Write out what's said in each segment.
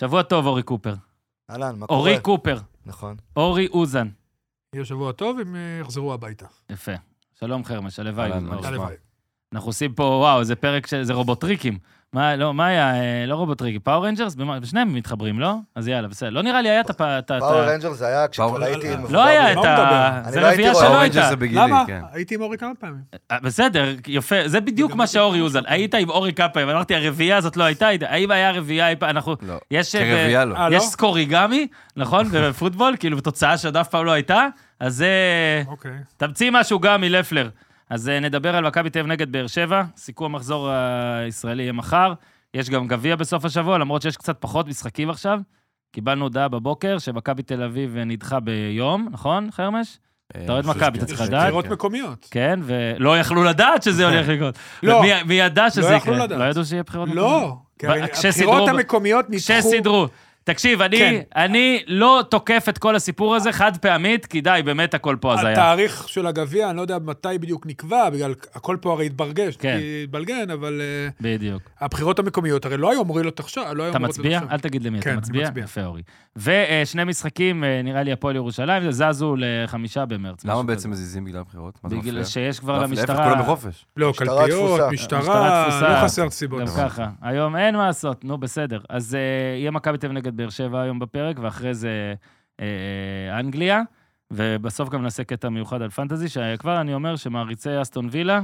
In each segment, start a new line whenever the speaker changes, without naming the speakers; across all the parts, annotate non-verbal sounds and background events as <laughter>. שבוע טוב, אורי קופר.
אהלן, מה קורה?
אורי קופר,
נכון.
אורי אוזן.
יהיה שבוע טוב אם אה, יחזרו הביתה.
יפה. שלום חרמש, הלוואי.
אהלן,
נגמר.
מה נשמע?
הלוואי.
אנחנו עושים פה, וואו, זה פרק של... זה רובוטריקים. מה, לא, מה היה? אה, לא רובוטריקים, פאור רנג'רס? במה- בשניהם מתחברים, לא? אז יאללה, בסדר. לא נראה לי היה את ה... את ה- את ה-
פאוור רנג'ר זה היה
פאוור-
כשכבר הייתי מבוגר.
לא היה
מה
את
הוא
ה...
מדבר?
אני
זה
לא הייתי
רביעייה
רואה.
שלא
פאור
הייתה.
רנג'רס זה בגילי,
למה?
כן.
הייתי עם אורי כמה פעמים.
אה, בסדר, יפה, זה בדיוק מה שהאורי אוזן. היית עם אורי כמה פעמים, אמרתי, הרביעייה הזאת לא הייתה, הייתה- האם היה רביעייה אי פעם? אנחנו...
לא.
יש... אה,
כרבייה לא.
אה, לא?
יש סקוריגמי, נכון? בפוטבול, כאילו, בתוצאה שעוד אף פעם לא הייתה, אז אה, זה...
אוקיי.
תמציא משהו גם מלפלר. אז אה, נדבר על מכבי תל אביב נגד באר שבע. סיכום המחזור אה, הישראלי יהיה מחר. יש גם גביע בסוף השבוע, למרות שיש קצת פחות משחקים עכשיו. קיבלנו הודעה בבוקר שמכבי תל אביב אה, נדחה ביום, נכון, חרמש?
אה,
אתה אוהד
אני חושב
מכבי, אתה
שכן.
צריך לדעת.
בחירות
כן.
מקומיות.
כן, ולא יכלו לדעת שזה הולך לקרות.
לא.
ומי- מי ידע שזה
לא
יקרה?
יכלו לדעת.
לא ידעו שיהיה בחירות? מקומיות?
לא, כי
ב-
הרי
כשסידרו
הבחירות
ב-
המקומיות ניצחו...
שסידרו. תקשיב, אני,
כן.
אני לא תוקף את כל הסיפור הזה חד פעמית, כי די, באמת הכל פה הזיה.
התאריך של הגביע, אני לא יודע מתי בדיוק נקבע, בגלל הכל פה הרי התברגש,
כן.
כי התבלגן, אבל אה,
בדיוק.
הבחירות המקומיות הרי לא היו אמורות עכשיו, לא היו
אתה
אמורות
מצביע?
עכשיו.
אל תגיד למי
כן,
אתה
אני
מצביע.
מצביע.
יפה, אורי. ושני משחקים, אה, נראה לי הפועל ירושלים, זה זזו לחמישה במרץ.
למה
משהו
בעצם
כזה.
מזיזים בגלל הבחירות? מה זה
בגלל
מפריע? לא,
שיש כבר
להפך,
למשטרה...
כולם בחופש.
לא,
משטרה
קלפיות,
תפוסה.
משטרה
משטרה,
תפוסה.
לא חסר סיבות.
גם ככה. היום אין מה לעשות, נו, בסדר. אז אה, יהיה מכבי תל אביב נגד באר שבע היום בפרק, ואחרי זה אה, אה, אנגליה, ובסוף גם נעשה קטע מיוחד על פנטזי, שכבר אני אומר שמעריצי אסטון וילה,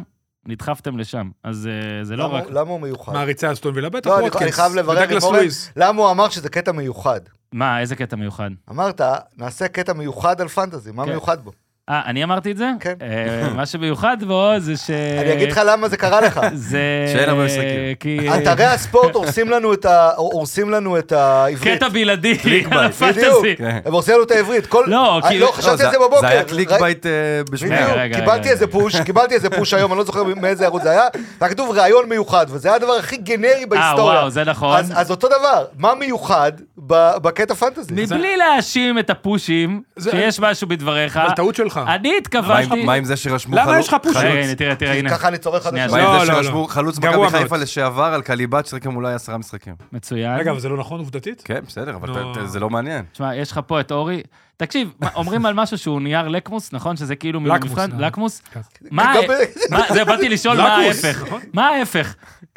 נדחפתם לשם. אז אה, זה לא
למה-
רק...
למה הוא מיוחד?
מעריצי אסטון וילה, בטח
לא, אני-
ווטקינס,
אני חייב לברר עם
ודגלס
אורן.
לואיז.
למה הוא אמר שזה קטע מיוחד?
מה, איזה קטע מיוחד?
אמרת, נעשה קטע מיוחד על פנטזי, מה
כן.
מיוחד בו?
אה, אני אמרתי את זה?
כן.
אה, מה שמיוחד בו זה ש...
אני אגיד לך למה זה קרה לך.
אה, <laughs> זה...
שאין הרבה משחקים.
כי... אה,
אתרי הספורט הורסים לנו את ה- הורסים לנו את העברית.
קטע בלעדי
קליק
על אה,
בייט.
הפנטזי.
בדיוק. הם הורסים לנו את העברית. כל-
לא,
אה,
כי-
לא,
לא,
חשבתי על
לא,
זה בבוקר.
זה היה קליק
ראי-
בייט אה, בשמיעה.
רגע, רגע,
בדיוק, קיבלתי
רגע,
איזה
רגע.
פוש, קיבלתי איזה פוש היום, אני לא זוכר מאיזה ערוץ זה היה, והיה כתוב ראיון מיוחד, וזה היה הדבר הכי גנרי בהיסטוריה.
אה, וואו, זה נכון.
אז- אז אותו דבר, מה מיוחד ב- בקטע פנטזי?
מבלי להאשים את הפושים,
זה-
שיש משהו בדברייך.
אבל טעות שלך.
אני
מה
התכוונתי...
עם- מה עם זה שרשמו
למה
חלוץ-
יש לך פוש?
חלוץ-
רגע, הנה, תראה, תראה, הנה.
ככה אני צורך
שנייה,
חדשות.
מה עם
לא,
זה
לא, לא.
שרשמו חלוץ
גרוע
מכבי
מאוד.
חיפה לשעבר על קליבת ששיחק עם אולי עשרה משחקים?
מצוין.
רגע, אבל זה לא נכון עובדתית?
כן, בסדר, אבל
נו.
אתה- אתה- זה לא מעניין.
תשמע, יש לך פה את אורי. תקשיב, מה, אומרים על משהו שהוא נייר לקמוס, נכון? שזה כאילו
לקמוס,
מבחן-
נכון.
לקמוס?
כן.
מה-
גם
מה- זה באתי לשאול מה
לקמוס,
ההפך.
נכון.
מה ההפך?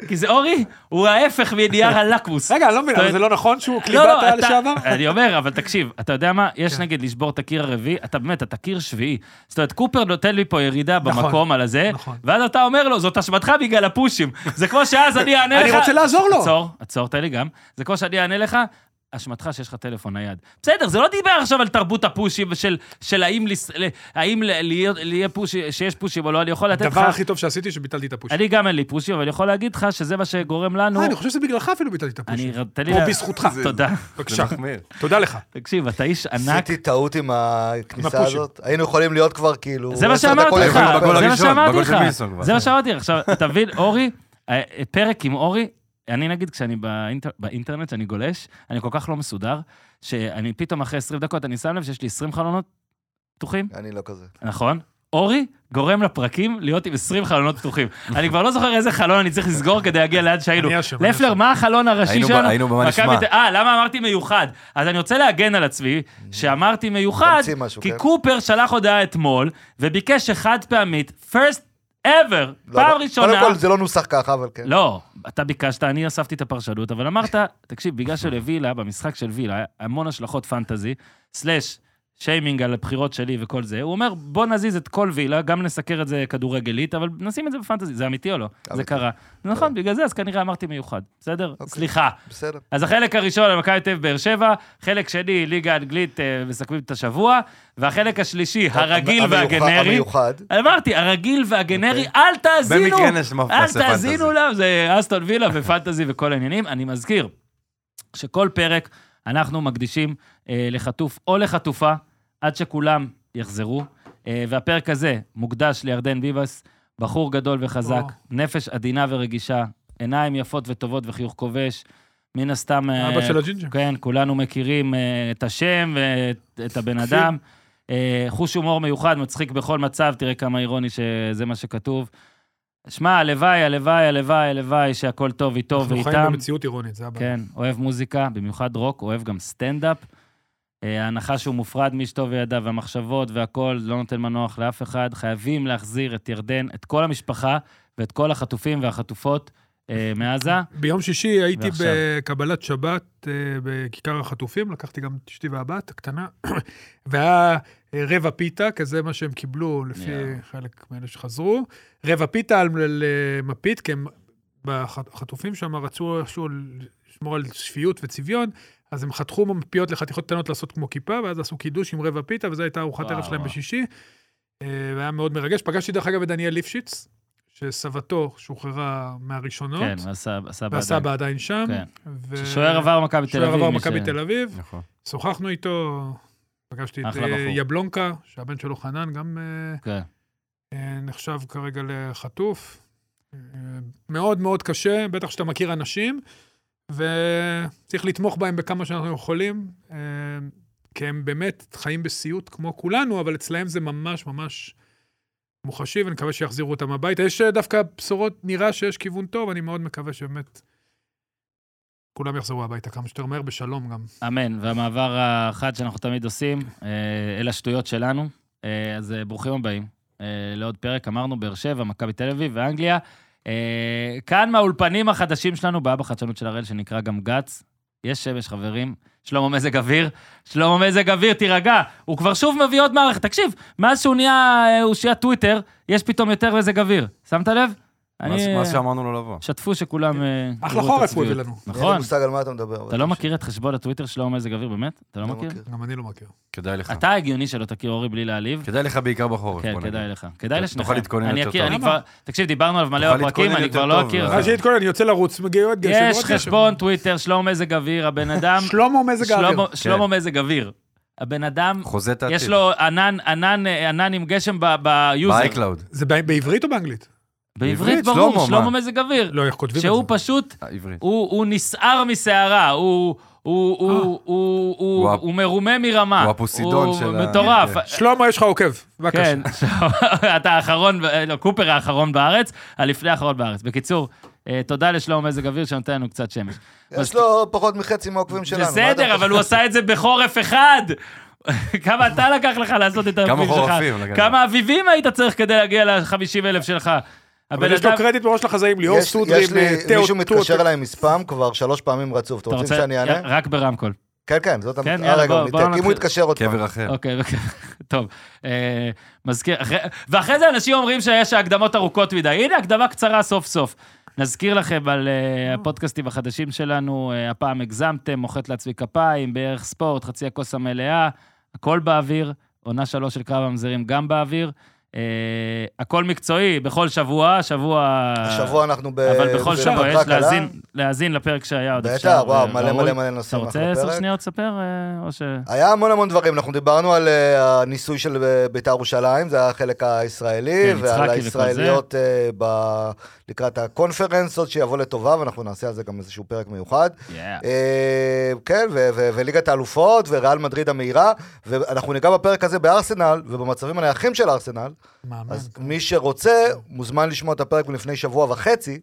כי זה אורי, הוא ההפך
<laughs>
מנייר הלקמוס.
רגע, אני לא מבין,
זאת
אבל
אומרת-
זה לא נכון שהוא
לא,
קליבת
לא,
העל
אתה-
לשעבר? כן.
אני אומר, אבל תקשיב, אתה יודע מה? יש נגיד לשבור את הקיר הרביעי, אתה באמת, אתה קיר שביעי. זאת אומרת, קופר נותן לי פה ירידה
נכון,
במקום על הזה,
נכון.
ואז אתה אומר לו, זאת אשמתך בגלל הפושים. זה כמו שאז אני אענה לך...
אני רוצה לעזור לו.
עצור, עצור, תן לי גם. זה כמו שאני אענה לך, אשמתך שיש לך טלפון נייד. בסדר, זה לא דיבר עכשיו על תרבות הפושים של, של האם, לס... ל- האם ל- להיות- להיות פוש, שיש פושים או לא, אני יכול לתת לך...
הדבר הכי טוב שעשיתי שביטלתי את הפושים.
אני גם אין לי פושים, אבל אני יכול להגיד לך שזה מה שגורם לנו...
אה, אני חושב שזה בגללך אפילו ביטלתי את
אני...
הפושים.
תן לי...
או
לה-
בזכותך.
תודה.
בבקשה,
זה
<laughs>
מחמיר.
תודה לך.
תקשיב, אתה איש ענק.
עשיתי טעות עם הכניסה
הפושים.
הזאת, היינו יכולים להיות כבר כאילו...
זה מה
עשר
שאמרתי
דקות
לך,
לפני
בגול
זה
הפרק.
מה
הראשון,
שאמרתי
בגול
לך,
של מילסון כבר.
זה מה שאמרתי לך. עכשיו, תבין, אורי, אה, פרק עם אורי, אני נגיד כשאני באינטר- באינטרנט, כשאני גולש, אני כל כך לא מסודר, שאני פתאום אחרי 20 דקות, אני שם לב שיש לי 20 חלונות פתוחים,
אני לא כזה.
נכון? אורי גורם לפרקים להיות עם 20 חלונות
<laughs>
פתוחים. אני כבר לא זוכר איזה חלון אני צריך לסגור כדי להגיע לאן שהיינו.
אני אשם, אני
לפלר,
אשם.
מה החלון הראשי
היינו ב-
שלנו?
היינו במה
מכבי
נשמע.
תל- אה, למה אמרתי מיוחד? אז אני רוצה להגן על עצמי, שאמרתי מיוחד,
תמציא משהו,
כי
כן.
קופר שלח הודעה אתמול, וביקש חד פעמית, first ever,
לא,
פעם
לא.
ראשונה.
קודם כל זה לא נוסח ככה, אבל כן.
לא, אתה ביקשת, אני אספתי את הפרשנות, אבל אמרת, תקשיב, בגלל שלווילה, במשחק של וילה, היה המון השלכות פנטזי, סלאש שיימינג על הבחירות שלי וכל זה, הוא אומר, בוא נזיז את כל וילה, גם נסקר את זה כדורגלית, אבל נשים את זה בפנטזי, זה אמיתי או לא? זה
אמיתי.
קרה. נכון, בגלל זה, אז כנראה אמרתי מיוחד, בסדר?
אוקיי.
סליחה.
בסדר.
אז החלק הראשון על מכבי תל אביב באר שבע, חלק שני, ליגה האנגלית, אה, מסכמים את השבוע, והחלק השלישי, הרגיל
המיוחד-
והגנרי.
המיוחד.
אמרתי, הרגיל והגנרי,
אוקיי.
אל תאזינו.
במקרה יש מפסי
אל
פנטזי.
תאזינו להם, זה אסטון וילה ופנטזי וכל העניינים. אני מזכיר שכל פרק אנחנו מקדישים אה, לחטוף או לחטופה, עד שכולם יחזרו. אה, והפרק הזה מוקדש לירדן ביבס, בחור גדול וחזק,
או.
נפש עדינה ורגישה, עיניים יפות וטובות וחיוך כובש. מן הסתם... אה,
אבא של הג'ינג'ר.
כן, כולנו מכירים אה, את השם ואת הבן אדם. אה, חוש הומור מיוחד, מצחיק בכל מצב, תראה כמה אירוני שזה מה שכתוב. שמע, הלוואי, הלוואי, הלוואי, הלוואי שהכל טוב איתו
אנחנו חיים
ואיתם.
במציאות עירונית, זה הבעיה.
כן, אוהב מוזיקה, במיוחד רוק, אוהב גם סטנדאפ. אה, ההנחה שהוא מופרד מאשתו וילדיו, והמחשבות והכול, לא נותן מנוח לאף אחד. חייבים להחזיר את ירדן, את כל המשפחה ואת כל החטופים והחטופות אה, מעזה.
ביום שישי הייתי
ועכשיו?
בקבלת שבת אה, בכיכר החטופים, לקחתי גם את אשתי והבת הקטנה, <coughs> והיה אה, רבע פיתה, כזה מה שהם קיבלו לפי
יאללה.
חלק מאלה שחזרו. רבע פיתה על על, אה, מפית, כי הם, בח- החטופים שם רצו איכשהו לשמור על שפיות וצביון, אז הם חתכו מפיות לחתיכות קטנות לעשות כמו כיפה, ואז עשו קידוש עם רבע פיתה, וזו הייתה ארוחת
וואו,
ערב שלהם
וואו.
בשישי. אה, והיה מאוד מרגש. פגשתי דרך אגב את דניאל ליפשיץ, שסבתו שוחררה מהראשונות.
כן, הסבא, הסבא עדיין.
והסבא עדיין שם.
כן.
ו-
ששוער עבר מכבי תל אביב.
שוער עבר
מי
מכבי
ש-
תל אביב,
נכון.
שוחחנו איתו, פגשתי את
אחלה
אה,
בחור.
יבלונקה, שהבן שלו חנן גם אה,
כן.
אה, נחשב כרגע לחטוף. אה, מאוד מאוד קשה, בטח שאתה מכיר אנשים, וצריך לתמוך בהם בכמה שאנחנו יכולים, אה, כי הם באמת חיים בסיוט כמו כולנו, אבל אצלהם זה ממש ממש מוחשי, ואני מקווה שיחזירו אותם הביתה. יש אה, דווקא בשורות, נראה שיש כיוון טוב, אני מאוד מקווה שבאמת כולם יחזרו הביתה כמה שיותר מהר, בשלום גם.
אמן. והמעבר החד שאנחנו תמיד עושים, אה, אל השטויות שלנו. אה, אז אה, ברוכים הבאים אה, לעוד פרק. אמרנו, באר שבע, מכבי תל אביב ואנגליה. אה, כאן מהאולפנים החדשים שלנו, בעיה בחדשנות של הראל, שנקרא גם גץ. יש שמש, חברים. שלמה מזג אוויר. שלמה מזג אוויר, תירגע. הוא כבר שוב מביא עוד מערכת. תקשיב, מאז שהוא נהיה אה, אושיית טוויטר, יש פתאום יותר מזג אוויר. שמת לב?
מאז-
אני- אה,
מאז שאמרנו לו לבוא.
שתפו שכולם... אה, יראו
אחלה
את
חורף הוא
הצביעות.
הביא לנו.
אין לי
נכון.
מושג על מה אתה מדבר.
אתה לא מכיר את חשבון הטוויטר שלו מזג אוויר, באמת? אתה לא מכיר?
גם אני לא מכיר.
כדאי לך.
אתה הגיוני שלא תכיר אורי בלי להעליב.
כדאי לך בעיקר בחורף.
כן,
כן, בוא נגיד.
כדאי לך. כדאי
תוכל
לשניכם.
להתכונן
אני
יותר
אכיר,
טוב.
אני
למה?
כבר... תקשיב, דיברנו עליו מלא
תוכל
בפרקים,
להתכונן
אני כבר
יותר
לא
טוב,
אכיר.
אה.
אז
אבל-
שיתכונן, יוצא לרוץ, מגיע עוד גשם.
יש
עוד גשם.
חשבון טוויטר, שלמה מזג אוויר, הבן אדם...
שלמה מזג האוויר.
כן.
שלמה- שלמה מזג אוויר. הבן אדם,
חוזה את העתיד.
יש לו ענן- ענן אה, ענן עם גשם ב- ביוזר.
באייקלאוד.
זה בע- בעברית או באנגלית?
בעברית
בעברית,
ברור,
שלמה,
שלמה
מה?
מזג אוויר.
לא, איך כותבים את זה?
שהוא פשוט
העברית.
הוא, הוא נסער מסערה, הוא, הוא, הוא,
אה.
הוא, הוא, הוא,
הוא
מרומה מרמה.
הוא הפוסידון של
הוא
ה-
מטורף.
כן.
שלמה, יש לך עוקב. בבקשה.
כן, <laughs> אתה האחרון, לא, קופר האחרון בארץ, הלפני האחרון בארץ. בקיצור, אה, תודה לשלום מזג אוויר שנותן לנו קצת שמש.
יש לו פחות מחצי מהעוקבים שלנו. אה, מה אתה
בסדר,
חושב?
אבל הוא עשה את זה בחורף אחד. <laughs> כמה אתה לקח לך לעשות את האביבים שלך?
חורפים, לגמרי.
כמה אביבים היית צריך כדי להגיע ל-50 אלף שלך?
אבל יש לו קרדיט בראש לחזאים, ליאור אה,
יש-
סודרי,
יש לי-
תאו
מישהו מתקשר
טוטו.
אליי מספאם כבר שלוש פעמים רצוף. אתם
אתה
רוצים
רוצה?
שאני אענה?
רק ברמקול.
כן, כן, זאת
כן,
המ-
יאללה,
אה, רגע,
בוא-
הוא
בוא
ניתן, אם
נתחיל.
הוא יתקשר עוד פעם.
קבר אחר.
אוקיי, אוקיי, <laughs> טוב. אה, מזכיר, אחרי- ואחרי זה אנשים אומרים שיש הקדמות ארוכות מדי. הנה, הקדמה קצרה סוף סוף. נזכיר לכם על אה, הפודקאסטים החדשים שלנו, אה, הפעם הגזמתם, מוחאת לעצמי כפיים, בערך ספורט, חצי הכוס המלאה, הכל באוויר, עונה שלוש של קרב המזרים גם באוויר. אה, הכל מקצועי, בכל שבוע, שבוע...
השבוע אנחנו ב...
אבל בכל
זה
שבוע יש
מטרה קלה.
להאזין, להאזין לפרק שהיה עוד
בטח, וואו, מלא
וראוי.
מלא מלא נושאים
אתה
אחלה
רוצה עשר
פרק.
שניות לספר, אה, או ש...
היה המון המון דברים, אנחנו דיברנו על אה, הניסוי של אה, בית"ר ירושלים, זה היה החלק הישראלי,
כן, יצחקי וכל
ועל
זה.
הישראליות אה, ב- לקראת הקונפרנס, עוד שיבוא לטובה, ואנחנו נעשה על זה גם איזשהו פרק מיוחד.
יאה.
אה, כן, ו- ו- וליגת האלופות, וריאל מדריד המהירה, ואנחנו ניגע בפרק הזה בארסנל, ובמצבים הנייחים של ארסנל,
כן.
מאמן.
אז מי שרוצה, מוזמן לשמוע את הפרק מלפני שבוע וחצי,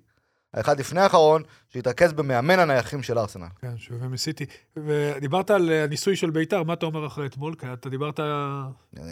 האחד לפני האחרון, שהתרכז במאמן הנייחים של ארסנל.
כן, שוב ניסיתי. ודיברת על אה, הניסוי של בית"ר, מה אתה אומר אחרי אתמול? כי אתה דיברת...
אני-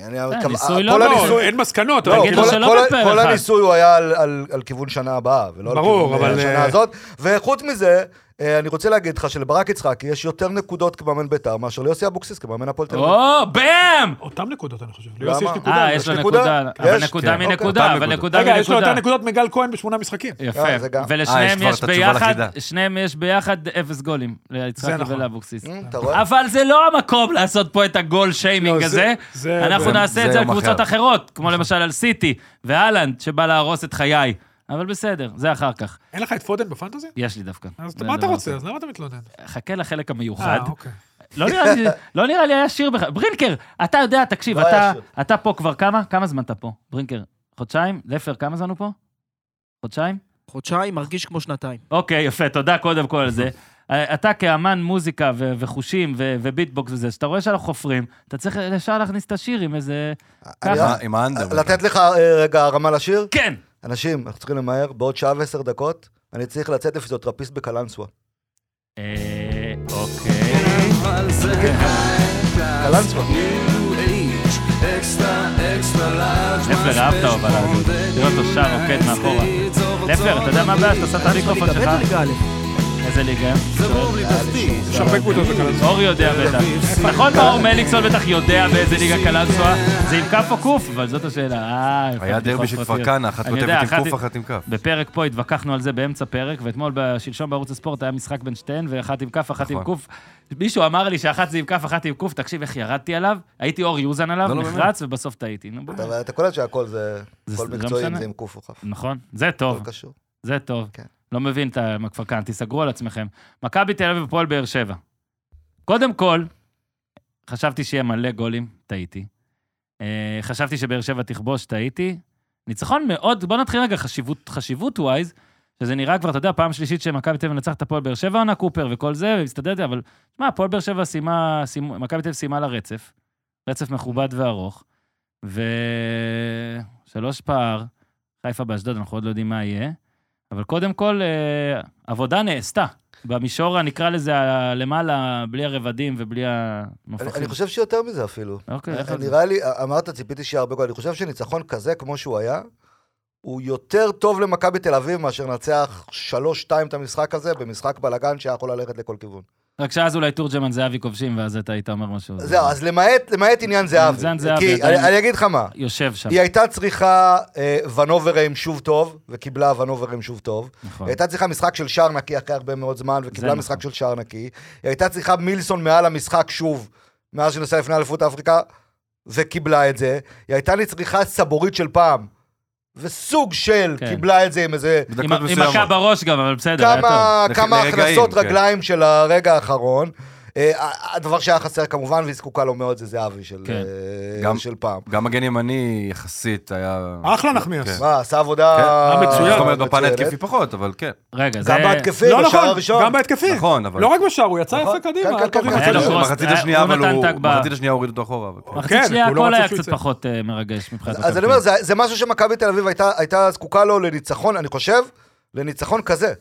אני- הכו-
ניסוי לא
כל
מאוד.
הניסוי-
לא, אין מסקנות,
לא,
אבל
תגיד
כל-
לו שלא
כל-
בפרק
כל
אחד.
הניסוי הוא היה על- על על כיוון שנה הבאה, ולא על
ברור,
כיוון אה,
אבל,
השנה
אה,
הזאת. וחוץ מזה, אה, אני רוצה להגיד לך שלברק יצחקי יש יותר נקודות כמאמן בית"ר מאשר ליוסי אבוקסיס כמאמן הפועל תל אביב.
או, באם!
אותם נקודות, אני חושב. ליוסי יש
למה?
נקודה.
אה, יש לו
יש נקודה?
נקודה,
יש?
אבל נקודה
כן,
מנקודה,
אוקיי.
אבל
אותה
נקודה
רגע, יש לו יותר
מנקודה.
נקודות מגל כהן בשמונה משחקים.
יפה,
אה, זה גם-
אה, יש
ולשניהם
כבר
יש
את התשובה
ביחד,
לחידה.
שניהם יש ביחד אפס גולים, ליצחקי
נכון.
ולאבוקסיס.
אה, אתה רואה?
אבל זה לא המקום לעשות פה את הגול שיימינג
לא, זה-
הזה,
זה-
אנחנו
זה-
נעשה את
זה
זה על
יום
קבוצות
אחר. נכון.
אחרות, כמו למשל על סיטי, ואלנד, שבא להרוס את חיי, אבל בסדר, זה אחר כך,
אין לך את פודן בפנטזי?
יש לי דווקא.
אז
זה
מה אתה
דבר
רוצה? אז למה אתה מתלונן?
אחר. חכה לחלק
אה,
המיוחד.
אוקיי.
לא נראה לי- לא נראה לי היה שיר בכלל. ברינקר, אתה יודע, תקשיב,
לא היה
אתה-
שיר.
אתה פה כבר כמה? כמה זמן אתה פה? ברינקר, חודשיים? לפר, כמה זמן הוא פה? חודשיים?
חודשיים, מרגיש כמו שנתיים.
אוקיי, יפה, תודה קודם כל על זה. אה, אתה כאמן מוזיקה ו- וחושים ו- וביטבוקס וזה, כשאתה רואה שאנחנו חופרים, אתה צריך ישר להכניס את השיר עם איזה...
אני
ככה.
רק-
עם האנדר.
לתת לך אה, רגע הרמה לשיר?
כן!
אנשים, אנחנו צריכים למהר, בעוד שעה ועשר דקות, אני צריך לצאת לפיזיותרפיסט בקלנסווה.
אה, אוקיי.
קלנסווה.
לפלר, אהבת ההובלה הזאת. תראה אותו שם, רוקד מאחורה. לפלר, אתה יודע מה הבעיה? שאתה שם את המיקרופון שלך. איזה ליגה?
יש הרבה קבוצות בקלנסווה.
אור יודע בטח. נכון, מאור מליקסון בטח יודע באיזה ליגה קלנסווה. זה עם כף או קוף, אבל זאת השאלה. אה, יפה,
היה דרבי
בדיחות
של כפר
פרטיות.
כנא, אחת
אני יודע,
כותבת עם
אחת-
קוף, אחת עם כף.
בפרק פה התווכחנו על זה באמצע פרק, ואתמול, ב- שלשום בערוץ הספורט היה משחק בין שתיהן, ואחת עם כף, אחת עם
נכון.
קוף. מישהו אמר לי שאחת זה עם כף, אחת עם קוף, תקשיב איך ירדתי עליו, הייתי אור יוזן עליו,
לא, לא,
נחרץ, ובסוף טעיתי. נו, באמת.
אתה- אתה קולט שהכל זה,
זה-
כל
זה לא
מקצועי,
משנה.
זה עם קוף או כף.
נכון, זה
הכל
טוב,
קשור.
זה טוב.
כן.
לא מבין את ה- כפר כאן, תיסגרו על עצמכם. מכבי תל אביב ופועל באר שבע. קודם כל, חשבתי שיהיה מלא גולים, טעיתי. אה, חשבתי שבאר שבע תכבוש, טעיתי. ניצחון מאוד, בוא נתחיל רגע חשיבות, חשיבות ווייז, שזה נראה כבר, אתה יודע, פעם שלישית שמכבי תל אביב מנצחת את הפועל באר שבע, עונה קופר וכל זה, ומסתדרת, אבל שמע, הפועל באר שבע סיימה, סיימו- מכבי תל אביב סיימה לה רצף, רצף מכובד וארוך, ושלוש פער, חיפה באשדוד, אנחנו עוד לא יודעים מה יהיה, אבל קודם כל, אה, עבודה נעשתה. במישור הנקרא לזה הלמעלה, בלי הרבדים ובלי
אני-
הנופחים.
אני חושב שיותר מזה אפילו.
אוקיי, איך
אני-
זה?
נראה לי, אמרת, ציפיתי שיהיה הרבה גול. אני חושב שניצחון כזה, כמו שהוא היה, הוא יותר טוב למכבי תל אביב מאשר לנצח 3-2 את המשחק הזה, במשחק בלאגן שהיה יכול ללכת לכל כיוון.
רק שאז אולי תורג'מן זהבי כובשים, ואז אתה היית אומר משהו.
זהו, אז למעט למעט עניין זהבי.
עניין זהבי
כי
עדיין-
אני- אני אגיד לך מה,
יושב שם,
היא הייתה צריכה אה, ונוברם שוב טוב, וקיבלה ונוברם שוב טוב.
נכון.
היא הייתה צריכה משחק של שער נקי אחרי הרבה מאוד זמן, וקיבלה
נכון.
משחק של שער נקי. היא הייתה צריכה מילסון מעל המשחק שוב, מאז שנסעה לפני אליפות אפריקה, וקיבלה את זה. היא הייתה לי צריכה סבורית של פעם, וסוג של
כן.
קיבלה את זה עם איזה
עם-
בדקות
עם מכה
מסוימות.
בראש גם, אבל בסדר, היה טוב.
כמה,
לח-
כמה
לרגעים,
הכנסות
כן.
רגליים של הרגע האחרון. אה, הדבר שהיה חסר כמובן, והיא זקוקה לו מאוד, זה זהבי של,
כן.
אה,
גם-
של פעם.
גם מגן ימני יחסית היה...
אחלה נחמיאס.
כן.
מה, עשה עבודה...
כן,
היה
אה,
מצוין.
זאת אומרת, בפן
מצוינת.
ההתקפי פחות, אבל כן.
רגע, זה...
גם בהתקפי,
לא
בשער
נכון,
הראשון.
גם בהתקפי.
נכון, אבל...
לא רק בשער, הוא יצא
נכון,
יפה קדימה.
כן,
היה
כן,
טוב
כן,
עם
כן,
הצד
כן,
שלו.
כן.
במחצית
הוא
השנייה, אבל
נתן
הוא...
את ההגבהה.
במחצית השנייה הורידו אותו אחורה. אבל כן.
מחצית
כן,
שנייה
הוא לא
הכל
רצה
היה
שהוא
קצת
יצא.
פחות אה, מרגש מבחינת...
אז- אז אני אומר, זה, זה משהו שמכבי תל אביב הייתה, הייתה זקוקה לו לניצחון, אני חושב, לניצחון כזה. היא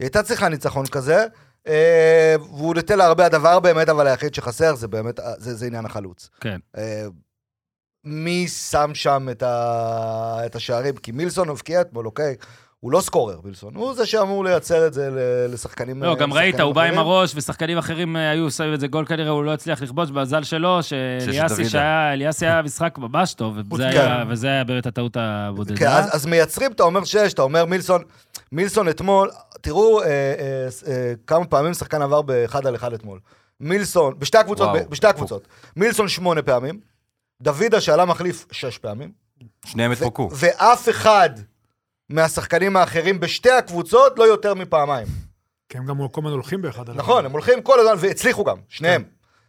הייתה צריכה ניצחון כזה, אה, והוא נותן לה הרבה הדבר באמת, אבל היחיד שחסר זה באמת, אה, זה, זה עניין החלוץ.
כן.
אה, מי שם שם את, ה, את השערים? כי מילסון הבקיע אתמול, אוקיי? הוא לא סקורר, מילסון. הוא זה שאמור לייצר את זה כן, ל- לשחקנים...
לא, גם
לשחקנים
ראית, הוא בא עם
אחרים.
הראש, ושחקנים אחרים אה, היו שמים את זה גול כנראה, הוא לא הצליח לכבוש, מזל שלו, שאליאסי
דוידה.
שהיה, אליאסי היה משחק ממש טוב, וזה
כן.
היה- וזה היה באמת הטעות
כן,
הבודדה.
אז, אז מייצרים, אתה אומר שש, אתה אומר מילסון, מילסון אתמול, תראו אה, אה, אה, כמה פעמים שחקן עבר באחד על אחד אתמול. מילסון, בשתי הקבוצות,
וואו.
בשתי הקבוצות. מילסון שמונה פעמים, דוידה שעלה מחליף שש פעמים,
שניהם התפרקו.
ו- ואף אחד מהשחקנים האחרים בשתי הקבוצות לא יותר מפעמיים.
כי הם גם כל הזמן הולכים באחד על
נכון,
אחד.
הם הולכים כל הזמן, והצליחו גם, שניהם.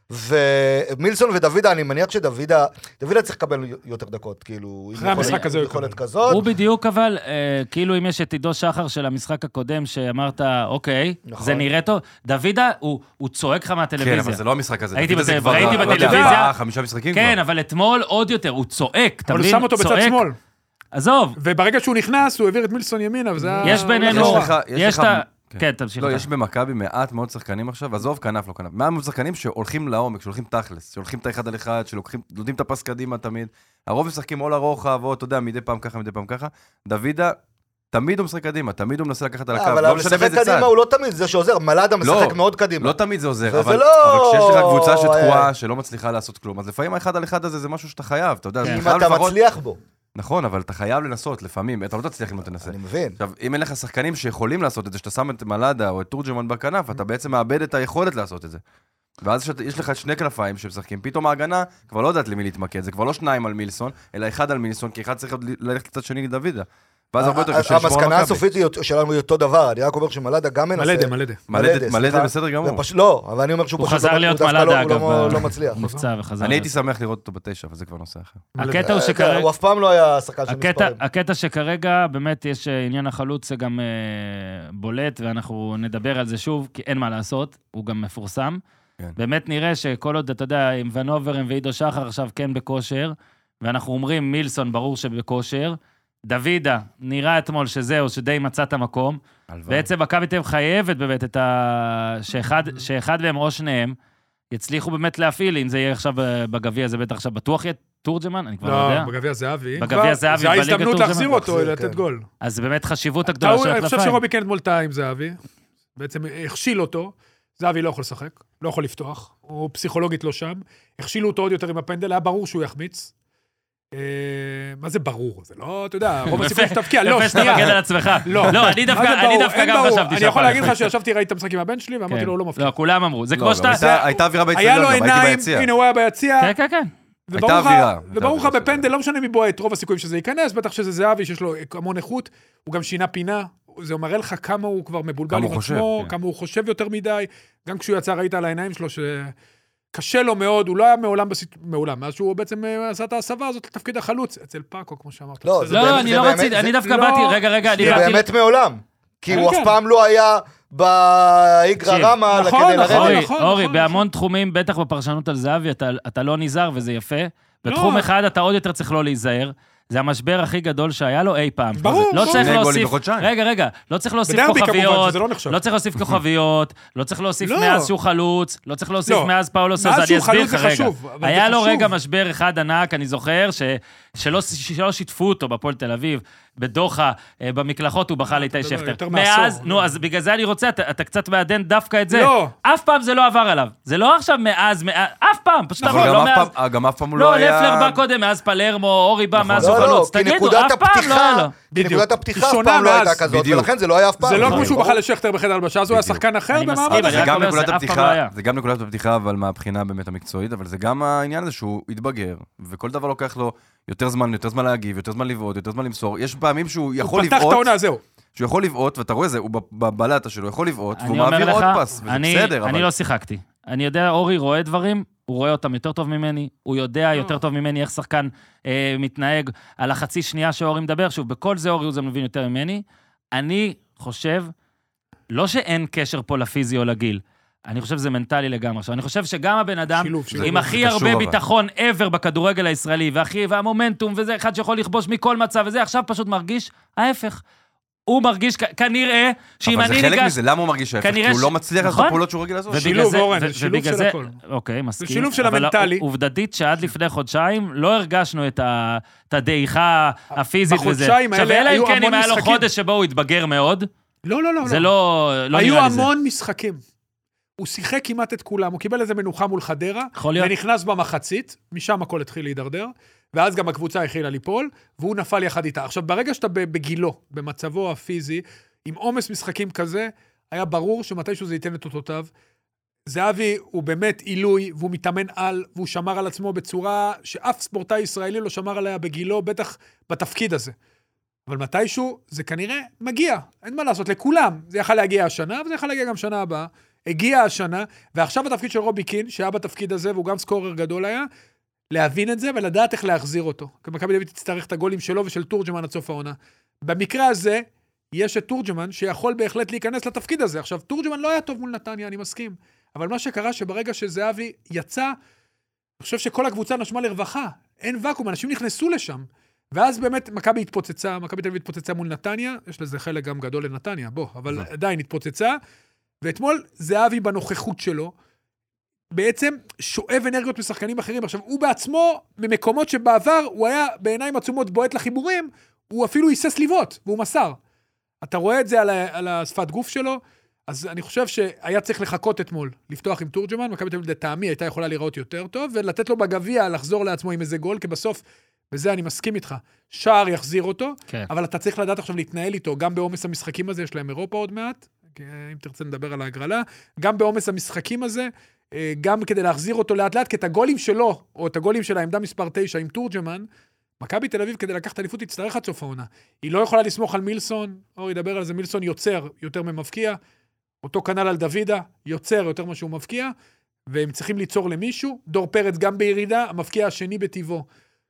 ומילסון ודוידה, אני מניח שדוידה, דוידה צריך לקבל יותר דקות, כאילו, עם
אחרי
יכולת-
המשחק הזה
עם
הוא יקבל.
יכולת כזאת.
הוא בדיוק, אבל, אה, כאילו אם יש את עידו שחר של המשחק הקודם, שאמרת, אוקיי,
נכון.
זה נראה טוב, דוידה, הוא הוא צועק לך
כן, אבל
מהטלוויזיה.
זה לא המשחק הזה.
הייתי
דוד, זה
בטל-
כבר,
ראיתי
לא יודע,
בטלוויזיה.
ארבעה, חמישה משחקים
כן,
כבר.
אבל אתמול עוד יותר, הוא צועק, אתה
אבל הוא
מבין?
שם אותו בצד
צועק.
שמאל.
עזוב,
וברגע שהוא נכנס, הוא העביר את מילסון ימינה, וזה נכון. היה...
יש בינינו...
אה, יש לך- יש
יש
לך-
את ה...
כן.
כן, תמשיך.
לא,
אתה.
יש במכבי מעט מאוד שחקנים עכשיו, עזוב כנף, לא כנף, מעט מאוד שחקנים שהולכים לעומק, שהולכים תכלס, שהולכים את האחד על אחד, שלוקחים, נותנים את הפס קדימה תמיד. הרוב משחקים או לרוחב, או אתה יודע, מדי פעם ככה, מדי פעם ככה. דוידה, תמיד הוא משחק קדימה, תמיד הוא מנסה לקחת על הקו,
אה, אבל
לא משנה
לשחק
באיזה צד.
קדימה הוא לא תמיד זה שעוזר, מלאדה משחק
לא,
מאוד קדימה.
לא תמיד זה עוזר,
וזה
אבל,
לא-
אבל כשיש לך קבוצה
אה.
שתקועה, שלא מצליחה לעשות כלום, אז לפעמים האחד על אחד הזה זה משהו שאתה חייב, אתה יודע,
כן.
אתה
אם
חייב
אתה
לפחות...
מצליח בו,
נכון, אבל אתה חייב לנסות, לפעמים, אתה לא תצליח אם לא תנסה.
אני מבין.
עכשיו, אם אין לך שחקנים שיכולים לעשות את זה, שאתה שם את מלאדה או את תורג'מן בכנף, אתה בעצם מאבד את היכולת לעשות את זה. ואז שאת- יש לך שני כנפיים שמשחקים, פתאום ההגנה כבר לא יודעת למי להתמקד, זה כבר לא שניים על מילסון, אלא אחד על מילסון, כי אחד צריך ללכת קצת שני לדוידה. ואז הרבה יותר קשה לשמור על
המסקנה
מכבי.
הסופית היא אותו- שלנו היא אותו דבר, אני רק אומר שמלאדה גם מנסה.
מלדה, מלדה.
מלדת- מלדת
סליחה.
בסדר גמור.
ופש- לא, אבל אני אומר שהוא
הוא
פשוט לא-
חזר להיות
דווקא לא-
מלאדה,
הוא לא-
אגב. אה,
לא
ב-
מצליח.
נפצע וחזר.
אני הייתי שמח לראות אותו בתשע, אבל זה כבר נושא אחר.
הקטע הוא
אה,
שכרגע...
הוא אף פעם לא היה שחקן של
הקטע,
מספרים.
הקטע שכרגע באמת יש אה, עניין החלוץ זה גם אה, בולט, ואנחנו נדבר על זה שוב, כי אין מה לעשות, הוא גם מפורסם.
כן.
באמת נראה שכל עוד, אתה יודע, עם ונוברם ועידו שחר עכשיו כן בכושר, ואנחנו אומרים מילסון ברור שבכושר, דוידה, נראה אתמול שזהו, שדי מצא את המקום.
הלוואי.
בעצם מכבי תל אביב חייבת באמת את ה... שאחד, שאחד מהם או שניהם יצליחו באמת להפעיל, אם זה יהיה עכשיו ב- בגביע, זה בטח עכשיו בטוח יהיה תורג'מן, אני כבר לא יודע.
לא, בגביע זהבי.
בגביע
כבר-
זהבי,
זה
בליגה
ההזדמנות
תורג'מן.
להחזיר אותו,
להחזיר,
לתת
כן.
גול.
אז באמת חשיבות הגדולה
טלאו,
של
אני חושב
החלפיים.
שרובי קנט אתמול טעה עם זהבי, בעצם הכשיל אותו, זהבי לא יכול לשחק, לא יכול לפתוח, הוא פסיכולוגית לא שם, הכשילו אותו עוד יותר עם הפנדל, היה ברור שהוא יחמיץ. אה, מה זה ברור? זה לא,
<laughs>
אתה יודע, רוב הסיכויים שתבקיע, לא,
יפה שאתה
שנייה.
מגן על עצמך.
לא,
לא, אני
מה
דווקא,
זה
אני
ברור?
דווקא
אין
גם
ברור.
חשבתי
אני יכול
שהפעם.
להגיד לך שישבתי, ראיתי את המשחק עם הבן שלי, ואמרתי
כן.
לו, הוא לא מבקיע.
לא, כולם אמרו. זה
לא,
כמו
גם
שאתה...
הייתה- הייתה אווירה
היה
באצטדיון,
לו
גם לא הייתי
עיניים,
ביציע.
הנה, הוא היה ביציע,
כן, כן, כן.
וברור
הייתה
לך-
אווירה.
וברור לך
הייתה אווירה.
בפנדל, לא משנה מי בועט, רוב הסיכויים שזה ייכנס, בטח שזה זהבי, שיש לו אה, המון איכות, הוא גם שינה פינה, זה מראה לך כמה הוא כבר מבולבל
כמה
עם
הוא חושב,
עצמו,
כן.
כמה הוא חושב יותר מדי, גם כשהוא יצא ראית על העיניים שלו שקשה לו מאוד, הוא לא היה מעולם, בסיט- מעולם, מאז שהוא בעצם אה, עשה את ההסבה הזאת לתפקיד החלוץ, אצל פאקו, כמו שאמרת.
לא,
בסדר.
זה
לא,
באמת-
לא, אני לא
באמת-
רציתי,
זה-
אני דווקא
לא-
באתי, רגע, רגע, אני
זה
באתי...
באמת מעולם. כי
כן,
הוא אף
כן.
פעם לא היה
תקשיב,
באיגרא רמא
נכון,
כדי
נכון,
לרדת. לא,
אורי,
נכון,
אורי,
נכון.
בהמון תחומים, בטח בפרשנות על זהבי, אתה- אתה לא נזהר וזה יפה. בתחום
לא.
אחד אתה עוד יותר צריך לא להיזהר. זה המשבר הכי גדול שהיה לו אי פעם.
ברור,
לא
ברור.
צריך
שני גולים
להוסיף...
בחודשיים.
רגע, רגע, לא צריך להוסיף
בדרבי כמובן,
כוכביות.
שזה לא נחשב.
לא צריך
<laughs>
להוסיף כוכביות, לא צריך להוסיף
לא.
מאז שהוא חלוץ, לא צריך להוסיף
לא.
מאז פאולו סוזה,
מאז
אני
שהוא
אסביר
חלוץ
לך
זה
רגע.
חשוב, אבל זה
היה לו
חשוב.
רגע משבר אחד ענק, אני זוכר, ש- שלא שלא שיתפו אותו בהפועל תל אביב, בדוחה, אה, במקלחות, הוא בכה לאיתי
מדבר
שכטר.
יותר מעשור.
מאז, נו, אז בגלל זה אני רוצה, אתה אתה קצת מעדן דווקא את זה.
לא.
אף פעם זה לא עבר עליו. זה לא עכשיו מאז, מאז- אף פעם, פשוט
אבל
נכון,
גם
לא
אף
מאז.
פעם- גם אף פעם הוא לא
לא,
היה... נכון.
לפלר בא קודם, מאז פלרמו, אורי בא, מאז הוא
לא, לא,
חלוץ.
כי
תגידו,
נקודת
אף פעם לא היה
הפתיחה,
לו.
כי
בדיוק.
נקודת הפתיחה
היא
אף
שונה
פעם לא
מאז.
הייתה כזאת,
בדיוק.
ולכן זה לא היה אף פעם.
זה לא
נכון.
כמו שהוא
ברור.
בחר לשכטר בחדר הלבשה, אז הוא היה
בדיוק.
שחקן אחר
אני
במעמד
מסכים,
אחר.
אני
זה
רק
גם
אומר, זה
נקודת
אף פעם לא היה.
הפתיחה, זה גם נקודת הפתיחה, אבל מהבחינה באמת המקצועית, אבל זה גם העניין הזה שהוא התבגר, וכל דבר לוקח לו יותר זמן, יותר זמן להגיב, יותר זמן לבעוט, יותר זמן למסור. יש פעמים שהוא
הוא
יכול
פתח את
לבעוט,
העונה, זהו.
שהוא יכול לבעוט, ואתה רואה זה, הוא בב- בבלטה שלו, יכול לבעוט, והוא
אני אומר
מעביר עוד
לך,
פס, וזה
אני-
בסדר,
אני
אבל...
לא שיחקתי. אני יודע, אורי רואה דברים, הוא רואה אותם יותר טוב ממני, הוא
אה.
יודע יותר טוב ממני איך שחקן אה, מתנהג על החצי שנייה שאורי מדבר. שוב, בכל זה אורי אוזן מבין יותר ממני. אני חושב, לא שאין קשר פה לפיזי או לגיל, אני חושב שזה מנטלי לגמרי. עכשיו, אני חושב שגם הבן אדם,
שילוב, שילוב.
עם
זה
הכי
קשור
הרבה
אבל.
ביטחון ever בכדורגל הישראלי, והכי, והמומנטום, וזה אחד שיכול לכבוש מכל מצב, וזה עכשיו פשוט מרגיש ההפך. הוא מרגיש כ- כנראה שאם
אבל
אני
זה
ניגש...
חלק מזה, למה הוא מרגיש ההפך? כי
כנראה
הוא
ש-
לא מצליח לעשות
נכון.
פעולות שהוא רגיל לעשות.
ובגלל
שילוב,
זה-
אורן,
ו-
זה שילוב
ובגלל
של
זה-
הכל.
אוקיי, מסכים.
שילוב של
אבל
המנטלי.
עוב- עובדתית שעד לפני חודשיים לא הרגשנו את ה- את הדעיכה הפיזית וזה.
בחודשיים האלה
עכשיו, אלא
היו
אם כן, אם
המון
היה לו
משחקים.
חודש שבו הוא התבגר מאוד,
לא, לא, לא.
זה לא לא
היו
נראה לי זה.
המון משחקים. הוא שיחק כמעט את כולם, הוא קיבל איזה מנוחה מול חדרה,
יכול להיות.
ונכנס במחצית, משם הכל התחיל להידרדר, ואז גם הקבוצה התחילה ליפול, והוא נפל יחד איתה. עכשיו, ברגע שאתה ב- בגילו, במצבו הפיזי, עם עומס משחקים כזה, היה ברור שמתישהו זה ייתן את אותותיו. זהבי הוא באמת עילוי, והוא מתאמן על, והוא שמר על עצמו בצורה שאף ספורטאי ישראלי לא שמר עליה בגילו, בטח בתפקיד הזה. אבל מתישהו זה כנראה מגיע, אין מה לעשות, לכולם. זה יכל להגיע השנה, וזה יכל להגיע גם שנה הבאה. הגיע השנה, ועכשיו התפקיד של רובי קין, שהיה בתפקיד הזה, והוא גם סקורר גדול היה, להבין את זה ולדעת איך להחזיר אותו. כי מכבי דוד תצטרך את הגולים שלו ושל תורג'מן עד סוף העונה. במקרה הזה, יש את תורג'מן שיכול בהחלט להיכנס לתפקיד הזה. עכשיו, תורג'מן לא היה טוב מול נתניה, אני מסכים. אבל מה שקרה שברגע שזהבי יצא, אני חושב שכל הקבוצה נשמה לרווחה. אין ואקום, אנשים נכנסו לשם. ואז באמת מכבי התפוצצה, מכבי תל אביב התפוצצה מול נתניה, יש לזה חלק גם גדול לנתניה, בוא, אבל עדיין התפוצצה. ואתמול זהבי בנוכחות שלו, בעצם שואב אנרגיות משחקנים אחרים. עכשיו, הוא בעצמו, ממקומות שבעבר הוא היה בעיניים עצומות בועט לחיבורים, הוא אפילו היסס לבעוט, והוא מסר. אתה רואה את זה על, ה- על השפת גוף שלו, אז אני חושב שהיה צריך לחכות אתמול, לפתוח עם תורג'מן, מכבי תל אביב לטעמי הייתה יכולה להיראות יותר טוב, ולתת לו בגביע לחזור לעצמו עם איזה גול, כי בסוף, וזה אני מסכים איתך, שער יחזיר אותו,
כן.
אבל אתה צריך לדעת עכשיו להתנהל איתו, גם בעומס המשחקים הזה, יש להם אירופה עוד מעט, כי, אה, אם תרצה נדבר על ההגרלה, גם בעומס המשחקים הזה, אה, גם כדי להחזיר אותו לאט לאט, כי את הגולים שלו, או את הגולים של העמדה מספר 9 עם תורג'מן, מכבי תל אביב כדי לקחת אליפות תצטרך עד סוף העונה. היא לא יכולה לסמוך על מילסון, אור ידבר על זה, מילסון יוצר יותר ממבקיע, אותו כנ"ל על דוידה, יוצר יותר מה שהוא מבקיע, והם צריכים ליצור למישהו. דור פרץ גם בירידה, המבקיע השני בטבעו.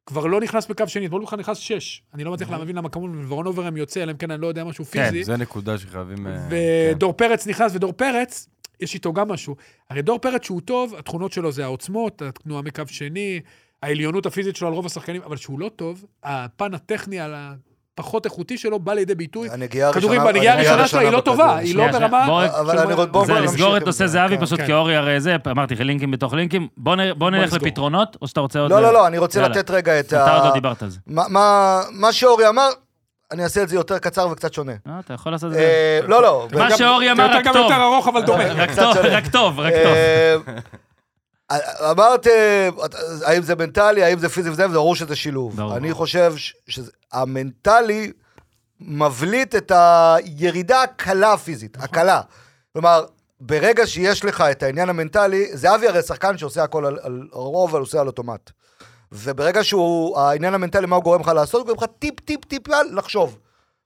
כבר לא נכנס בקו שני, אתמול בכלל נכנס שש. אני לא מצליח להבין למה כמובן ורון אוברהם יוצא, אלא אם כן אני לא יודע משהו
כן,
פיזי.
זה נקודה שחייבים... אה, כן.
ודור פרץ נכנס, ודור פרץ, יש איתו גם משהו. הרי דור פרץ שהוא טוב, התכונות שלו זה העוצמות, התנועה מקו שני, העליונות הפיזית שלו על רוב השחקנים, אבל שהוא לא טוב, הפן הטכני על הפחות איכותי שלו בא לידי ביטוי.
הנגיעה הראשונה...
כדורים בנגיעה הראשונה שלה היא לא
בכדור.
טובה, היא לא
שנייה,
ברמה...
בוא-
אבל
של-
אני עוד- בואו
זה
נמשיך
לסגור את
עם
נושא
זה,
זהבי,
כן,
פשוט
כן.
כי אורי הרי זה, אמרתי לך, לינקים בתוך לינקים. בוא נ- בוא נלך
נסגור.
לפתרונות, או שאתה רוצה עוד...
לא, לא, לא, אני רוצה
יאללה.
לתת רגע את
אתה עוד
ה...
לא דיברת על זה.
מה- מה- מה שאורי אמר, אני אעשה את זה יותר קצר וקצת שונה.
אה, אתה יכול לעשות את זה.
אה, לא, לא.
מה
וגם-
שאורי
זה
אמר, רק
יותר גם <laughs>
טוב.
יותר ארוך, אבל דומה.
רק
קצת
טוב,
שונה.
רק טוב, רק טוב.
אה, אמרת, אה, האם זה מנטלי, האם זה פיזי וזה, וברור שזה שילוב.
ברור.
אני חושב ש- שהמנטלי מבליט את הירידה הקלה הפיזית,
נכון.
הקלה. כלומר, ברגע שיש לך את העניין המנטלי, זהבי הרי שחקן שעושה הכל על, על הרוב, אבל עושה על אוטומט. וברגע שהוא, העניין המנטלי, מה הוא גורם לך לעשות? הוא גורם לך טיפ, טיפ, טיפ, לחשוב.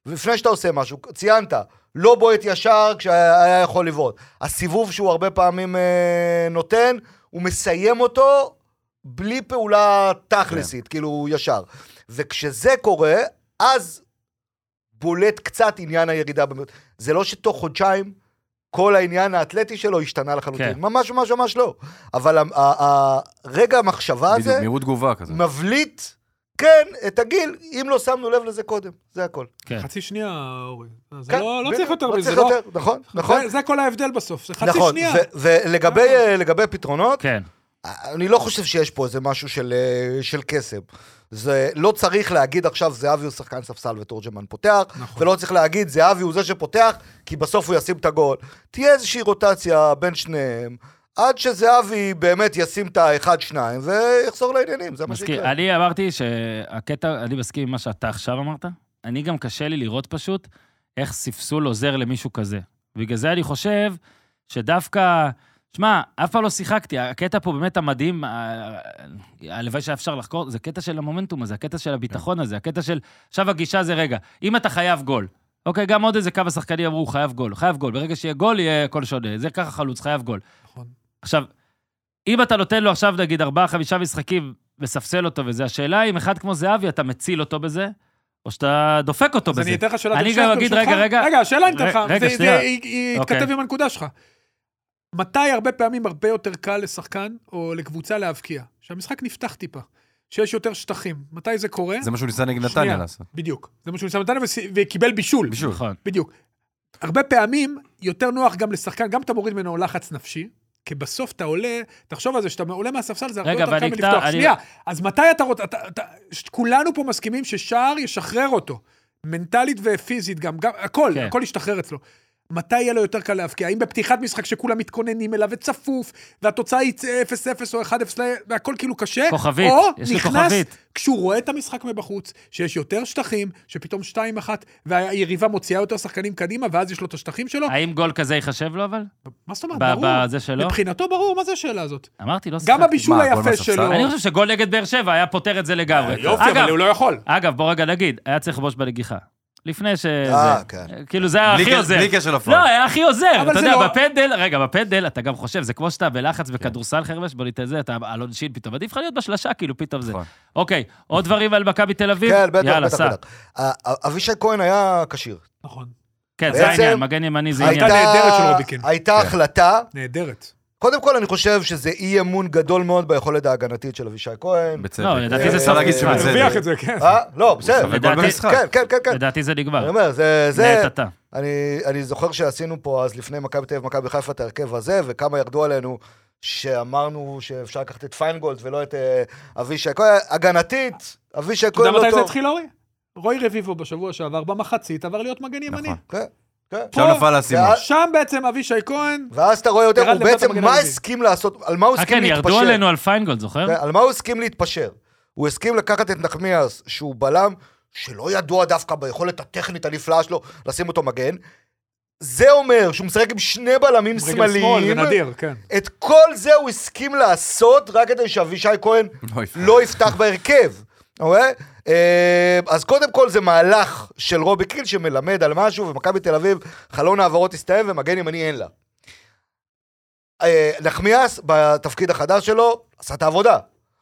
לפני שאתה עושה משהו, ציינת, לא בועט ישר כשהיה יכול לבעוט. הסיבוב שהוא הרבה פעמים אה, נותן, הוא מסיים אותו בלי פעולה תכלסית, כאילו ישר. וכשזה קורה, אז בולט קצת עניין הירידה. במ- זה לא שתוך חודשיים כל העניין האתלטי שלו השתנה לחלוטין.
כן.
ממש ממש ממש לא. אבל ה- ה- ה- רגע המחשבה
בדיוק,
הזה
מהירות תגובה כזה.
מבליט, כן, את הגיל, אם לא שמנו לב לזה קודם. זה הכל.
כן.
חצי שנייה, אורי. זה
כן,
לא לא
בדיוק,
צריך יותר
לא
מזה,
צריך
לא?
יותר, נכון, נכון.
זה- זה כל ההבדל בסוף, זה חצי
נכון,
שנייה. נכון.
ו- ולגבי אה, לגבי פתרונות,
כן.
אני לא חושב שיש פה איזה משהו של, אה, של קסם. זה לא צריך להגיד עכשיו זהבי הוא שחקן ספסל ותורג'מן פותח,
נכון.
ולא צריך להגיד זהבי הוא זה שפותח, כי בסוף הוא ישים את הגול. תהיה איזושהי רוטציה בין שניהם, עד שזהבי באמת ישים את האחד-שניים ויחזור לעניינים, זה מה
מסכים.
שיקרה.
אני אמרתי שהקטע, אני מסכים עם מה שאתה עכשיו אמרת. אני גם קשה לי לראות פשוט איך ספסול עוזר למישהו כזה. בגלל זה אני חושב שדווקא... שמע, אף פעם לא שיחקתי. הקטע פה באמת המדהים, ה- הלוואי שהיה אפשר לחקור, זה קטע של המומנטום הזה, הקטע של הביטחון הזה, הקטע של... עכשיו הגישה זה, רגע, אם אתה חייב גול, אוקיי, גם עוד איזה כמה שחקנים אמרו, חייב גול, חייב גול. ברגע שיהיה גול, יהיה הכל שונה. זה ככה חלוץ, חייב גול.
נכון.
עכשיו, אם אתה נותן לו עכשיו, נגיד, ארבעה, חמישה משחקים, מספסל אותו וזה, השאלה אם אחד כמו זהבי, אתה מציל אותו בזה, או שאתה דופק אותו
אז
בזה.
אני אתן לך שאלת
אני
המשך,
גם אגיד,
ברשותך.
רגע, רגע.
רגע, השאלה אני אתן לך,
ר- רגע,
זה- זה-
שנייה.
היא- היא
אוקיי.
התכתב עם הנקודה שלך. מתי הרבה פעמים הרבה יותר קל לשחקן או לקבוצה להבקיע? שהמשחק נפתח טיפה, שיש יותר שטחים. מתי זה קורה?
זה מה שהוא ניסה נגד
שנייה,
נתניה לעשות.
בדיוק. זה מה שהוא ניסה נתניה וס- וקיבל בישול.
בישול.
נכון.
בדיוק. הרבה פעמים יותר נוח גם לשחקן, גם אתה מוריד ממנו לחץ נפשי, כי בסוף אתה עולה, תחשוב על זה, שאתה עולה מהספסל זה הרבה
רגע,
יותר קל
ואני אקטע-
מלפתוח.
אני-
שנייה, אז מתי אתה רוצה, אתה- אתה- ש- כולנו פה מסכימים ששער ישחרר אותו, מנטלית ופיזית גם, גם הכל,
כן.
הכל ישתחרר אצלו. מתי יהיה לו יותר קל להבקיע? האם בפתיחת משחק שכולם מתכוננים אליו וצפוף, והתוצאה היא 0-0 או 1-0, והכל כאילו קשה?
כוכבית,
או
יש לי
נכנס
כוכבית.
כשהוא רואה את המשחק מבחוץ, שיש יותר שטחים, שפתאום 2-1, והיריבה מוציאה יותר שחקנים קדימה, ואז יש לו את השטחים שלו.
האם גול כזה ייחשב לו, אבל?
מה זאת אומרת,
אה, ב-
לא,
לא?
ברור.
בזה שלו?
מבחינתו ברור, מה זה השאלה הזאת?
אמרתי, לא
גם
שיחקתי.
הבישול
מה, גול
היפה
מהספסל?
שלו.
אני חושב שגול נגד באר שבע היה פותר את זה לגמרי.
יופי,
אה, אגב,
אבל הוא לא יכול.
אגב, בוא רגע נגיד, היה צריך לכבוש בנגיחה. לפני ש...
אה,
זה-
כן.
כאילו, זה היה
בלי
הכי
קשר-
עוזר.
בלי קשר
לא,
לפעם.
היה הכי עוזר.
אבל
אתה
זה
יודע,
לא-
בפנדל, רגע, בפנדל אתה גם חושב, זה כמו שאתה בלחץ בכדורסל, חרבש, בוא ניתן זה, אתה על עונשין פתאום. עדיף לך להיות בשלשה, כאילו, פתאום זה.
נכון.
אוקיי, עוד דברים על מכבי תל אביב?
כן, בטח,
יאללה,
בטח,
סע.
בטח. אה, אבישי כהן היה כשיר.
נכון,
כן, זה
בעצם-
העניין, מגן ימני זה
הייתה-
עניין.
נהדרת של רוביקין.
הייתה החלטה,
נהדרת.
קודם כל אני חושב שזה אי אמון גדול מאוד ביכולת ההגנתית של אבישי כהן.
בצדק.
לא, לדעתי
זה
אפשר להגיד
סוף-
שבצדק.
הרוויח את זה, כן.
אה? לא, בסדר.
הוא ספג גול
לדעתי-
במשחק.
כן, כן, כן, כן.
לדעתי זה
אני
נגמר.
אומר, זה... זה...
לעת עתה.
אני, אני זוכר שעשינו פה אז לפני מכבי תל אביב, מכבי חיפה, את ההרכב הזה, וכמה ירדו עלינו שאמרנו שאפשר לקחת את פיינגולד ולא את אה, אבישי כהן. הגנתית, אבישי
אתה יודע
כהן לא
מתי זה
טוב.
התחיל, אורי? רוי רביבו בשבוע שעבר, במחצית, עבר להיות מגן ימני.
נכון.
כן, כן.
עכשיו נפל האסימון.
ואז-
שם בעצם אבישי כהן,
ואז אתה רואה יותר,
ירד
הוא
לבד
בעצם,
המגן
מה
הימני.
הסכים לעשות, על מה הוא
אה,
הסכים
כן,
להתפשר?
ירדו עלינו על פיינגולד, זוכר?
כן, על מה הוא הסכים להתפשר? הוא הסכים לקחת את נחמיאס, שהוא בלם, שלא ידוע דווקא ביכולת הטכנית הנפלאה שלו, לשים אותו מגן. זה אומר שהוא משחק עם שני בלמים
רגל שמאל, זה
שמאליים.
נדיר, כן.
את כל זה הוא הסכים לעשות רק כדי שאבישי כהן
לא יפה.
לא יפתח בהרכב. אתה רואה? אה, אז קודם כל זה מהלך של רובי קיל שמלמד על משהו, ומכבי תל אביב, חלון העברות הסתיים ומגן ימני אין לה. אה, נחמיאס, בתפקיד החדש שלו, עשה את העבודה.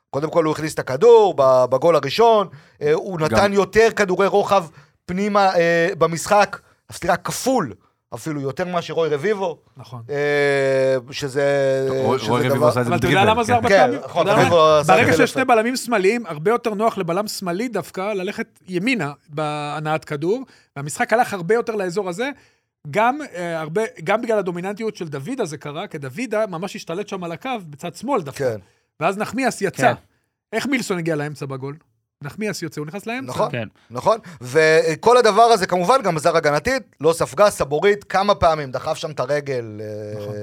קודם כל הוא הכניס את הכדור ב- בגול הראשון, אה, הוא נתן
גם-
יותר כדורי רוחב פנימה אה, במשחק, סליחה, כפול אפילו יותר מאשר רוי רביבו,
נכון.
אה, שזה...
רוי
אה, שזה
רוי רביבו
דבר-
עשה את זה
אבל אתה יודע
בדריבל.
למה זה
כן.
הרבה
כן,
פעמים?
נכון,
אתה יודע
רביבו
מה?
עשה
ברגע
את זה
שיש שני בלמים שמאליים, הרבה יותר נוח לבלם שמאלי דווקא ללכת ימינה בהנעת כדור, והמשחק הלך הרבה יותר לאזור הזה. גם, אה, הרבה, גם בגלל הדומיננטיות של דוידה זה קרה, כי דוידה ממש השתלט שם על הקו בצד שמאל דווקא.
כן.
ואז נחמיאס
כן.
יצא. איך מילסון הגיע לאמצע בגול? נחמיאס יוצא, הוא נכנס לאמצע.
נכון.
כן.
נכון? וכל הדבר הזה כמובן גם עזר הגנתית, לא ספגה, סבורית, כמה פעמים, דחף שם את הרגל אה,
נכון.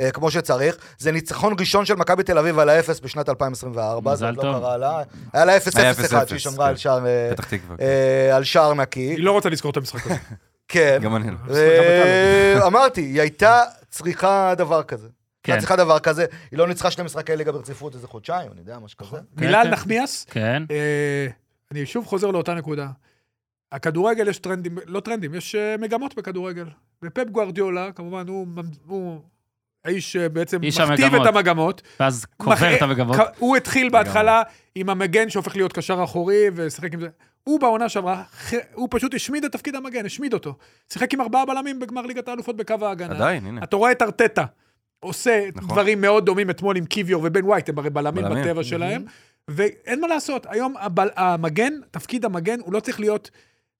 אה, כמו שצריך. זה ניצחון ראשון של מכבי תל אביב על האפס בשנת 2024, זה
מזל
עוד לא
טוב.
קרה לה. היה לה אפס
היה
אפס
אפס
אחד,
אפס,
שהיא שמרה
כן.
על שער, אה,
פתח תקווה.
אה, על שער נקי.
היא לא רוצה לזכור את
<laughs>
המשחק הזה.
כן.
גם אני לא.
אה, אמרתי, היא הייתה צריכה דבר כזה. כן.
כן.
הייתה צריכה דבר כזה, היא לא ניצחה שני משחקי ליגה ברציפות איזה חודשיים, אני יודע, משהו כזה.
מילה על
כן.
נחמיאס,
כן.
אה, אני שוב חוזר לאותה נקודה. הכדורגל יש טרנדים, לא טרנדים, יש אה, מגמות בכדורגל. ופפ גוארדיולה, כמובן, הוא, ממ- הוא האיש שבעצם
איש
מכתיב
המגמות.
את המגמות.
ואז
מח-
קובר
אה,
את המגבות.
כ- הוא התחיל בהתחלה עם המגן שהופך להיות קשר אחורי ושיחק עם זה. הוא בעונה שעברה, ח- הוא פשוט השמיד את תפקיד המגן, השמיד אותו. שיחק עם ארבעה בלמים בגמר ליגת האלופות בקו ההגנה.
עדיין,
כן.
הנה.
אה, אתה רואה את ארטטה עושה
נכון.
דברים מאוד דומים אתמול עם קיוויור ובן ווייט, הם הרי בלמים
בלמים.
בטבע שלהם, ואין מה לעשות, היום הבל- המגן, תפקיד המגן, הוא לא צריך להיות...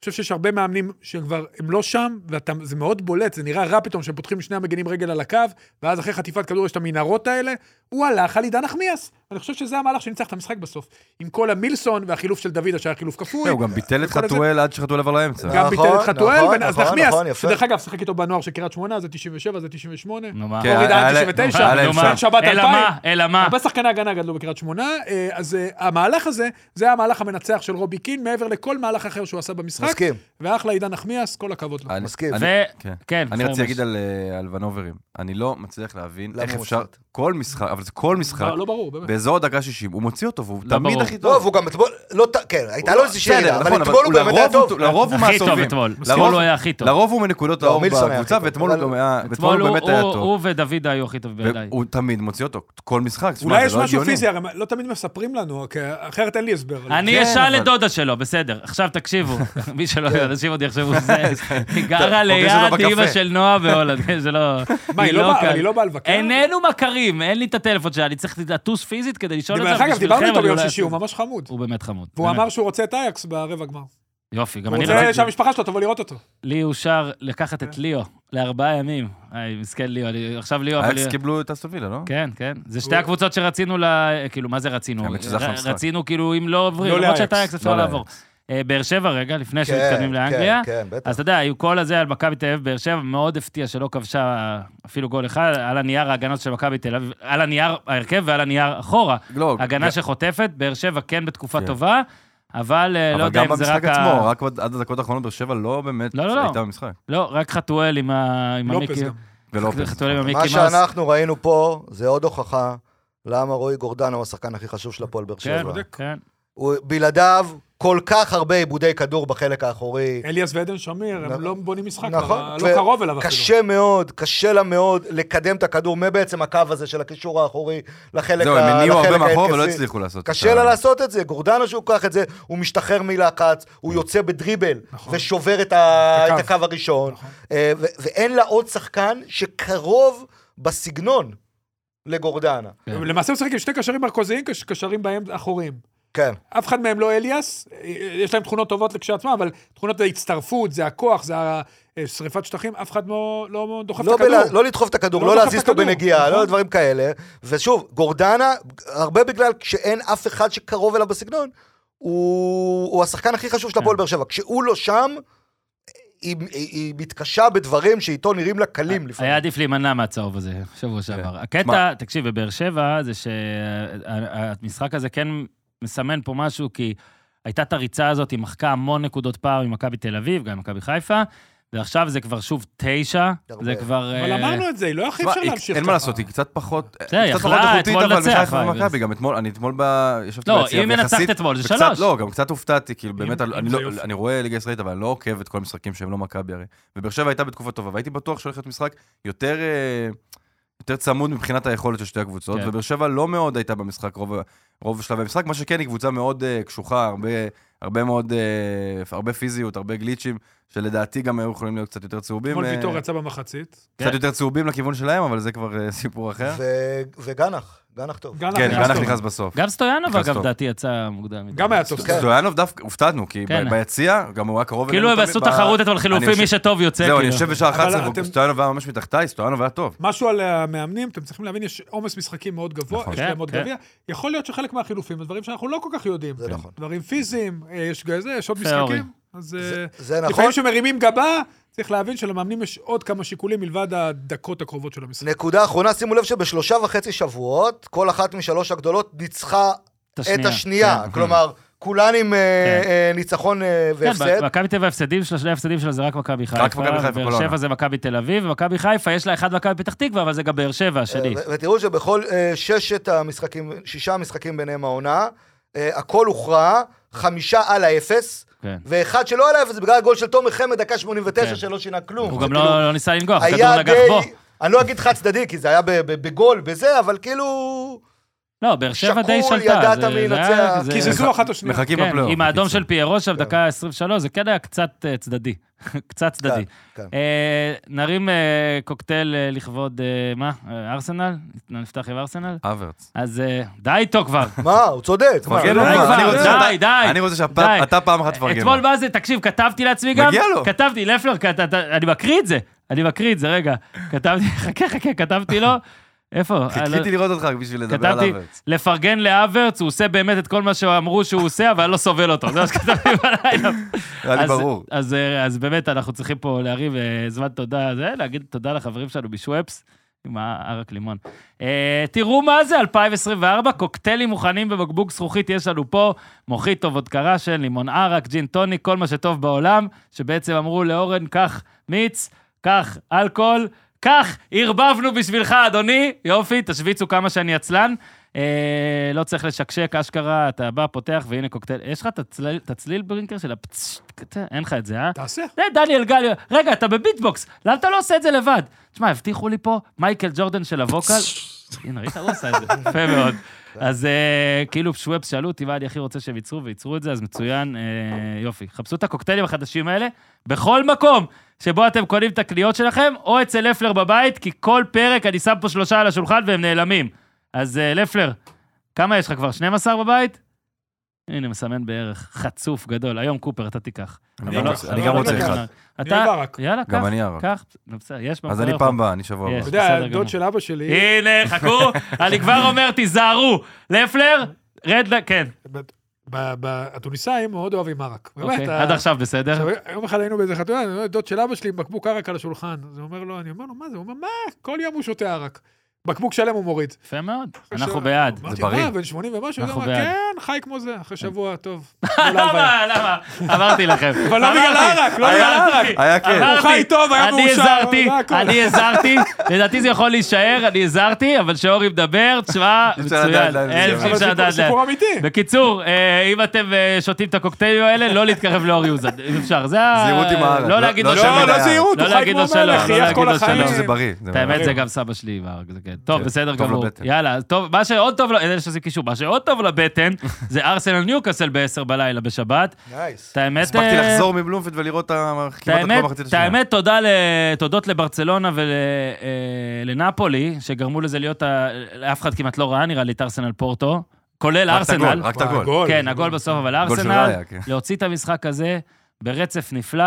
אני חושב שיש הרבה מאמנים שכבר הם לא שם, וזה מאוד בולט, זה נראה רע פתאום שהם פותחים שני המגנים רגל על הקו, ואז אחרי חטיפת כדור יש את המנהרות האלה, הוא הלך על עידן נחמיאס. אני חושב שזה המהלך שניצח את המשחק בסוף. עם כל המילסון והחילוף של דוידה שהיה חילוף כפוי.
אה,
הוא גם ביטל את
וכל הזה-
חתואל עד שחתואל עבר לאמצע.
גם
נכון,
ביטל את חתואל,
נכון,
ונ- אז
נכון,
נחמיאס,
נכון, יפה. נכון.
שדרך אגב, שחק איתו בנוער של קריית שמונה, זה 97, זה 98.
נו מה. אוקיי,
כן,
אוריד
היה
עד
לה-
99,
היה להם
נו
שם.
מה.
שם שבת
אלא
2000.
מה, אלא מה.
הרבה שחקני הגנה גדלו בקריית שמונה, אה, אז אה, המהלך הזה, זה המהלך המנצח של רובי קין, מעבר לכל מהלך אחר שהוא עשה במשחק.
מסכים,
ואחלה עידן נחמיאס, כל הכבוד לו.
אה, אני-
מסכים.
אני-
ו-
כן.
כן.
אני
בסדר,
רציתי להגיד על, אה, על ונוברים. אני לא מצליח להבין
למה
איך
הוא
אפשר...
הוציא
כל משחק, אבל זה כל משחק,
לא לא ברור, באמת.
באזור דקה 60, הוא מוציא אותו, והוא
לא
תמיד
ברור.
הכי
לא,
טוב.
והוא גם אתמול, לא, ט- כן, הייתה לו איזושהי
בסדר,
ירידה, אבל
נכון,
אתמול הוא באמת היה
לרוב
טוב.
לרוב הוא
הכי טוב
מהסובבים.
אתמול.
לרוב-
אתמול הוא היה הכי טוב.
לרוב הוא מנקודות
לא,
האור
מילסון היה
בקבוצה,
הכי טוב.
ואתמול הוא גם היה... ואתמול
אתמול
הוא
הוא-
באמת היה
הוא
טוב.
הוא ודוידה היו הכי טוב בעיניי.
הוא תמיד מוציא אותו, כל משחק. תשמע,
אולי
זה
יש
לא
משהו
הגיוני.
פיזי, הרי לא תמיד מספרים לנו, כי אחרת אין לי הסבר.
אני
כן,
אשאל
אבל- כן.
את דודה שלו, בסדר. עכשיו תקשיבו,
<laughs>
מי שלא יודע, אנשים עוד יחשבו זה. היא
אתה
גרה
פוגש אותה
ליד
אוקיי, בקפה.
אימא של נועה בהולנד, <laughs> זה לא...
מה, היא לא באה- אבל היא לא באה לבקר?
איננו מכרים, אין לי את הטלפון שלה, אני צריך לטוס פיזית כדי לשאול אותה
דרך אגב, דיברנו איתו
לא אבל
ביום
אולי-
שישי, הוא ממש חמוד.
הוא באמת חמוד.
והוא
באמת.
אמר שהוא רוצה את אייקס ברבע גמר.
יופי, גם
הוא
אני
רוצה
רציתי.
שהמשפחה שלו תבוא לראות אותו.
לי אושר לקחת את ליאו לארבעה ימים. היי, מסכן ליאו, אני- עכשיו ליאו, אבל...
אייקס קיבלו את אסטון וילה, לא?
כן, כן. זה שתי
הוא-
הקבוצות שרצינו ל... כאילו, מה זה רצינו?
האמת שזה אחלה
ר-
משחק.
רצינו, כאילו, אם לא עוברים,
לא
למרות
לאייקס.
שאתה אייקס אפשר
לא
לעבור. אה, באר שבע רגע, לפני
כן,
שמתקדמים לאנגליה.
כן, כן, בטח.
אז אתה יודע, עם כל הזה על מכבי תל אביב, באר שבע מאוד הפתיע שלא כבשה אפילו גול אחד, על הנייר ההגנות של מכבי תל אביב, על הנייר ההרכב ועל הנייר אחורה.
לא,
הגנה שחוטפת, באר שבע כן בתקופה
כן.
טובה, אבל אה, לא
אבל
יודע
גם
אם זה רק...
במשחק
ה-
עצמו, רק עד הדקות האחרונות באר שבע לא באמת
לא, לא, לא.
הייתה במשחק.
לא, רק חתואל עם ה- עם
לופס
המיקי.
גם.
ולא
חתואל עם המיקי
מה
מאוס.
שאנחנו ראינו פה, זה עוד הוכחה למה רועי גורדן הוא השחקן הכי חשוב של הפועל באר
כן,
שבע.
כן.
הוא- בלעדיו, כל כך הרבה עיבודי כדור בחלק האחורי.
אליאס ועדן שמיר,
נכון.
הם לא בונים משחק,
נכון.
אבל
ו-
לא קרוב אליו אפילו.
קשה מאוד, קשה לה מאוד לקדם את הכדור מבעצם הקו הזה של הקישור האחורי לחלק
זהו,
ה-
הם הניעו הרבה
לחלק
מאחור ולא
ההתקפי.
הצליחו לעשות את
קשה
ה-
לה לעשות את זה, גורדנה שהוא לוקח את זה, הוא משתחרר מלחץ, הוא יוצא בדריבל,
נכון.
ושובר את ה-
את
את
הקו.
הקו הראשון,
נכון.
אה, ו- ואין לה עוד שחקן שקרוב בסגנון לגורדנה.
כן.
למעשה הוא משחק עם שני קשרים מרכזיים, קש- קשרים בהם אחוריים.
כן,
אף אחד מהם לא אליאס, אה, יש להם תכונות טובות לכשעצמם, אבל תכונות ההצטרפות, זה הכוח, זה השריפת שטחים, אף אחד לא, לא דוחף
לא,
את הכדור.
בלה, לא לדחוף את הכדור,
לא
לא,
לדחוף
להזיז
את
אותו
הכדור,
בנגיעה,
נכון.
לא דברים כאלה. ושוב, גורדנה, הרבה בגלל שאין אף אחד שקרוב אליו בסגנון, הוא, הוא השחקן הכי חשוב של הפועל
כן.
באר שבע. כשהוא לא שם, היא, היא, היא מתקשה בדברים שאיתו נראים לה קלים לפעמים.
היה עדיף להימנע מהצהוב הזה, שבוע שעבר.
כן. מה?
הקטע, תקשיב, בבאר שבע, זה שהמשחק הזה כן מסמן פה משהו, כי הייתה את הריצה הזאת, היא מחקה המון נקודות פער ממכבי תל אביב, גם ממכבי חיפה, ועכשיו זה כבר שוב תשע,
הרבה.
זה כבר...
אבל
אה,
אמרנו את זה, היא לא הכי
תשמע,
אפשר
היא-
להמשיך
אין מה
ככה.
לעשות, היא קצת פחות... היא
בסדר, היא
קצת
יכלה
פחות איכותית,
אתמול
אבל
לנצח,
מחיפה
אבל-
ומכבי, גם אתמול, אני אתמול ב... ישבתי
לא,
ביציע,
אם מנצחת
ויחסית-
אתמול, זה
וקצת-
שלוש.
לא, גם קצת הופתעתי, כאילו באמת,
אם
אני
זה
לא-
יופי.
אני רואה ליגה ישראלית, אבל אני לא עוקב את כל המשחקים שהם לא מכבי הרי. ובאר שבע הייתה בתקופה טובה, והייתי בטוח שהולך להיות משחק יותר... אה, יותר צמוד מבחינת היכולת של שתי הקבוצות,
כן.
ובאר שבע לא מאוד הייתה במשחק, רוב, רוב שלבי המשחק, מה שכן היא קבוצה מאוד אה, קשוחה, הרבה, הרבה מאוד, אה, הרבה פיזיות, הרבה גליצ'ים, שלדעתי גם היו יכולים להיות קצת יותר צהובים.
אתמול
אה,
ויטור יצא במחצית.
כן.
קצת יותר צהובים לכיוון שלהם, אבל זה כבר אה, סיפור אחר.
ו- וגנח, גנח טוב.
גלאך
כן,
נכנס
גנח
טוב.
נכנס בסוף.
לא, גם סטויאנוב,
נכנס
אגב,
טוב.
דעתי יצא מוקדם מדי.
גם היה טוב.
כן.
סטויאנוב דווקא, הופתענו, כי ב-
כן.
ביציע, גם הוא היה קרוב
כאילו הם
אלינו
עשו
תמיד ב-
תחרות אתמול חילופים,
יושב-
מי שטוב יוצא,
זהו, אני
כאילו.
יושב בשעה
אבל
11,
אתם-
סטויאנוב היה ממש מתחתיי, סטויאנוב היה טוב.
משהו על המאמנים, אתם צריכים להבין, יש עומס משחקים מאוד גבוה,
נכון.
יש
כן,
להם עוד
כן.
גביע. יכול להיות שחלק מהחילופים, זה דברים שאנחנו לא כל כך יודעים.
זה נכון.
דברים פיזיים, אה, יש זה, יש עוד
יפה, אורי.
משחקים. אז
זה-
אה,
זה נכון.
לפעמים כשמרימים גבה, צריך להבין שלמאמנים יש עוד כמה שיקולים מלבד הדקות הקרובות של המשחק.
נקודה אחרונה, שימו לב שבשלושה וחצי שבועות, כל אחת משלוש הגדולות ניצחה את השנייה.
כן.
כלומר, כולן עם אה,
כן.
אה, ניצחון אה,
כן,
והפסד.
מכבי תל אביב, ההפסדים שלה, שני ההפסדים שלה זה רק מכבי חיפה.
מכבי חיפה, כל
באר שבע
העונה.
זה מכבי תל אביב, ומכבי חיפה, יש לה אחד מכבי פתח תקווה, אבל זה גם באר שבע, השני.
אה, ו- ותראו שבכל אה, ששת המשחקים, שישה המשחקים ביניהם העונה, אה, הכל הוכרע, חמישה על האפס,
כן.
ואחד שלא על האפס, זה בגלל הגול של תומר חמד, דקה 89,
כן.
שלא שינה כלום.
הוא
זה
גם
כאילו-
לא לא ניסה לנגוח, הכדור
היה
נגח
די,
בו.
אני לא אגיד חד צדדי, כי זה היה ב- ב- בגול, בזה, אבל כאילו...
לא, באר שבע
שקול,
די שלטה.
ידעת
זה-
מי
זה
ינצח.
היה- זה-
כי זה
נכון.
זו אחת או שנייה.
מחכים
כן,
בפלייאוף.
עם האדום
בקיצור.
של פיירו שם, דקה 23, זה כן היה קצת אה, צדדי. <laughs> קצת צדדי.
כן. כן, כן.
אה, נרים אה, קוקטייל אה, לכבוד, אה, מה? אה, ארסנל? נפתח עם ארסנל?
אברץ.
אז אה, די איתו כבר.
מה, הוא צודק. מה,
מגן
לא,
די
אני
כבר,
רוצה
די,
שאתה-
די.
אני רוצה
די.
שאתה פעם אחת תפרגן.
אתמול
לו.
מה זה, תקשיב, כתבתי לעצמי גם,
מגיע לו.
כתבתי, לפלר, כת- ת- אני מקריא את זה, אני מקריא את זה, רגע. כתבתי, <laughs> חכה, חכה, כתבתי לו, איפה? אה, לא-
חיכיתי לראות אותך בשביל לדבר על
כתבתי,
אברץ.
לפרגן לאברץ, הוא עושה באמת את כל מה שאמרו שהוא עושה, אבל אני לא סובל אותו, זה מה
<laughs>
שכתבתי בלילה.
היה לי
אז-
ברור.
אז, אה, אז באמת, אנחנו צריכים פה להרים אה, זמן תודה, זה, להגיד תודה לחברים שלנו בשוואפס, עם הערק לימון. אה, תראו מה זה 2024, קוקטיילים מוכנים בבקבוק זכוכית יש לנו פה, מוחיטו וודקה ראשן, לימון ערק, ג'ין טוניק, כל מה שטוב בעולם, שבעצם אמרו לאורן, קח מיץ, קח אלכוהול, קח, ערבבנו בשבילך, אדוני. יופי, תשוויצו כמה שאני עצלן. אה, לא צריך לשקשק, אשכרה, אתה בא, פותח, והנה קוקטייל. יש לך את הצליל- את הצליל ברינקר של הפצצט? אין לך את זה, אה?
תעשה.
זה דניאל גל, רגע, אתה בביטבוקס, למה אתה לא עושה את זה לבד? תשמע, הבטיחו לי פה מייקל ג'ורדן של הווקל. הנה, ראית? הוא עשה את זה, יפה מאוד. אז אה, כאילו שוואפס שאלו אותי מה אני הכי רוצה שהם ייצרו, וייצרו את זה, אז מצוין, אה, יופי. חפשו את הקוקטיילים החדשים האלה בכל מקום שבו אתם קונים את הקניות שלכם, או אצל לפלר בבית, כי כל פרק אני שם פה שלושה על השולחן והם נעלמים. אז אה, לפלר, כמה יש לך כבר? 12 בבית? הנה, מסמן בערך. חצוף גדול. היום קופר, אתה תיקח.
אני
אבל
גם
לא-
רוצה-
אבל
אני
לא
גם רוצה
לקחת.
אחד.
אתה,
אני ברק.
יאללה,
גם
קח,
אני ארק.
קח, לא, בסדר, יש
אז
מאחוריך.
אני פעם באה, אני שבוע
יש.
הבא.
אתה יודע,
בסדר גמור. אה?
הדוד של אבא שלי,
הנה, חכו, אני כבר אומר, תיזהרו. לפלר, רד, ל- כן,
ב- ב- ב- התוניסאים מאוד אוהבים מרק. באמת,
אוקיי,
ה-
עד עכשיו בסדר.
אה, עכשיו, יום אחד היינו באיזה חתונה, אני אומר, דוד של אבא שלי עם בקבוק ערק על השולחן. אז הוא אומר לו, אני אומר לו, מה זה? הוא אומר, מה? כל יום הוא שותה ערק. בקבוק שלם הוא מוריד.
יפה מאוד,
אחרי
אנחנו
שבוע-
בעד.
אמרתי,
בריא.
מה, בן 80 ומשהו?
אנחנו
הוא אמר,
בעד. אה. לא,
כן, חי כמו זה, אחרי
<laughs>
שבוע, טוב. לא
למה, למה? אמרתי לכם.
אבל לא בגלל
אמרתי.
ערק, לא בגלל
אמרתי.
ערק.
היה כיף.
אמרתי.
הוא חי טוב, היה
אני
מאושר,
הזהרתי,
זה הכל.
אני הזהרתי, לדעתי זה יכול להישאר, אני הזהרתי, אבל כשאורי מדבר, תשמע,
אי אפשר לדעת
מצוין.
לאן זה
אין
יגיע.
אי
אבל
אפשר
סיפור-
לדעת. לאן.
סיפור אמיתי.
בקיצור, אה, אם אתם אה, שותים את הקוקטיילים האלה, לא להתקרב לאורי אוזן, אם אפשר. זה ה...
זהירות עם הארץ.
לא להגיד
לא
לו
שם
שלום.
לא,
מדי
לא
היה.
זהירות,
לא
הוא חי
להגיד
כמו
לו שלום,
מלך,
לא
חייך
להגיד
כל
לו
אני
החיים.
שלום.
חושב שזה בריא. זה
את האמת
בריא.
זה גם סבא שלי עם הארג, זה כן. טוב,
כן,
בסדר
טוב
גמור.
לבטן.
יאללה, טוב, מה שעוד טוב, ל- אלה שעושים קישור, מה שעוד טוב
<laughs>
לבטן, זה ארסנל ניוקאסל ב-10 בלילה בשבת.
נייס.
את האמת...
הספקתי
אה,
לחזור מבלומפילד ולראות את ה-
את
כמעט את כל
האמת,
המחצית
את
השנייה.
האמת, תודה ל- תודות לברצלונה ולנפולי, שגרמו לזה להיות, ה- אף אחד כמעט לא ראה נראה לי את ארסנל פורטו, כולל
רק את הגול,
ארסנל.
רק את הגול.
הגול.
כן, הגול בסוף, אבל
גול של
ארסנל,
ראיה, כן.
להוציא את המשחק הזה ברצף נפלא,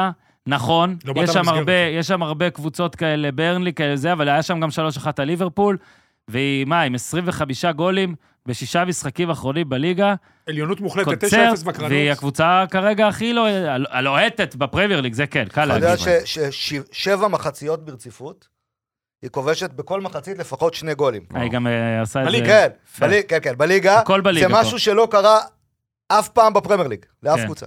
נכון,
לא באת
יש שם
למסגרת.
הרבה, יש שם הרבה קבוצות כאלה, ברנלי כאלה זה, אבל היה שם גם 3-1 על ליברפול, והיא, מה, עם 25 גולים בשישה משחקים אחרונים בליגה,
עליונות מוחלטת, 9-0
קונצרט, והיא
כן, בקרנות.
הקבוצה כרגע הכי לא, הל- הלוהטת בפרמייר ליג, זה כן, קל
אתה
להגיד.
יודע ששבע מחציות ברציפות, היא כובשת בכל מחצית לפחות שני גולים.
היא גם אה, עושה את זה.
בליגה,
כן,
יפה.
בלי- כן, כן, בליגה.
הכל בליגה
זה
פה.
משהו שלא קרה אף פעם בפרמייר ליג, לאף
כן.
קבוצה.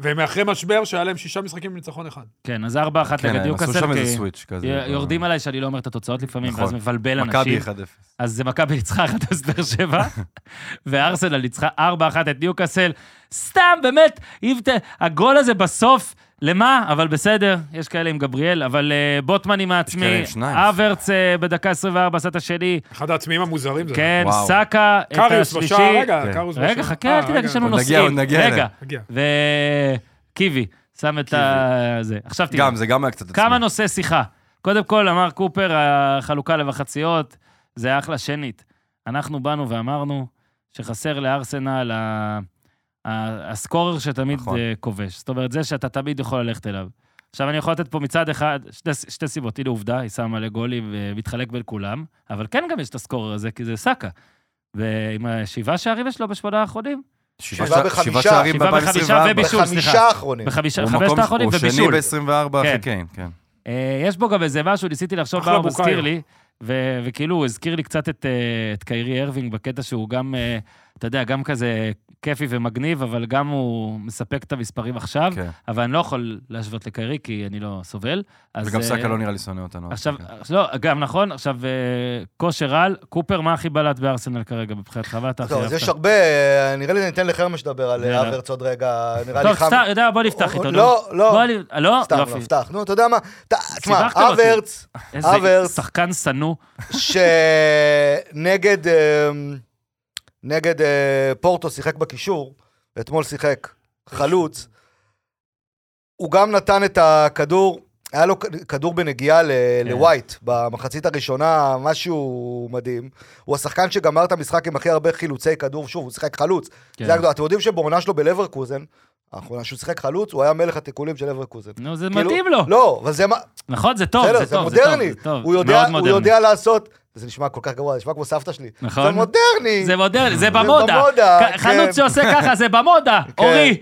והם אחרי משבר שהיה להם שישה משחקים עם ניצחון אחד.
כן, אז 4-1
כן,
נגד
הם עשו
יוקאסל,
שם איזה
כי
סוויץ' כזה.
יורדים עליי שאני לא אומר את התוצאות לפעמים,
נכון.
ואז מבלבל
מכבי
אנשים.
1-0.
אז זה מכבי ניצחה 1-0 באר
<laughs>
שבע, וארסנל ניצחה 4-1 את ניוקאסל. סתם, באמת, אם ת... הגול הזה בסוף, למה? אבל בסדר, יש כאלה עם גבריאל, אבל אה, בוטמן עם
כאלה
העצמי,
עם שניים.
אברץ אה, בדקה 24 עשה את השני,
אחד העצמאים המוזרים זה.
כן,
וואו.
סאקה, את
קריוס בשער,
השלישי.
רגע,
כן.
קריוס בשער.
רגע, חכה,
אה,
אל תדאג,
רגע.
יש לנו לא-
עוד נגיע,
נושאים.
עוד נגיע
רגע,
מגיע.
וקיבי, שם את ה... זה. עכשיו תראה.
גם, זה גם היה קצת עצמי.
כמה נושא שיחה. קודם כל, אמר קופר, החלוקה למחציות, זה אחלה שנית. אנחנו באנו ואמרנו שחסר לארסנל ה- ה- הסקורר שתמיד
נכון.
אה, כובש. זאת אומרת, זה שאתה תמיד יכול ללכת אליו. עכשיו, אני יכול לתת פה מצד אחד, שתי, שתי סיבות. הנה עובדה, היא שמה לגולים ומתחלק בין כולם, אבל כן גם יש את הסקורר הזה, כי זה סאקה. ועם השבעה שערים יש לו בשמונה האחרונים,
שבעה
שבעה
שע-
בחמישה.
שבעה שערים
שבעה בחמישה
ב-2024.
ובישול,
בחמישה
סליחה.
האחרונים.
בחמישה,
כן. הוא
חמשת
מקום-
האחרונים
הוא שני
ובישול.
ב-24 אחרי
כן.
קיין, כן.
אה, יש בו גם איזה משהו, ניסיתי לחשוב
אחלה
מה הוא מזכיר
בוקאיו.
לי, ו- וכאילו הוא הזכיר לי קצת את, אה, את קיירי ארווינג בקטע שהוא גם, אה, אתה יודע, גם כזה כיפי ומגניב, אבל גם הוא מספק את המספרים עכשיו,
כן.
אבל אני לא יכול להשוות לקיירי כי אני לא סובל. אז,
וגם
אה,
סאקה לא נראה לי שונא אותנו. אז
עכשיו,
כן.
לא, גם נכון, עכשיו, אה, כושר על, קופר, מה הכי בלט בארסנל כרגע מבחינת חווה? אתה הכי
טוב, אז
אהבת.
יש הרבה, נראה לי ניתן לחרמש לדבר על
יאללה.
אברץ עוד רגע, נראה לי
טוב,
חם.
סתם, אתה יודע, בוא נפתח איתו. נו.
לא,
בוא
לא,
אני- לא,
סתם,
יופי.
לא, סתם, נו, אתה יודע מה, ת- תשמע,
סיבכתם אותי.
אברץ,
איזה
אברס.
שחקן שנוא.
שנגד אמ, נגד אה, פורטו שיחק בקישור, ואתמול שיחק חלוץ, הוא גם נתן את הכדור, היה לו כ- כדור בנגיעה ל-
כן.
לווייט במחצית הראשונה, משהו מדהים. הוא השחקן שגמר את המשחק עם הכי הרבה חילוצי כדור, שוב, הוא שיחק חלוץ.
כן.
זה הגדול. אתם יודעים שבעונה שלו בלברקוזן, האחרונה שהוא שיחק חלוץ, הוא היה מלך התיקולים של לברקוזן.
נו, זה
כאילו-
מתאים לו.
לא, אבל זה מה...
נכון, זה טוב, זה
בסדר,
טוב,
זה
זה טוב.
מודרני.
זה טוב,
הוא יודע,
מאוד
הוא
מודרני.
יודע לעשות, זה נשמע כל כך גרוע, זה נשמע כמו סבתא שלי.
נכון.
זה מודרני.
זה מודרני, זה במודה.
במודה,
ח-
כן.
חלוץ שעושה ככה, זה במודה, אורי.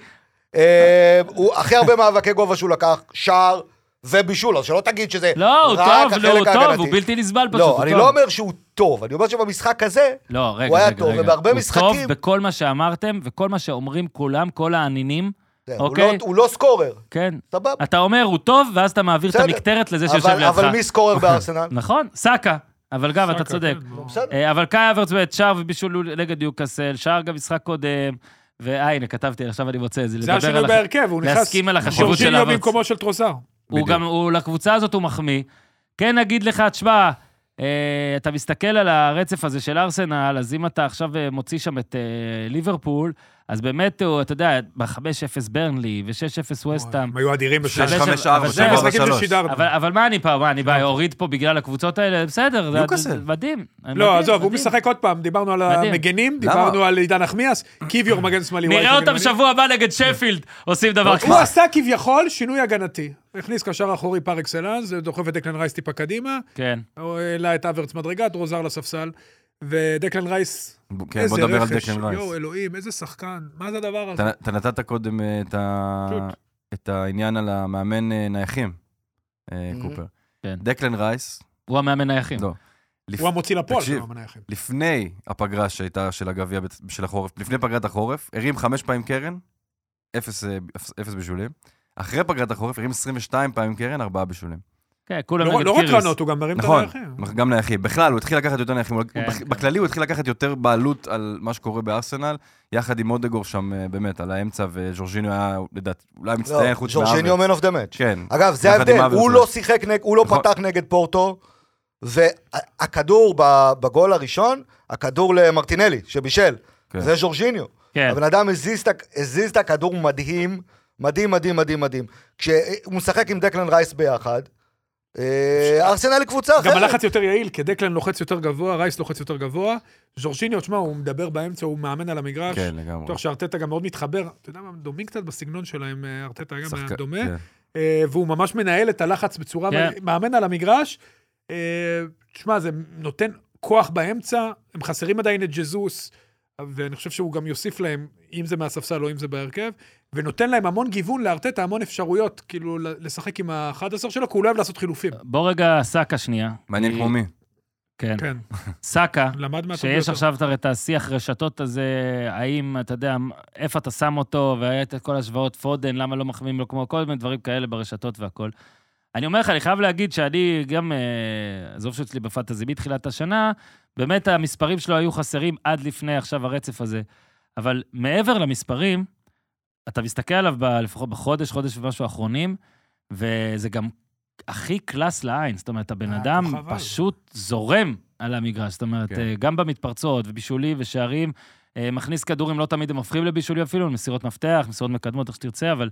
אה, הוא הכי הרבה מאבקי גובה שהוא לקח, שער ובישול, אז שלא תגיד שזה
לא, הוא
רק
טוב,
החלק
לא, הוא טוב,
ההגנתי.
הוא בלתי נסבל פשוט, הוא
לא,
טוב.
אני לא אומר שהוא טוב, אני אומר שבמשחק הזה,
לא, רגע,
הוא היה
רגע,
טוב,
רגע.
ובהרבה משחקים-
הוא טוב בכל מה שאמרתם וכל מה שאומרים כולם, כל העניינים,
זה, הוא
אוקיי.
לא- הוא לא סקורר,
כן.
סבבה.
אתה אומר, הוא טוב, ואז אתה מעביר את
בסדר.
המקטרת לזה שיושב
אבל-
לידך.
אבל מי סקורר בארסנל?
נכון, סאקה. אבל גם, אתה
סאקה,
צודק.
כן, נו.
בסדר.
אה, אבל קאי אברץ באמת, שער ובישול נגד יוקאסל, שער גם משחק קודם, ואה, הנה, כתבתי, עכשיו אני מוצא את זה.
זה
לדבר
השינוי
על הח-
בהרכב, הוא נכנס...
להסכים על החשיבות של
שורשיניו
אברץ.
במקומו של טרוסר.
הוא
בדיוק.
גם, הוא, לקבוצה הזאת הוא מחמיא. כן אגיד לך, תשמע, אה, אתה מסתכל על הרצף הזה של ארסנל, אז אם אתה עכשיו אה, מוציא שם את אה, ליברפול, אז באמת, הוא, אתה יודע, ב-5-0 ברנלי ו-6-0 וסטאם.
הם היו אדירים
שש,
בשש.
אבל
חמש,
זה-
ארבע,
אבל זה-
שבע
אבל
משחקים
ושלוש.
ששידרנו.
אבל, אבל מה אני פה, מה, אני בא, אוריד פה בגלל הקבוצות האלה? בסדר, זה-
ניוקאסל.
זה מדהים. מדהים,
לא, עזוב, הוא
מדהים.
משחק עוד פעם, דיברנו על
מדהים.
המגנים,
למה?
דיברנו על עידן
<coughs>
נחמיאס, קיוויור מגן שמאלי.
נראה
ווייט מגן
אותם
ימני.
שבוע הבא נגד
כן.
שפילד, עושים דבר
הוא
כזה.
עשה כביכול שינוי הגנתי. הכניס קשר אחורי פר אקסלנס, דוחף את דקלן רייס טיפה קדימה,
כן.
הוא העלה את אברץ מדרגה, דרוזר לספסל, ודקלן רייס,
כן, בוא
איזה
נדבר על
רכש.
דקן
יואו,
רייס.
אלוהים, איזה שחקן, מה זה הדבר הזה?
אתה- אתה נתת קודם אה, את ה-
פשוט.
את העניין על המאמן אה, נייחים, אה,
Mhm.
קופר.
כן.
דקלן רייס,
הוא המאמן היחיד.
לא. לפ-
הוא המוציא לפועל
תקשיב.
של המנייחים.
לפני הפגרה שהייתה של הגביע, בצ- של החורף, לפני פגרת החורף, הרים חמש פעמים קרן, אפס, אה, אפס- אפס בישולים. אחרי פגרת החורף הרים 22 פעמים קרן, ארבעה בישולים.
כן, כולם נגד
לא
קיריס.
לא רק קרנות, הוא גם מרים את
נכון,
הנייחים.
גם נייחים. בכלל, הוא התחיל לקחת יותר נייחים. הוא-
כן,
בכ-
כן.
בכללי הוא התחיל לקחת יותר בעלות על מה שקורה בארסנל, יחד עם אודגור שם, אה, באמת, על האמצע, וז'ורג'יניו היה, לדעתי, אולי
לא,
מצטיין חוץ מהארץ.
ג'ורשיניו מן אוף דה מאץ'.
כן.
אגב, זה
יחד עם
ההבדל,
אברץ
הוא
לא.
לא שיחק, נג- הוא לא
נכון.
פתח נגד פורטו, והכדור ב- בגול הראשון, הכדור למרטינלי, שבישל,
כן.
זה ז'ורג'יניו.
כן.
הבן אדם הזיז את ה- הזיז את הכדור מדהים, מדהים, מדהים, מדהים, מדהים. כשהוא משחק עם דקלן רייס ביחד, אה, ארסנל היא קבוצה
גם
אחרת.
הלחץ יותר יעיל, כי דקלן לוחץ יותר גבוה, רייס לוחץ יותר גבוה. ז'ורשיניו, תשמע, הוא מדבר באמצע, הוא מאמן על המגרש.
כן, לגמרי.
בטוח שארטטה גם מאוד מתחבר, אתה יודע מה, דומים קצת בסגנון שלהם, אה, ארטטה גם היה
שחק-
דומה,
כן.
אה, והוא ממש מנהל את הלחץ בצורה,
כן.
מ- מאמן על המגרש. אה, תשמע, זה נותן כוח באמצע, הם חסרים עדיין את ג'זוס, ואני חושב שהוא גם יוסיף להם, אם זה מהספסל או אם זה בהרכב, ונותן להם המון גיוון לארטטה, המון אפשרויות, כאילו, ל- לשחק עם ה-11 שלו, כי הוא לא אוהב לעשות חילופים.
בוא רגע, סאקה שנייה.
מעניין
כי-
כמו מי.
כן.
כן,
סאקה,
למד מהטוב
שיש
ביותר.
עכשיו את הרי את השיח רשתות הזה, האם, אתה יודע, איפה אתה שם אותו, והיה את כל השוואות פודן, למה לא מחמיאים לו כמו כל מיני דברים כאלה ברשתות והכול. אני אומר לך, אני חייב להגיד שאני גם, אה, עזוב שאצלי בפנטזי מתחילת השנה, באמת המספרים שלו היו חסרים עד לפני עכשיו הרצף הזה. אבל מעבר למספרים, אתה מסתכל עליו ב, לפחות בחודש, חודש ומשהו האחרונים, וזה גם הכי קלאס לעין. זאת אומרת, הבן
אה,
אדם
כוכב על.
פשוט זורם על המגרש. זאת אומרת,
כן.
אה, גם במתפרצות, ובישולים ושערים, אה, מכניס כדורים, לא תמיד הם הופכים לבישולים אפילו, מסירות מפתח, מסירות מקדמות, איך שתרצה, אבל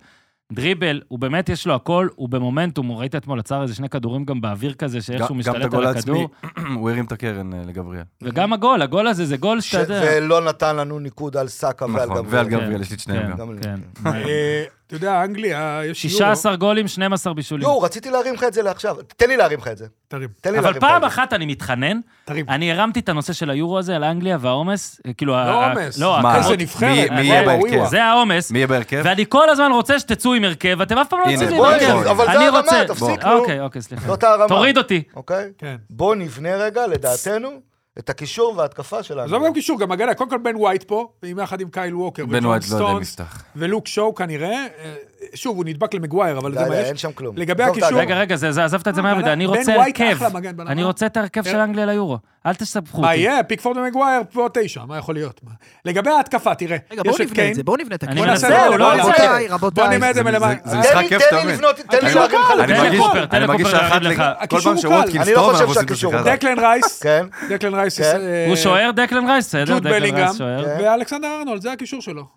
דריבל, הוא באמת, יש לו הכל, הוא במומנטום, הוא ראית אתמול, עצר איזה שני כדורים גם באוויר כזה, שאיכשהו
גם- גם את
משתלט
הגול
על
העצמי,
הכדור.
<clears throat> הוא הרים את הקרן אה, לגבריאל.
וגם הגול, הגול הזה זה גול
ש-
שאתה יודע.
ולא נתן לנו ניקוד על סאקה ועל
נכון, ועל
גמרי.
גבריאל, יש לי את שניהם
כן,
גם.
גם לי.
כן.
אה, אתה יודע, אנגליה, יש יורו.
16 גולים, 12 בישולים.
יואו, רציתי להרים לך את זה לעכשיו. תן לי להרים לך את זה.
תרים,
תן לי להרים לך את
אבל
זה.
פעם אחת אני מתחנן,
תרים.
אני הרמתי את הנושא של היורו הזה על אנגליה והעומס, אה, כאילו... ה- ה-
עומס.
לא,
מה,
הכמות-
איזה נבחרת.
מי- מי
אה,
יהיה
זה-
בהרכב?
זה העומס,
מי יהיה בהרכב?
ואני כל הזמן רוצה שתצאו עם הרכב, ואתם אף פעם לא
הנה,
יוצאים עם
בואי,
הרכב.
אבל זה
אני
הרמה,
רוצה-
תפסיק,
בוא,
נו.
אוקיי, אוקיי, סליחה.
זאת הרמה.
תוריד אותי.
אוקיי?
כן.
בואו נבנה רגע, לדעתנו, את הקישור וההתקפה שלנו.
עזוב גם לא קישור, גם הגנה, קודם כל בן ווייט פה, עם יחד עם קייל ווקר,
בן
וג'ון
וייט לא יודע אם
סטונס,
יפתח.
ולוק שואו כנראה. אה, שוב, הוא נדבק למגווייר, אבל
די,
זה מה
די,
יש.
אין שם כלום.
לגבי
עזוב את
הקישור-
רגע, רגע, זה- זה- עזבת את זה
אה,
מהעבודה,
בן-
אני
בן
רוצה
ווייט
הרכב.
אחלה מגן, בן
אני
אדם.
רוצה את ההרכב של
אה.
אנגליה ליורו. אל תסבכו
מה
אותי.
יהיה? פיקפורד ומגווייר פה תשע, מה יכול להיות? מה? לגבי ההתקפה, תראה,
רגע, בואו
יש את
נבנה
קיין.
את זה, בואו נבנה את
אני
הקרן.
מנסה,
בואו
הוא לא
נבנה-
רוצה.
רבותיי,
בוא נבנה
רבותיי.
את זה
זה-
מלמעלה.
זה- זה
תן
משחק
לי-
כיף
תן
תמיד.
לי לבנות, תן לי
הקישור
להרים לך.
קל.
אני
תן
מרגיש-
לקופר, תן
אני
לקופר
מרגיש
להרים
שאחת,
לך.
לג- כל
הקישור
פעם
הוא קל.
שווטקינס
אני לא
טוב,
חושב
אנחנו עושים את
שהקישור
השיחה
הוא
הזאת.
דקלן רייס,
כן.
דקלן רייס,
כן.
אה,
הוא שוער דקלן רייס, בסדר?
ג'וד
דקלן
בלינגהאם,
רייס שוער.
כן.
ואלכסנדר ארנולד, זה הקישור שלו.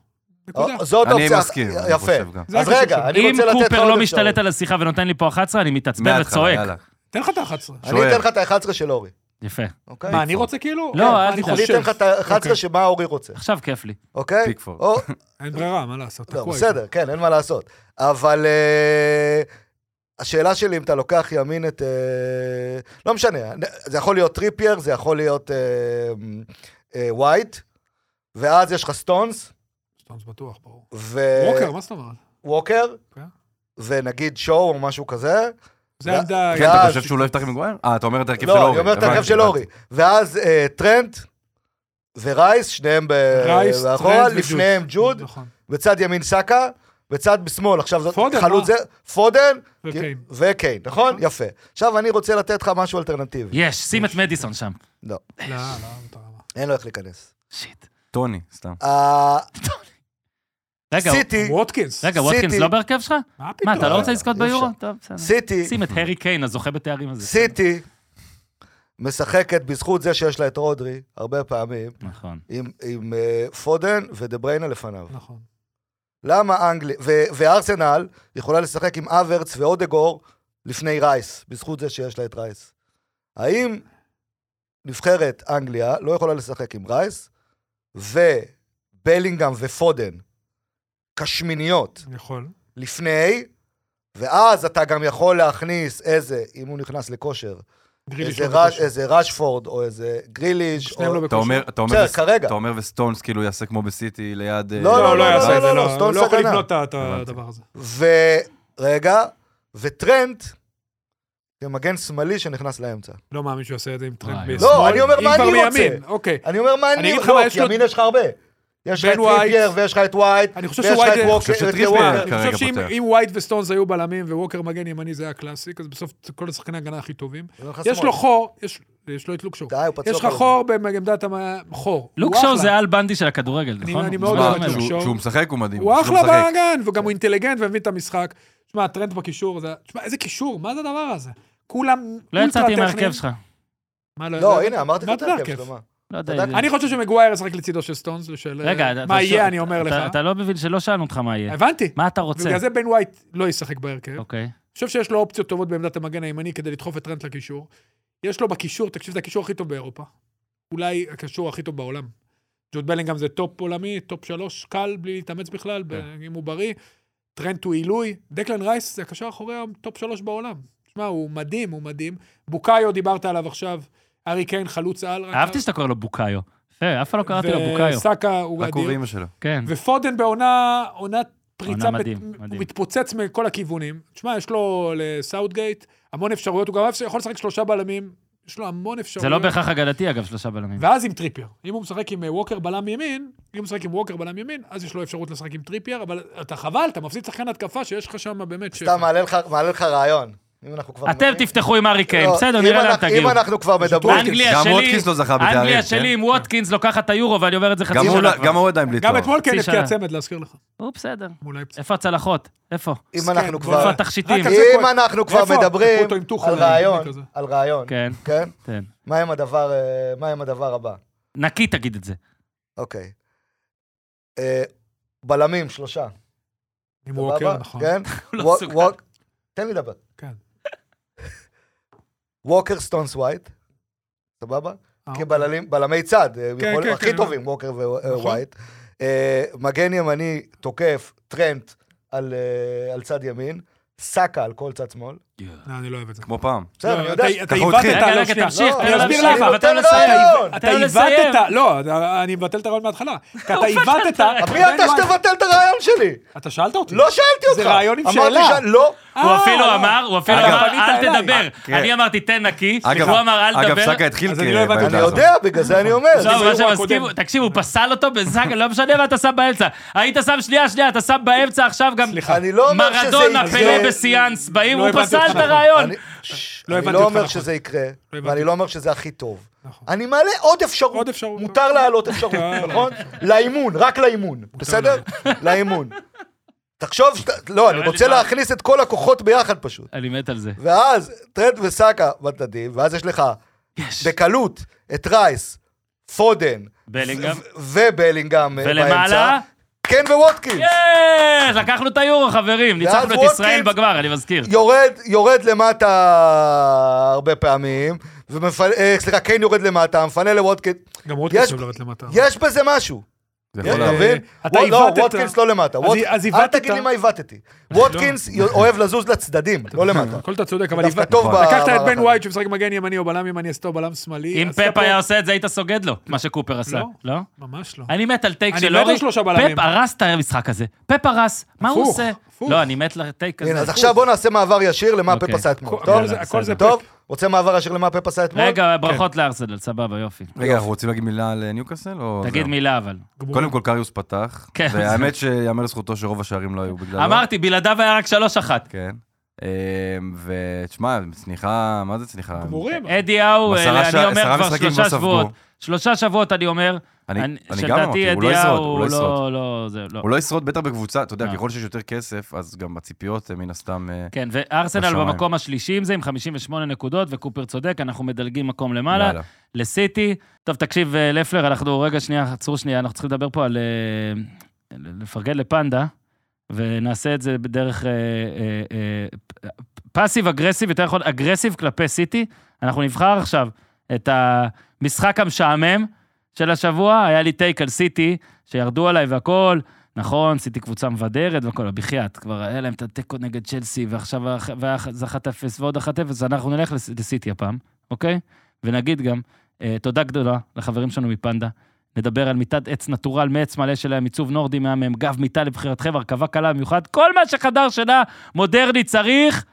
נקודה.
אה, זאת
אני
האופציה.
מסכים, אני חושב גם.
יפה.
זה
אז
הקישור
רגע,
שלו.
אני
אם
רוצה לתת לך עוד
קופר לא
אפשרות.
משתלט על השיחה ונותן לי פה 11, אני מתעצבן
מההתחלה,
וצועק.
יאללה.
תן לך את ה-11.
אני
שוער.
אתן לך את ה-11 של אורי,
יפה.
אוקיי?
מה, אני רוצה כאילו?
לא,
אה,
אל
מה אני
תדאג.
אני
חושב.
אתן לך את ה-11
אוקיי.
שמה אורי רוצה,
עכשיו כיף לי.
אוקיי?
פיקפורד.
או-
אין ברירה, מה לעשות?
לא,
תקוע
בסדר, כן, אין מה לעשות. אבל אה, השאלה שלי, אם אתה לוקח ימין את... אה, לא משנה, זה יכול להיות טריפייר, זה יכול להיות אה, אה, ווייט, ואז יש לך סטונס,
איתו. סטונס בטוח, ברור.
ו...
ווקר, מה זאת אומרת?
ווקר,
כן.
ונגיד שואו או משהו כזה.
זה עמדה...
כן, אתה
ואז-
חושב שהוא לא יפתח עם מגווייר? אה, אתה אומר את ההרכב של אורי.
לא, אני אומר את ההרכב
הבנתי,
של
הבנתי.
אורי. ואז אה, טרנט ורייס, שניהם ב-
אה, נכון, רייס,
מאחורה,
טרנד וג'וד.
לפניהם ג'וד,
נכון.
בצד ימין סאקה, בצד בשמאל, עכשיו זאת
פודן,
חלוץ זה,
מה?
פודן,
וקיין.
כי- וקיין, נכון? יפה. עכשיו אני רוצה לתת לך משהו אלטרנטיבי.
יש, שים את מדיסון שם.
לא,
לא, לא, אתה רמה.
אין לו איך להיכנס.
שיט.
טוני, סתם.
ה-
רגע,
סיטי,
ווטקינס.
רגע,
סיטי.
ווטקינס לא בהרכב שלך?
מה
מה,
פתאום?
אתה לא רוצה לזכות
אי אפשר.
ביורו? טוב, בסדר.
סיטי,
שים את הארי קיין, הזוכה בתארים הזה.
סיטי משחקת בזכות זה שיש לה את רודרי, הרבה פעמים,
נכון.
עם- עם אה, פודן ודה בריינה לפניו.
נכון.
למה אנגליה, ו- וארסנל יכולה לשחק עם אברץ ואודגור לפני רייס, בזכות זה שיש לה את רייס. האם נבחרת אנגליה לא יכולה לשחק עם רייס, ובלינגהם ופודן כשמיניות
יכול.
לפני, ואז אתה גם יכול להכניס איזה, אם הוא נכנס לכושר,
גריליש
איזה,
לא
רש,
בכושר.
איזה רשפורד או איזה גריליש.
שניהם
או...
לא
אתה
בכושר.
אומר, אתה אומר,
בסדר,
וס-
כרגע.
אתה אומר וסטונס כאילו יעשה כמו בסיטי ליד... אה,
לא,
לא, לא
לא,
יעשה
לא,
את זה,
לא,
לא.
לא,
הוא
סטונס
לא יכול
הגנה.
לבנות את
הבנתי.
הדבר הזה.
ורגע, וטרנט זה מגן שמאלי שנכנס לאמצע.
לא מאמין שהוא יעשה את זה עם
וואי,
טרנד
וואי.
ביס.
לא, אני אומר מה אני רוצה.
אוקיי.
אני אומר מה אני,
אגיד לך
לא,
מה, יש
כי
לו-
ימין יש לך הרבה. יש לך
בן
את
ווייט.
טריפייר ויש לך את ווייט,
אני חושב
ויש לך
שווייט-
את
אני
ווקר,
חושב
ואת
שטריפייר.
ווקר.
כרגע
כן, אני חושב שאם
פותח.
אם ווייט וסטונס היו בלמים וווקר מגן ימני זה היה קלאסי, אז בסוף כל השחקני ההגנה הכי טובים. יש לו חור, יש- יש לו את לוק שואו.
די, הוא פצוע
יש לך
כל הזמן.
חור בעמדת החור.
לוק
הוא
שואו
אחלה.
זה אל בנדי של הכדורגל,
אני-
נכון?
אני
הוא
מאוד
זמן
שמע,
אוהב את
אומר.
זה.
כשהוא-
שואו.
כשהוא משחק הוא מדהים.
הוא
כשהוא
אחלה
משחק.
באגן,
כן.
וגם הוא אינטליגנט ומבין את המשחק. תשמע, הטרנד בקישור, זה... תשמע, איזה קישור, מה זה הדבר הזה? כולם
לא
אולטרה
יצאתי עם
טכניים.
ההרכב שלך.
מה,
לא, הנה, אמרתי
מה
לך את
אתה
ההרכב
הרכב?
שלו, מה?
לא יודע.
צדקתי.
איזה-
אני חושב שמגווייר ישחק לצידו של סטונס, ושל... אה,
רגע, אתה-
מה
אתה-
יהיה, אני אומר
אתה-
לך.
אתה לא מבין שלא שאלנו אותך מה יהיה.
הבנתי.
מה אתה רוצה?
בגלל זה בן ווייט לא ישחק בהרכב. אני
אוקיי.
חושב שיש לו אופציות טובות בעמדת המגן הימני כדי לדחוף את טרנט לקישור. יש לו בקישור, תקשיב, זה הקישור הכי טוב באירופה. אולי הקישור הכי טוב בעולם. ג'וד בלינגהם זה טופ עולמי, טופ שלוש, קל, בלי להתאמץ
כן.
בכלל, ב- אם הוא בריא. טרנט הוא עילוי. דקלן רייס זה הקשר האחורי הטופ שלוש בעולם. תשמע, הוא מדהים, הוא מדהים. בוקאיו, דיברת עליו עכשיו. ארי קיין, חלוץ על.
אהבתי שאתה קורא לו בוקאיו. יפה, אף פעם לא קראתי לו בוקאיו.
וסאקה הוא
רק הוא
אדיר.
ואימא שלו.
כן.
ופודן בעונה, עונת פריצה,
עונה מדהים,
מת-
מדהים.
הוא מתפוצץ מכל הכיוונים. תשמע, יש לו לסאוטגייט המון אפשרויות, הוא גם אוהב- יכול לשחק שלושה בלמים, יש לו המון אפשרויות.
זה לא בהכרח אגדתי, אגב, שלושה בלמים.
ואז עם טריפייר. אם הוא משחק עם אה, ווקר בלם ימין, אם הוא משחק עם ווקר בלם ימין, אז יש לו אפשרות לשחק עם טריפייר, אבל אתה חבל, אתה מפסיד שחקן התקפה שיש לך שם באמת... שפע.
סתם מעלה לך- מעלה לך רעיון. אם אנחנו
לא
כבר...
אתם תפתחו עם הארי קיין,
לא,
בסדר,
אם
נראה לאן
אנחנו-
תגיעו.
אם אנחנו כבר מדברים...
אנגליה
גם
שלי-
ווטקינס לא זכה בתארים.
אנגליה
כן?
שלי עם ווטקינס לוקחת את היורו, ואני עובר את זה חצי
גם הוא
שנה
לא- גם
כבר.
הוא עדיין בלי
גם
תואר.
אתמול כן
חצי
הבקיע
שנה.
צמד, להזכיר לך.
הוא בסדר.
מולי פצע.
איפה הצלחות? איפה?
אם אנחנו
כן,
איפה
כבר...
התכשיטים?
רק על זה
אם
כואב.
אנחנו כבר
איפה?
מדברים
אותו עם טוחל,
על
אה,
רעיון,
כזה.
על רעיון,
כן,
כן?
כן.
מה עם הדבר, אה, מה עם הדבר הבא?
נקי תגיד את זה.
אוקיי. אה, בלמים, שלושה.
עם
סבבה?
ווקר, נכון. <laughs>
כן?
לא
ווק-
מסוגל.
ווק- תן לי לדבר.
כן.
ווקר סטונס ווייט, סבבה?
אה,
כבלמים- בלמי צד, הם
כן,
יכולים-
כן,
הכי
כן.
טובים, ווקר
נכון.
ווייט. אה, מגן ימני תוקף, טרנט על אה, על צד ימין, סאקה על כל צד שמאל.
לא, אני לא אוהב את זה.
כמו פעם.
בסדר,
לא,
אני יודע.
אתה- אתה
אנחנו
עיוותת,
הולכים.
רגע,
לא,
רגע,
שנייה.
תמשיך,
לא,
תן לו
אני אסביר
להמשיך,
למה.
אבל תן לו
אתה
לסיים.
רעיון.
אתה
תן לו לסיים.
עיוותת, לא, אני מבטל את הרעיון מההתחלה. כי אתה עיוותת.
מי אתה שתבטל את הרעיון שלי?
לא- אתה שאלת אותי.
לא שאלתי אותך.
זה רעיון עם
אמרתי
שאלה.
ש- לא.
הוא
אה,
אפילו
לא.
אמר, הוא אפילו
אגב,
אמר,
פנית
אל
אליי."
תדבר.
כן.
אני אמרתי, תן נקי,
אגב,
הוא אמר, אל
אגב,
תדבר.
סאקה התחיל
אז אני לא הבנתי.
בעמדה
אני
הזאת.
יודע, בגלל זה אני
<laughs>
אומר.
לא, אבל
זה
עכשיו
אירוע
הסכימו,
קודם.
תקשיב, הוא פסל אותו בזאגה, לא משנה מה אתה שם באמצע. היית שם שנייה, שנייה, אתה שם באמצע עכשיו גם
סליחה.
אני לא אומר שזה יקרה.
מרדונה, פלא בסיאנס, באים,
לא
הוא
הבנתי
פסל
אותך
את
נכון.
הרעיון.
אני- אני
לא הבנתי
לא
אותך
אומר
נכון.
שזה יקרה,
הבנתי.
ואני לא אומר שזה הכי טוב.
נכון.
אני מעלה עוד אפשרות.
עוד אפשרות. אה,
מותר להעלות אפשרות, נכון? לאימון, רק לאימון, בסדר? <laughs> לאימון. תחשוב שאתה... לא, אני
תראה לי
רוצה
מה-
להכניס את כל הכוחות ביחד פשוט.
אני מת על זה.
ואז טרנד וסאקה בצדדים, ואז יש לך
יש.
בקלות את רייס, פודן,
בלינגהם.
ו- ובלינגהם אה, באמצע.
ולמעלה?
כן ווטקינס.
יש! אה, לקחנו את היורו, חברים. ניצחנו את
ואז
ישראל
ווטקינס-
בגמר, אני מזכיר.
יורד, יורד למטה הרבה פעמים, ומפנה, אה, סליחה, קיין יורד למטה, מפנה לווטקינס.
גם רוטקינס
יש-
אוהב לרדת למטה.
יש בזה משהו,
זה
אתה
יכול לעבוד.
מבין?
אתה
וו-
עיוותת.
לא, ווטקינס לא למטה.
אז-
ווט- אל
אז עיוותת.
תגיד לי מה
<laughs>
עיוותתי. ווטקינס אוהב לזוז לצדדים, לא למטה.
הכל אתה צודק, אבל
דווקא
עיוותת.
טוב אה,
לקחת את
במערך
בן
הזה.
ווייט שמשחק מגן ימני או בלם ימני, עשתו בלם שמאלי.
אם
עשתה
פאפ
פה-
היה עושה את זה, היית סוגד לו, מה שקופר עשה.
לא.
לא?
ממש לא.
אני מת על טייק
אני
של
מת על
אורי.
שלושה בלמים.
פאפ הרס את המשחק הזה. פאפ הרס, מה הוא
הפוך,
עושה?
הפוך.
לא, אני מת לטייק הזה.
הנה, אז עכשיו בוא נעשה מעבר ישיר למה
אוקיי.
פפ עשה אתמול.
הכל-
טוב?
הכל זה- הכל זה
טוב?
פאפ.
רוצה מעבר ישיר למה פפ עשה אתמול?
רגע,
כן.
ברכות לארסנל, סבבה, יופי.
רגע, אנחנו רוצים להגיד מילה על אה, ניוקאסל? או
תגיד
זהו?
מילה אבל.
גמור.
קודם כל קריוס פתח,
כן.
והאמת שיאמר לזכותו שרוב השערים לא היו בגללו.
אמרתי, בלעדיו היה רק 3-1.
כן. אמ, ותשמע, צניחה, מה זה צניחה?
גמורים.
אדי האו,
עשרה
אה,
ש-
אני אומר
עשרה
כבר
משחקים לא
שלושה
ספגו.
שבועות. שלושה שבועות אני אומר,
אני
אני-
אני גם
שלדעתי
אמרתי, הוא לא
אדי
ישרוד,
האו,
הוא לא ישרוד.
לא, לא, זה לא.
הוא לא ישרוד בטח בקבוצה, אתה יודע,
לא.
ככל שיש יותר כסף, אז גם הציפיות אה, מן הסתם... אה,
כן, וארסנל
בשמיים.
במקום השלישי עם זה, עם 58 נקודות, וקופר צודק, אנחנו מדלגים מקום למעלה,
למעלה.
לסיטי. טוב, תקשיב, אה, לפלר, אנחנו, רגע, שנייה, עצרו שנייה, אנחנו צריכים לדבר פה על... אה, לפרגן לפנדה, ונעשה את זה בדרך אה, פאסיב אגרסיב, יותר נכון, אגרסיב כלפי סיטי. אנחנו נבחר עכשיו את המשחק המשעמם של השבוע, היה לי טייק על סיטי, שירדו עליי והכול. נכון, סיטי קבוצה מבדרת והכל, בחייאת, כבר היה להם את התיקו נגד צ'לסי, ועכשיו הח- והח- זה 1-0 ועוד 1-0, אנחנו נלך לס- לסיטי הפעם, אוקיי? ונגיד גם, אה, תודה גדולה לחברים שלנו מפנדה. נדבר על מיטת עץ נטורל, מעץ מלא שלהם, עיצוב נורדי מהמם, גב מיטה לבחירתכם, הרכבה קלה במיוחד, כל מה שחדר שינה מודרני צריך.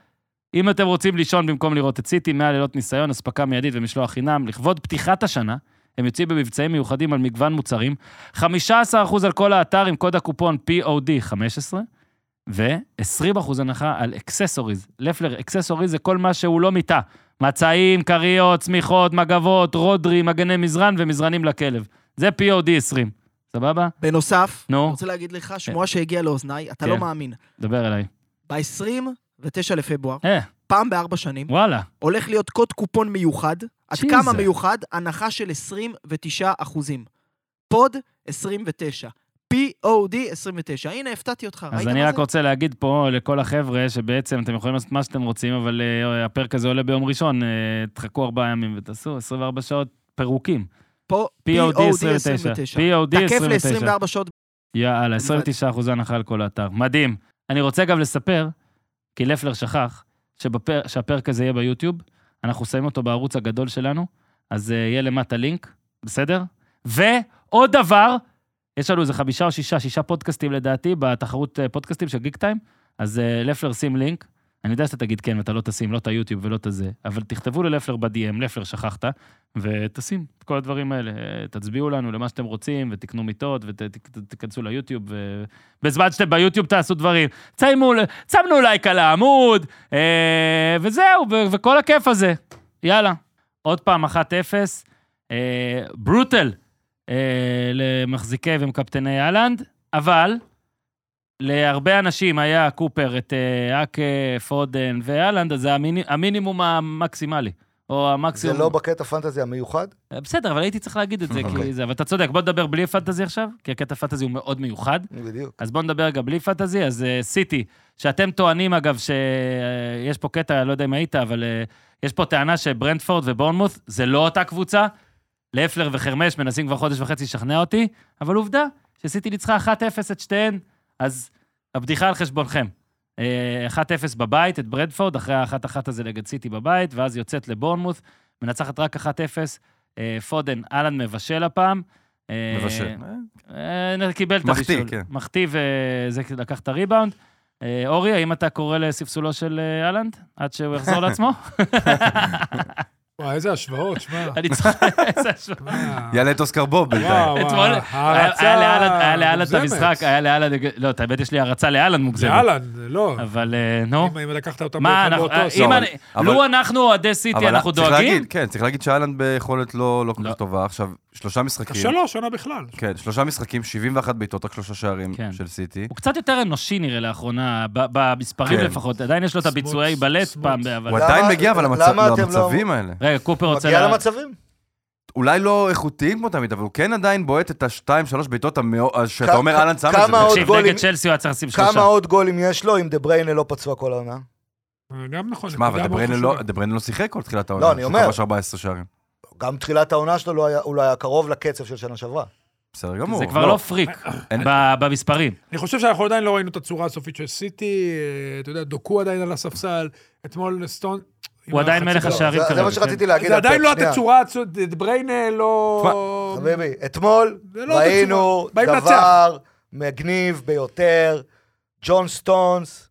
אם אתם רוצים לישון במקום לראות את סיטי, 100 לילות ניסיון, אספקה מיידית ומשלוח חינם, לכבוד פתיחת השנה, הם יוצאים במבצעים מיוחדים על מגוון מוצרים, 15% על כל האתר עם קוד הקופון POD15, ו-20% הנחה על אקססוריז. לפלר, אקססוריז זה כל מה שהוא לא מיטה. מצעים, כריות, צמיחות, מגבות, רודרי, מגני מזרן ומזרנים לכלב. זה POD 20, סבבה?
בנוסף,
נו.
אני רוצה להגיד לך, שמועה שהגיעה לאוזניי, אתה
כן.
לא מאמין.
דבר אליי.
ב-29 לפברואר,
אה,
פעם בארבע שנים,
וואלה.
הולך להיות קוד קופון מיוחד. עד
Jesus.
כמה מיוחד? הנחה של 29 אחוזים. פוד 29. POD 29. הנה, הפתעתי אותך, ראית
אז
מה
אני
זה?
רק רוצה להגיד פה לכל החבר'ה, שבעצם אתם יכולים לעשות מה שאתם רוצים, אבל אה, הפרק הזה עולה ביום ראשון, אה, תחכו ארבעה ימים ותעשו 24 שעות פירוקים.
פה,
POD 29. POD
תקף
29.
ל-24 שעות.
יאללה, 29 אחוז הנחה על כל האתר. מדהים. אני רוצה גם לספר, כי לפלר שכח, שבפר, שהפרק הזה יהיה ביוטיוב, אנחנו שמים אותו בערוץ הגדול שלנו, אז אה, יהיה למטה לינק, בסדר? ועוד דבר, יש לנו איזה חמישה או שישה, שישה פודקאסטים לדעתי, בתחרות אה, פודקאסטים של גיק טיים, אז אה, לפלר שים לינק, אני יודע שאתה תגיד כן ואתה לא תשים, לא את היוטיוב ולא את הזה, אבל תכתבו ללפלר ב-DM, לפלר שכחת, ותשים את כל הדברים האלה. אה, תצביעו לנו למה שאתם רוצים, ותקנו מיטות, ותיכנסו ליוטיוב, ובזמן שאתם ביוטיוב תעשו דברים. ציימו, ל- שמנו לייק על העמוד, אה, וזהו, ו- וכל הכיף הזה. יאללה. עוד פעם, 1-0. אה, ברוטל אה, למחזיקי ומקפטני אהלנד, אבל להרבה אנשים היה קופר את אה, אק אה, פודן ואהלנד, אז זה המיני, המינימום המקסימלי. או
זה
המקסימום.
לא בקטע פנטזי המיוחד?
בסדר, אבל הייתי צריך להגיד את זה,
אוקיי.
כי זה... אבל אתה צודק, בוא נדבר בלי פנטזי עכשיו, כי הקטע פנטזי הוא מאוד מיוחד.
בדיוק.
אז בואו נדבר רגע בלי פנטזי, אז אה, סיטי, שאתם טוענים אגב שיש פה קטע, לא יודע אם היית, אבל אה, יש פה טענה שברנדפורד ובורנמוס זה לא אותה קבוצה. לפלר וחרמש מנסים כבר חודש וחצי לשכנע אותי, אבל עובדה שסיטי ניצחה 1-0 את שתיהן, אז הבדיחה על חשבונכם. אה, 1-0 בבית, את ברנדפורד, אחרי ה-1-1 הזה נגד סיטי בבית, ואז יוצאת לבורנמוס, מנצחת רק 1-0, אה, פודן, אהלן מבשל הפעם. אה,
מבשל.
אה, קיבל את
מחטיא,
הבישול.
כן.
מחטיא, וזה לקח את הריבאונד. אה, אורי, האם אתה קורא לספסולו של אה, אהלנד עד שהוא
<laughs>
יחזור לעצמו? <laughs>
וואי, איזה השוואות, שמע.
אני צוחק, איזה השוואה.
וואו,
אה, יעלה את אוסקר בוב בינתיים.
וואו,
אתמול היה
הערצה
היה לאהלנד היה לאהלנד את
מוגזמת.
המשחק, היה לאהלנד, לא, את האמת יש לי הערצה לאהלנד
זה
מוגזמת.
אהלן, זה לא.
אבל אה, נו,
אם- אם לקחת אותם
מה,
באותו-
אנחנו,
באותו
אה,
סוף.
אם
אבל-
אני,
אבל-
לו אנחנו אוהדי סיטי, אנחנו
צריך
דואגים?
להגיד, כן, צריך להגיד שאלנד ביכולת לא לא כל
לא.
כך טובה. עכשיו, שלושה משחקים.
שלוש, עונה בכלל.
כן, שלושה משחקים, 71 בעיטות, רק שלושה שערים
כן.
של סיטי.
הוא קצת יותר אנושי נראה לאחרונה, ב- במספרים
כן.
לפחות, עדיין יש לו את
סמוץ,
הביצועי בלט
סמוץ.
פעם, ב- אבל...
הוא עדיין
למה-
מגיע, אבל המצב-
למה אתם לא-
למצבים האלה.
רגע, קופר רוצה...
מגיע
לה-
למצבים.
אולי לא איכותיים כמו תמיד, אבל הוא כן עדיין בועט את השתיים, שלוש בעיטות המאו- אז שאתה
כ-
אומר,
כ-
אהלן שם את
כמה
זה.
עוד-
תקשיב,
גולים.
נגד צ'לסי הוא היה צריך לשים שלושה.
כמה עוד גולים יש לו אם דה בריינה לא פצוע כל העונה?
גם נכון.
שמע, אבל
נקודה
דה
מאוד
בריינה
חשובה.
לא- דה בריינה לא שיחק כל תחילת העונה.
לא, אני
הוא
אומר.
כבש 14 שערים.
גם תחילת העונה שלו לא היה- הוא לא היה קרוב לקצב של שנה שעברה.
בסדר גמור.
זה כבר לא פריק
אין-
ב- במספרים.
אני חושב שאנחנו עדיין לא ראינו את הצורה הסופית של סיטי, אה, אתה יודע, דוקו עדיין על הספסל, אתמול סטון...
הוא עדיין מלך
לא,
השער.
השערים
זה- זה
כרגע,
מה
כן.
שרציתי להגיד.
זה
על פפ,
עדיין לא
שנייה.
התצורה, הצו- דה בריינה לא...
חביבי, אתמול
זה לא
ראינו
אותו צורה. באים לנצח.
דבר מגניב ביותר, ג'ון סטונס,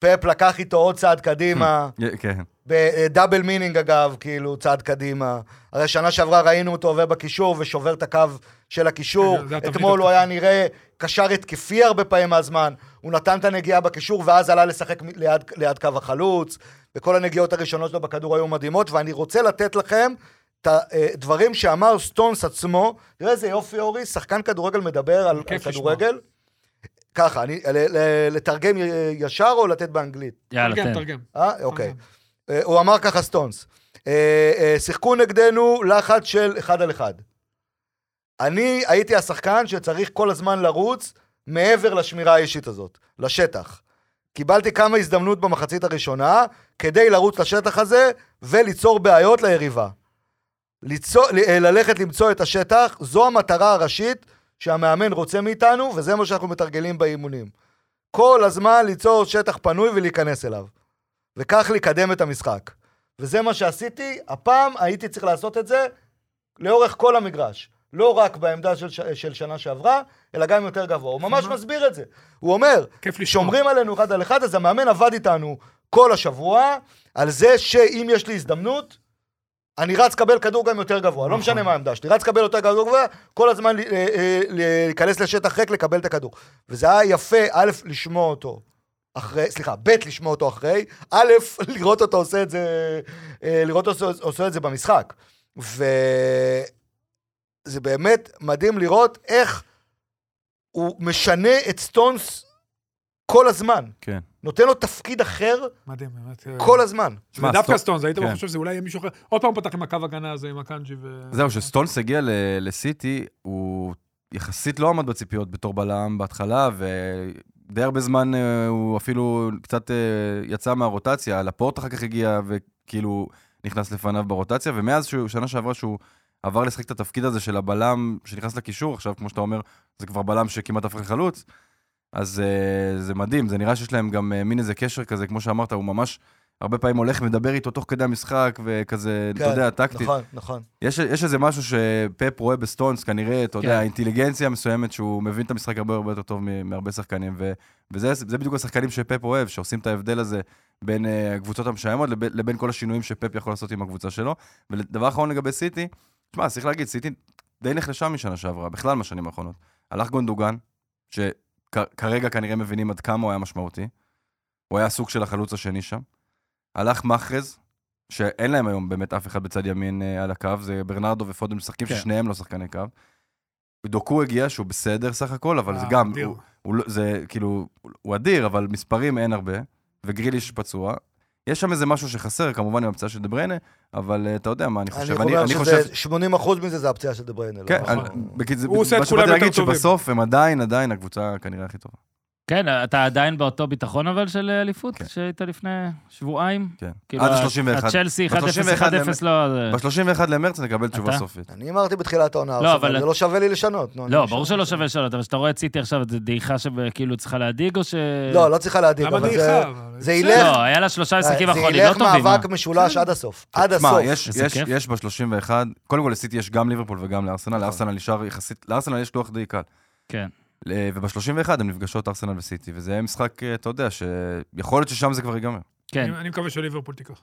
פפ לקח איתו עוד צעד קדימה,
יה- כן.
בדאבל מינינג אגב, כאילו, צעד קדימה. הרי שנה שעברה ראינו אותו עובר בקישור ושובר את הקו של הקישור,
כן, זה התבנית
אתמול הוא
התקפית.
היה נראה קשר התקפי הרבה פעמים מהזמן, הוא נתן את הנגיעה בקישור ואז עלה לשחק מ- ליד, ליד קו החלוץ, וכל הנגיעות הראשונות שלו בכדור היו מדהימות, ואני רוצה לתת לכם את הדברים שאמר סטונס עצמו, תראה איזה יופי אורי, שחקן כדורגל מדבר על, על
כיף לשמוע.
כדורגל. ככה, אני, ל- ל- לתרגם י- ישר או לתת באנגלית?
יאללה,
כן, תרגם,
תן.
תרגם.
אה, אוקיי. אה, הוא אמר ככה סטונס, אה, אה, שיחקו נגדנו לחץ של אחד על אחד. אני הייתי השחקן שצריך כל הזמן לרוץ מעבר לשמירה האישית הזאת, לשטח. קיבלתי כמה הזדמנות במחצית הראשונה כדי לרוץ לשטח הזה וליצור בעיות ליריבה. ליצור, ל- אה, ללכת למצוא את השטח, זו המטרה הראשית שהמאמן רוצה מאיתנו, וזה מה שאנחנו מתרגלים באימונים. כל הזמן ליצור שטח פנוי ולהיכנס אליו. וכך לקדם את המשחק. וזה מה שעשיתי, הפעם הייתי צריך לעשות את זה לאורך כל המגרש. לא רק בעמדה של, ש... של שנה שעברה, אלא גם יותר גבוה. הוא ממש
אמר?
מסביר את זה. הוא אומר,
כיף לשמוע.
שומרים עלינו אחד על אחד, אז המאמן עבד איתנו כל השבוע על זה שאם יש לי הזדמנות, אני רץ לקבל כדור גם יותר גבוה,
נכון.
לא משנה מה העמדה שלי, רץ לקבל יותר כדור גבוה, כל הזמן ל- אה, אה, ל- להיכנס לשטח ריק, לקבל את הכדור. וזה היה יפה, א', לשמוע אותו אחרי, סליחה, ב', לשמוע אותו אחרי, א', <laughs> לראות אותו עושה את זה, אה, לראות אותו עושה- עושה את זה במשחק. וזה באמת מדהים לראות איך הוא משנה את סטונס כל הזמן.
כן.
נותן לו תפקיד אחר
מדהים, באמת. אה,
כן.
כל הזמן.
זה
שמע,
דווקא
סטון-
סטונס, היית
כן.
חושב שזה אולי יהיה מישהו אחר. עוד פעם פתח עם הקו הגנה הזה, עם הקאנג'י ו...
זהו, כשסטונס הגיע ל- לסיטי, הוא יחסית לא עמד בציפיות בתור בלם בהתחלה, ודי הרבה זמן אה, הוא אפילו קצת אה, יצא מהרוטציה, לפורט אחר כך הגיע וכאילו נכנס לפניו ברוטציה, ומאז שהוא, שנה שעברה שהוא עבר לשחק את התפקיד הזה של הבלם שנכנס לקישור, עכשיו, כמו שאתה אומר, זה כבר בלם שכמעט הפך לחלוץ, אז אה, זה מדהים, זה נראה שיש להם גם אה, מין איזה קשר כזה, כמו שאמרת, הוא ממש... הרבה פעמים הולך ומדבר איתו תוך כדי המשחק, וכזה, אתה יודע, טקטית.
נכון, נכון.
יש, יש איזה משהו שפאפ רואה בסטונס, כנראה, אתה
כן.
יודע, אינטליגנציה מסוימת, שהוא מבין את המשחק הרבה הרבה יותר טוב מ- מהרבה שחקנים, ו, וזה זה בדיוק השחקנים שפאפ אוהב, שעושים את ההבדל הזה בין אה, הקבוצות המשעמות לבין, לבין כל השינויים שפאפ יכול לעשות עם הקבוצה שלו. ודבר אחרון לגבי סיטי, תשמע, צריך להגיד, סיטי די נחלשה משנה שעברה, בכלל מהשנים האחרונות. הלך גונדוגן, שכרגע כנראה מבינים עד כמה הוא היה משמעותי. הוא היה סוג של החלוץ השני שם. הלך מחרז, שאין להם היום באמת אף אחד בצד ימין אה, על הקו, זה ברנרדו ופודן משחקים
כן.
ששניהם לא שחקני קו. דוקו הגיע שהוא בסדר סך הכל, אבל זה
אה,
גם,
אדיר.
הוא, הוא, לא- זה כאילו, הוא אדיר, אבל מספרים אין הרבה, וגריליש פצוע. יש שם איזה משהו שחסר, כמובן עם הפציעה של דה בריינה, אבל אה, אתה יודע מה אני
אני
חושב.
אומר
אני חושב...
שזה 80% מזה זה הפציעה של דה בריינה. לא?
כן,
נכון.
אני- בקיצור,
הוא עושה את
מה
כולם
שבאתי
יותר
להגיד
טובים.
שבסוף הם עדיין, עדיין הקבוצה כנראה הכי טובה.
כן, אתה עדיין באותו ביטחון אבל של אה, אליפות,
כן.
שהיית לפני שבועיים?
כן.
כאילו,
עד ה-31.
הצ'לסי 1-0, 1-0
ב-31
לא... זה-
ב-31 למרץ נקבל תשובה
אתה?
סופית.
אני אמרתי בתחילת העונה,
לא,
עכשיו,
אבל-
זה לא שווה לי לשנות. נו, אני
לא,
משנה.
ברור שלא שווה לשאול, אבל כשאתה רואה את סיטי עכשיו, זו דעיכה שכאילו צריכה להדאיג, או ש...
לא, לא צריכה להדאיג,
למה
אבל
דעיכה?
זה...
אבל-
זה ילך, אה,
לא, היה לה שלושה משחקים
זה
אחרונים, לא
ילך
טובים.
מאבק
מה?
משולש עד הסוף. עד הסוף.
תשמע, יש,
איזה
יש,
כיף. נכון.
יש ב-31, קודם כל לסיטי יש גם ליברפול וגם לארסנל, לארסנל נשאר יחסית, לארסנל יש לוח די קל.
כן.
ל- וב-31 הן נפגשות ארסנל וסיטי, וזה יהיה משחק, אה, אתה יודע, שיכול להיות ששם זה כבר ייגמר.
כן,
אני- אני מקווה שליברפול תיקח.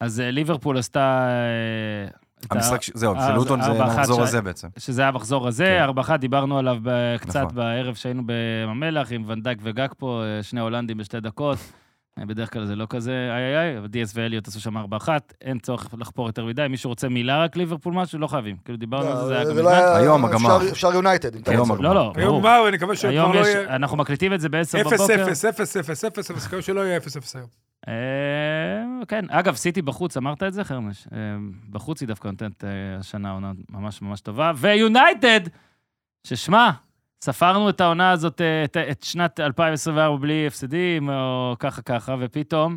אז אה, ליברפול עשתה... אה, את ה-
המשחק, ש- זהו,
אה,
של לוטון
ארבע,
זה
אחת,
המחזור
שי-
הזה בעצם.
שזה היה המחזור הזה,
כן.
ארבע אחת, דיברנו עליו ב- קצת
נכון.
בערב שהיינו בים המלח עם ונדק וגג פה, אה, שני הולנדים בשתי
<laughs>
דקות. אה, בדרך כלל זה לא כזה איי איי איי, אבל דיאס ואליוט עשו שם ארבע אחת, אין צורך לחפור יותר מדי. מישהו רוצה מילה רק ליברפול משהו? לא חייבים. כאילו דיברנו על זה, זה היה גם
לא
מזמן.
היה-
היום הגמר.
אפשר- אפשר יונייטד. אם אתה
היום
רוצה.
הגמר.
לא, לא,
היום
ברור.
באו, אני מקווה שכבר
היום
לא
יש,
יהיה...
אנחנו מקליטים את זה ב-10
אפס,
בבוקר.
אפס, אפס, אפס, אפס, אפס, מקווה שלא יהיה אפס, אפס היום.
אה, כן, אגב, סיטי בחוץ, אמרת את זה, חרמש? אה, בחוץ היא דווקא נותנת אה, השנה עונה ממש ממש טובה. ויונייטד, ששמע, ספרנו את העונה הזאת, אה, את, את שנת 2024 בלי הפסדים, או ככה ככה, ופתאום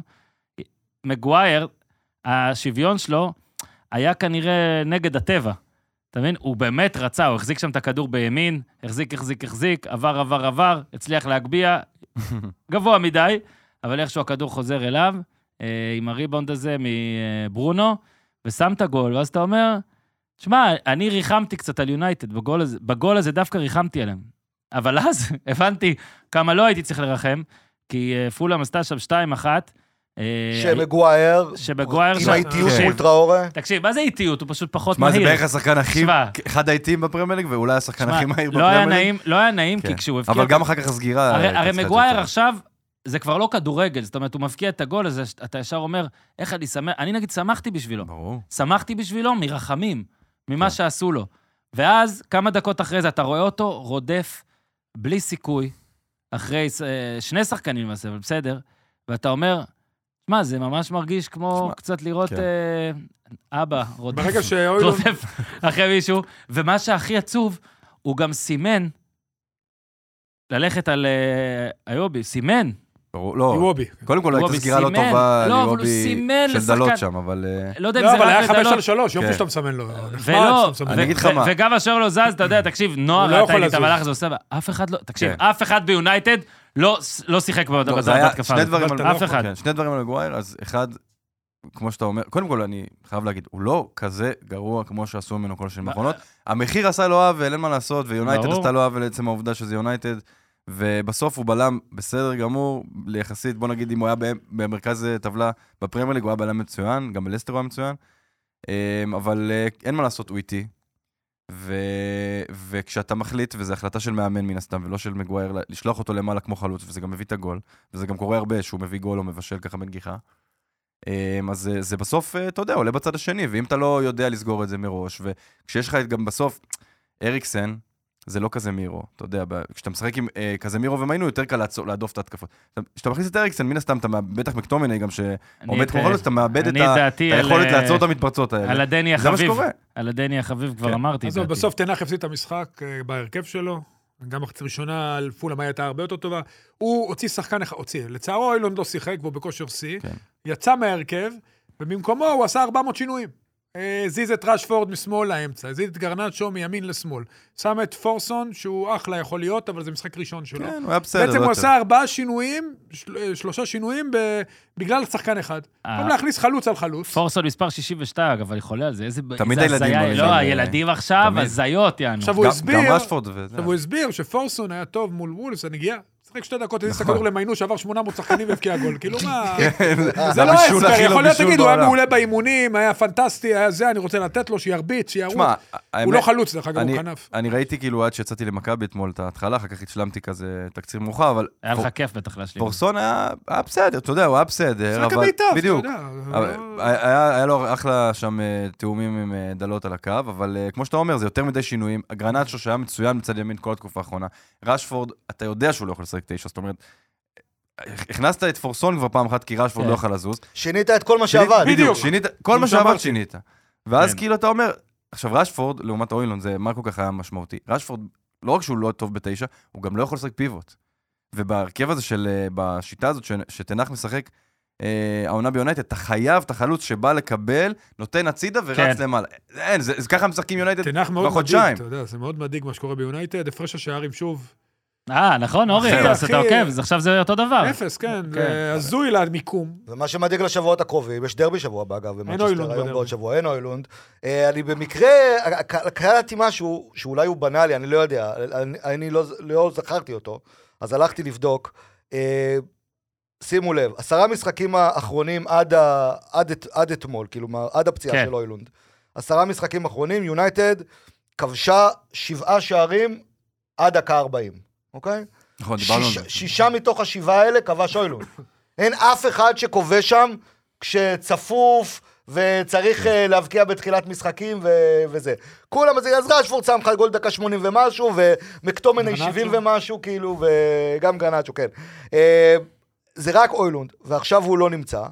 מגווייר, השוויון שלו היה כנראה נגד הטבע. אתה מבין? הוא באמת רצה, הוא החזיק שם את הכדור בימין, החזיק, החזיק, החזיק, עבר, עבר, עבר, הצליח להגביה, גבוה מדי, אבל איכשהו הכדור חוזר אליו, אה, עם הריבאונד הזה מברונו, ושם את הגול, ואז אתה אומר, שמע, אני ריחמתי קצת על יונייטד, בגול הזה, בגול הזה דווקא ריחמתי עליהם. אבל אז <laughs> הבנתי כמה לא הייתי צריך לרחם, כי אה, פולאם עשתה שם 2-1. אה,
שמגווייר,
שמגווייר
עם
שם-
האיטיות
כן.
מול טראורה.
תקשיב, מה זה איטיות? הוא פשוט פחות
מה, זה
מהיר.
בערך השחקן הכי,
שמע.
אחד האיטיים בפרמייליג, ואולי השחקן
שמע,
הכי מהיר
לא היה
בפרמייליג.
נעים, לא היה נעים, כי
כן.
כשהוא הבקיע...
אבל
את
גם אחר כך הסגירה...
הרי,
הייתה
הרי
צריכה להיות
מגווייר
יותר.
עכשיו, זה כבר לא כדורגל, זאת אומרת, הוא מבקיע את הגול הזה, אתה ישר אומר, איך אני שמח, אני נגיד שמחתי בשבילו.
ברור.
שמחתי בשבילו מרחמים, ממה
כן.
שעשו לו. ואז, כמה דקות אחרי זה, אתה רואה אותו רודף בלי סיכוי, אחרי אה, שני שחקנים למעשה, אבל בסדר, ואתה אומר, מה, זה ממש מרגיש כמו
שמע,
קצת לראות
כן.
אה, אבא רודף.
ברגע שאוילון...
רודף אחרי מישהו, ומה שהכי עצוב, הוא גם סימן ללכת על אה, איובי, סימן.
ברור, לא.
יוובי.
קודם כל, הייתה
איובי
סגירה לא
סימן.
טובה
לא, אבל הוא
ליובי
סימן
של
לשחקן.
דלות שם, אבל... אה,
לא יודע אם
לא,
זה
אבל היה
רק
חמש על
לדלות.
שלוש, יופי
כן.
שאתה מסמן לו. נחמד
ולא,
שאתה מסמן
ו-
אני
לו.
אגיד לך מה.
ו- וגם השוער לא זז, אתה יודע, תקשיב,
הוא לא
נוער, אתה
יכול
היית
לזוז.
במהלך הזה, עושה, אף אחד לא, תקשיב,
כן.
אף אחד ביונייטד לא ס- לא שיחק בבת-
לא,
בבת-
זה היה
בהתקפה.
שני
הזאת.
דברים
אבל
על
אתה לא
אף אחד.
כן, שני דברים על מגווייר, אז אחד, כמו שאתה אומר, קודם כל אני חייב להגיד, הוא לא כזה גרוע כמו שעשו ממנו כל
לא,
השנים האחרונות. המחיר עשה לו עוול, אין מה לעשות, ויונייטד
ברור.
עשתה לו עוול לעצם העובדה שזה יונייטד, ובסוף הוא בלם בסדר גמור, ליחסית, בוא נגיד, אם הוא היה במ- במרכז אה, טבלה בפרמייר ליג, הוא היה בלם מצוין, גם בלסטר הוא היה מצוין, אמ, אבל אה, אין מה לעשות, הוא איטי. ו... וכשאתה מחליט, וזו החלטה של מאמן מן הסתם, ולא של מגווייר, ל- לשלוח אותו למעלה כמו חלוץ, וזה גם מביא את הגול, וזה גם קורה הרבה שהוא מביא גול או מבשל ככה בנגיחה. אמ, אז זה, זה בסוף, אה, אתה יודע, עולה בצד השני, ואם אתה לא יודע לסגור את זה מראש, וכשיש לך את- גם בסוף, אריקסן, זה לא קזמירו, אתה יודע, ב- כשאתה משחק עם אה, קזמירו ומיינו, יותר קל לעצור- להדוף את ההתקפות. אתה- כשאתה מכניס את אריקסן, מן הסתם, אתה מאבד- בטח מקטומיני גם, שעומד
אני את,
כמו
אה,
חלוץ, אתה מאבד לא, את
אני
ה- את
דעתי על,
היכולת
אה,
לעצור את המתפרצות
על
האלה.
הדני
זה מה
החביב.
שקורה.
על הדני החביב
כן.
כבר אמרתי.
עזוב,
דעתי.
בסוף תנח הפסיד את המשחק אה, בהרכב שלו. גם מחצית ראשונה על פולאם הייתה הרבה יותר טובה. הוא הוציא שחקן אחד, הוציא. לצערו אילון לא שיחק, והוא בכושר שיא.
כן.
יצא מההרכב, ובמקומו הוא עשה 400 שינויים. אה, הזיז את רשפורד משמאל לאמצע, הזיז את גרנצ'ו מימין לשמאל. שם את פורסון, שהוא אחלה יכול להיות, אבל זה משחק ראשון שלו.
כן, הוא היה בסדר.
בעצם
לא
הוא
יותר.
עשה ארבעה שינויים, של- אה, שלושה שינויים, ב- בגלל שחקן אחד.
אה.
במקום להכניס חלוץ על חלוץ.
פורסון מספר 62, אבל אני חולה על זה, איזה...
תמיד
איזה
הילדים
הזיה.
בראשון,
לא,
אה,
הילדים עכשיו,
תמיד.
הזיות, יענו.
עכשיו הוא
גם-
הסביר,
גם רשפורד וזה. <laughs>
עכשיו הוא הסביר שפורסון היה טוב מול וולס, הנגיעה. שיחק שתי דקות, הזיז את
נכון.
הכדור למיינו שעבר 800 שחקנים והבקיע
<laughs>
גול. כאילו מה... זה לא
הבישול
ההסבר,
הכי לא
יכול להיות,
בישול
תגיד, הוא היה
בעולם.
מעולה באימונים, היה פנטסטי, היה זה, אני רוצה לתת לו, שירביץ, שירוץ.
תשמע,
הוא
האמת-
לא חלוץ, דרך אגב, הוא
אני-
כנף.
אני ראיתי כאילו עד שיצאתי למכבי אתמול את ההתחלה, אחר כך השלמתי כזה תקציר מאוחר, אבל
היה לך
פור-
כיף בטח להשלים.
פורסון היה היה בסדר, אתה יודע, הוא היה בסדר,
שחק
אה, אבל...
הביתה, אתה
בדיוק.
יודע. לא-
אבל
אה.
היה היה לו אחלה שם אה, תיאומים עם אה, דלות על הקו, אבל אה, כמו שאתה אומר, זה יותר מדי שינויים. גרנצ'ו שהיה מצוין מצד ימין כל התקופה האחרונה. רשפורד, אתה יודע שהוא לא יכול לשחק תשע, זאת אומרת, אה, הכנסת את פורסון כבר פעם אחת, כי רשפורד
כן.
לא יכול לזוז.
שינית את כל מה
שינית-
שעבד.
בדיוק, שינית, כל
כמו
מה שעבד
שאמרתי.
שינית. ואז
כן.
כאילו אתה אומר, עכשיו רשפורד, לעומת אוילון, זה מה כל כך היה משמעותי. רשפורד, לא רק שהוא לא טוב בתשע, הוא גם לא יכול לשחק פיבוט. ובהרכב הזה של, אה, בשיטה הזאת ש- שתנח משחק, אה, העונה ביונייטד, אתה חייב את החלוץ שבא לקבל, נותן הצידה ורץ
כן.
למעלה. אין, זה, זה ככה משחקים יונייטד.
תנח מאוד מדאיג,
בחודשיים.
אתה יודע, זה מאוד מדאיג מה שקורה ביונייטד, הפרש השערים שוב,
אה, נכון, אורי,
אחי,
אתה עושה את
אחי.
העוקב, אז עכשיו זה אותו
אה,
דבר.
אפס, כן,
כן.
זה הזוי למיקום.
ומה שמדאיג לשבועות הקרובים, יש דרבי שבוע הבא, אגב,
אוילונד
במנצ'סטר היום
בדרבי.
בעוד שבוע, אין אוילונד. אה, אני במקרה, ק- קראתי משהו שאולי הוא בנאלי, אני לא יודע, אני- אני לא ז- לא זכרתי אותו, אז הלכתי לבדוק. אה, שימו לב, עשרה משחקים האחרונים עד ה- עד את- עד אתמול, כאילו, מה- עד הפציעה
כן.
של אוילונד. עשרה משחקים אחרונים, יונייטד כבשה שבעה שערים עד דקה 40, אוקיי?
נכון, דיברנו על
שיש,
זה.
שישה מתוך השבעה האלה כבש אוילון. אין אף אחד שכובש שם כשצפוף וצריך אה, להבקיע בתחילת משחקים ו- וזה. כולם, אז אז רשפורד שם לך גול דקה 80 ומשהו, ומקטומני
גרנצ'ו.
70 ומשהו, כאילו, וגם גרנצ'ו, כן. אה, זה רק אוילונד, ועכשיו הוא לא נמצא.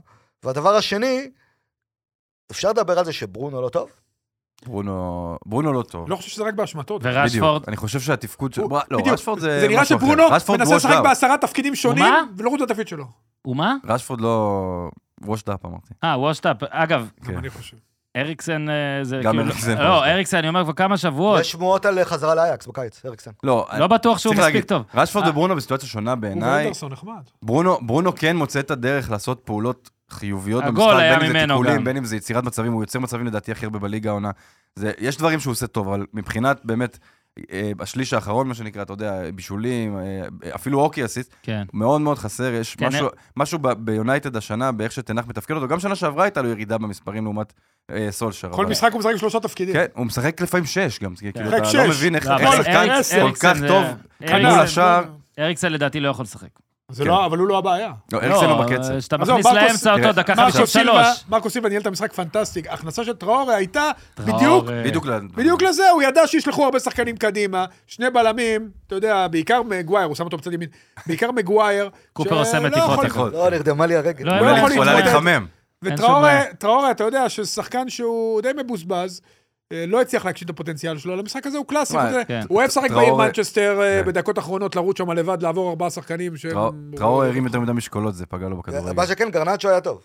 והדבר השני, אפשר לדבר על זה שברונו לא טוב?
ברונו, ברונו לא טוב.
לא חושב שזה רק באשמתו.
ורשפורד,
בדיוק, אני חושב שהתפקוד של...
הוא-
לא,
בדיוק.
רשפורד זה
זה נראה
משהו אחר.
שברונו
רשפורד
מנסה לשחק
washed up.
בעשרה תפקידים שונים,
ומה?
ולא רואה את התפקיד שלו.
ומה?
רשפורד לא... וושדאפ אמרתי.
אה, וושטאפ. אגב,
גם
כן.
אני חושב.
אריקסן אה, זה
גם
כאילו...
אריקסן.
לא, אריקסן, אני אומר כבר כמה שבועות,
יש שמועות על אה, חזרה לאייקס בקיץ, אריקסן.
לא,
לא בטוח שהוא
צריך
מספיק
להגיד,
טוב.
רשפורד
אה.
וברונו בסיטואציה שונה
הוא
בעיניי.
ואנדרסון נחמד.
ברונו, ברונו כן מוצא את הדרך לעשות פעולות חיוביות
הגול
במשחק,
היה
בין אם זה
ממנו גם.
תיקולים, בין אם זה יצירת מצבים, הוא יוצר מצבים לדעתי הכי הרבה בליגה העונה. זה- יש דברים שהוא עושה טוב, אבל מבחינת באמת, אה, השליש האחרון, מה שנקרא, אתה יודע, בישולים, אה, אפילו אוקי אסיסט,
כן.
מאוד מאוד חסר, יש
כן,
משהו, משהו ב- ביונייטד השנה, באיך שתנח מתפקד אותו, גם שנה שעברה הייתה לו ירידה במספרים לעומת אה, סולשר.
כל
אבל-
משחק הוא משחק עם שלושה תפקידים.
כן, הוא משחק לפעמים שש גם, כאילו,
משחק
אתה
שש.
לא מבין איך
לא,
איך
אבל
שחקן
אריקס-
כל כך
אריקסן,
טוב,
אה,
כאן
אריקסן-
מול השאר,
אריקסן לדעתי לא יכול לשחק.
כן.
אה,
זה לא, אבל הוא לא הבעיה.
לא, אריקסן לא בקצב.
כשאתה
עזוב,
מכניס
מרקוס-
לאמצע אותו
תראה,
דקה
מרקוס
חמישה
מרקו סילבה,
שלוש.
מרקו סילבה ניהל את המשחק פנטסטי. ההכנסה של טראורה הייתה בדיוק,
אה,
בדיוק ל-
בדיוק לא לזה, הוא ידע שישלחו הרבה שחקנים קדימה. שני בלמים, אתה יודע, בעיקר מגווייר, הוא שם אותו בצד ימין, בעיקר מגווייר.
קופר
שלא
עושה
יכול-
מתיחות,
יכול.
לא, נרדמה לי הרגל.
לא,
הוא
לא יכול
יכול היה
להתמודד.
להתחמם.
אין שום
וטראורה, טראורה, אתה יודע, ששחקן שהוא די מבוזבז, אה, לא הצליח להגשים את הפוטנציאל שלו, למשחק הזה הוא קלאסי.
וואי,
הוא זה-
כן.
הוא אוהב לשחק בעיר
טראורה-
מנצ'סטר אה,
כן.
בדקות אחרונות, לרוץ שם לבד, לעבור ארבעה שחקנים שהם...
טראו- טראור הרים יותר מדי משקולות, זה פגע לו בכדורגל.
אה, מה שכן, גרנצ'ו היה טוב.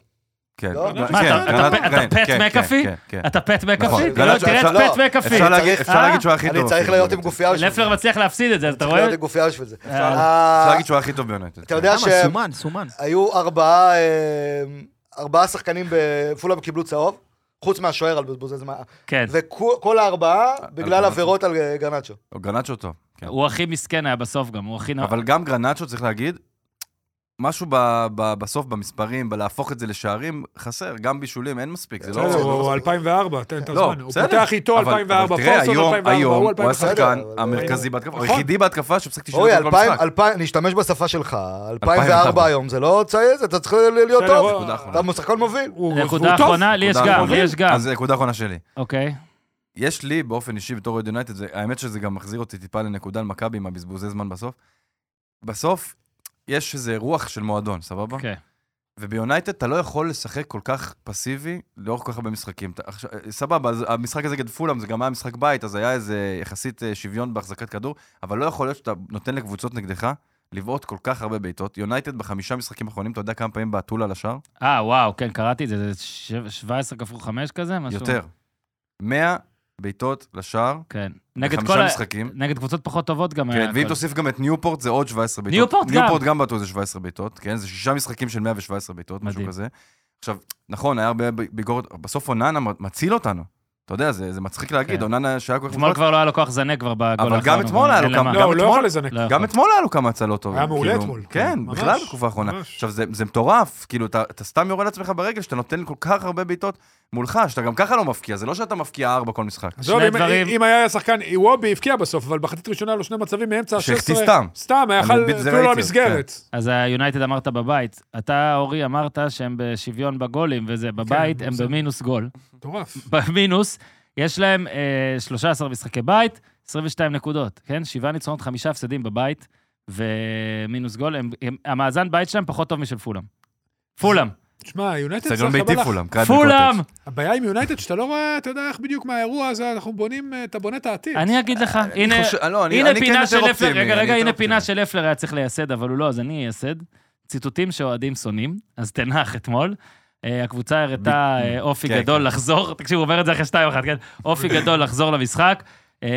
כן.
לא?
כן,
מה, אתה-
גרנט-
אתה- אתה
גרנט,
פט
כן,
מקאפי?
כן, כן, כן.
אתה פט
נכון.
מקאפי?
גלאט-
תראה את
אפשר-
פט
לא,
מקאפי.
אפשר להגיד-
צריך-
אפשר להגיד שהוא הכי טוב. כאילו,
אני צריך
אפילו.
להיות עם גופייה בשביל זה.
לפלר מצליח להפסיד את זה, אתה
צריך
רואה?
להיות עם גופייה בשביל זה.
אה,
אה,
אפשר להגיד שהוא הכי טוב ביונטד.
אתה יודע
למה?
שהיו
סומן, סומן.
ארבעה אה, ארבעה שחקנים בפולאם קיבלו צהוב, חוץ מהשוער על בזבוזי זמן,
כן.
וכל הארבעה בגלל
גרנצ'ו.
עבירות על אה, גרנצ'ו.
גרנצ'ו טוב. כן.
הוא הכי מסכן היה בסוף גם, הוא הכי נורא.
אבל גם גרנצ'ו, צריך להגיד, משהו ב- ב- בסוף, במספרים, בלהפוך את זה לשערים, חסר. גם בישולים, אין מספיק. זה
בסדר,
לא...
בסדר, אה, הוא 2004, תן את
לא,
הזמן. הוא
בסדר.
פותח איתו
אבל-
2004,
אבל תראה,
פורסון
היום-
2004,
היום
הוא
הוא
2005.
השחקן
בסדר, אבל-
המרכזי בהתקפה, הוא
נכון.
היחידי בהתקפה שמשחק 90
אוי,
דקות כל
אלפיים,
משחק.
אלפיים- נשתמש בשפה שלך, 2004
2004.
היום, זה לא צייז, אתה צריך ל- להיות
בסדר,
טוב.
הוא-
נקודה אחרונה.
אתה שחקן מוביל.
הוא- הוא-
נקודה
הוא טוב.
אחרונה, לי יש
נקודה
גם, לי
אחרונה.
יש גם.
אז זה נקודה אחרונה שלי.
אוקיי.
יש לי באופן אישי בתור אוהד יונייטד, זה- האמת שזה גם מחזיר אותי טיפה לנקודה על מכבי עם הבזבוזי זמן בסוף. בסוף יש איזה רוח של מועדון, סבבה?
כן.
וביונייטד אתה לא יכול לשחק כל כך פסיבי לאורך כל כך הרבה משחקים. אתה, עכשיו, אה, סבבה, אז המשחק הזה נגד פולאם, זה גם היה משחק בית, אז היה איזה יחסית אה, שוויון בהחזקת כדור, אבל לא יכול להיות שאתה נותן לקבוצות נגדך לבעוט כל כך הרבה בעיטות. יונייטד בחמישה משחקים האחרונים, אתה יודע כמה פעמים בעטו לה לשער?
אה, וואו, כן, קראתי את זה, זה ש- 17 כפול 5 כזה, משהו?
יותר. 100 בעיטות לשער,
כן. נגד כל
חמישה
ה...
משחקים.
נגד קבוצות פחות טובות גם היה...
כן, ואם
הכל.
תוסיף גם את ניופורט, זה עוד 17 בעיטות.
ניופורט גם.
ניופורט גם בעטו איזה 17 בעיטות, כן? זה שישה משחקים של 117 בעיטות, משהו
מדהים.
כזה. עכשיו, נכון, היה הרבה ביקורת, בסוף אוננה מציל אותנו. אתה יודע, זה זה מצחיק להגיד,
כן.
אוננה שהיה כל כך...
אתמול כבר לא היה לו כוח זנק כבר בגול
אבל גם
האחרון,
אתמול היה לו
אין למה.
כמה-
לא, הוא לא
אתמול-
יכול לזנק.
לא יכול.
גם אתמול היה לו כמה הצלות טובות.
היה מעולה
כאילו,
אתמול, כן,
כן,
ממש,
בכלל בתקופה האחרונה.
ממש.
עכשיו, זה זה מטורף, כאילו, אתה אתה סתם יורד לעצמך ברגל שאתה נותן כל כך הרבה בעיטות מולך, שאתה גם ככה לא מפקיע, זה לא שאתה מפקיע ארבע כל משחק.
עזוב,
שני
אם-
דברים-
אם היה שחקן, וובי הבקיע בסוף, אבל בחצית ראשונה לו שני מצבים מאמצע ה-16.
שהחטיא סתם.
סתם, היה
אני
יכול,
מבין, זה
אפילו לא
ראיתי, כן.
המסגרת.
אז היונייטד אמרת בבית. אתה, אורי, אמרת שהם בשוויון בגולים וזה,
כן,
בבית הם
בסדר.
במינוס גול.
מטורף.
במינוס, יש להם אה, 13 משחקי בית, 22 נקודות, כן? שבעה ניצחונות, חמישה הפסדים בבית, ומינוס גול. הם, הם, המאזן בית שלהם פחות טוב משל פולאם. פולאם,
תשמע, יונייטד
סגנון ביתי פולם.
פולאם!
הבעיה עם יונייטד, שאתה לא רואה, אתה יודע איך בדיוק מהאירוע הזה, אנחנו בונים, אה, אתה בונה את העתיד.
אני אגיד לך, הנה...
אה, לא,
הנה
כן
פינה של אפלר, רגע, רגע, הנה פינה של אפלר היה צריך לייסד, אבל הוא לא, אז אני אייסד. ציטוטים שאוהדים שונאים, אז תנח אתמול. אה, הקבוצה הראתה אה, אופי
כן,
גדול
כן.
לחזור, <laughs> תקשיבו, הוא אומר את זה אחרי שתיים אחת, כן? אופי גדול לחזור למשחק. אה,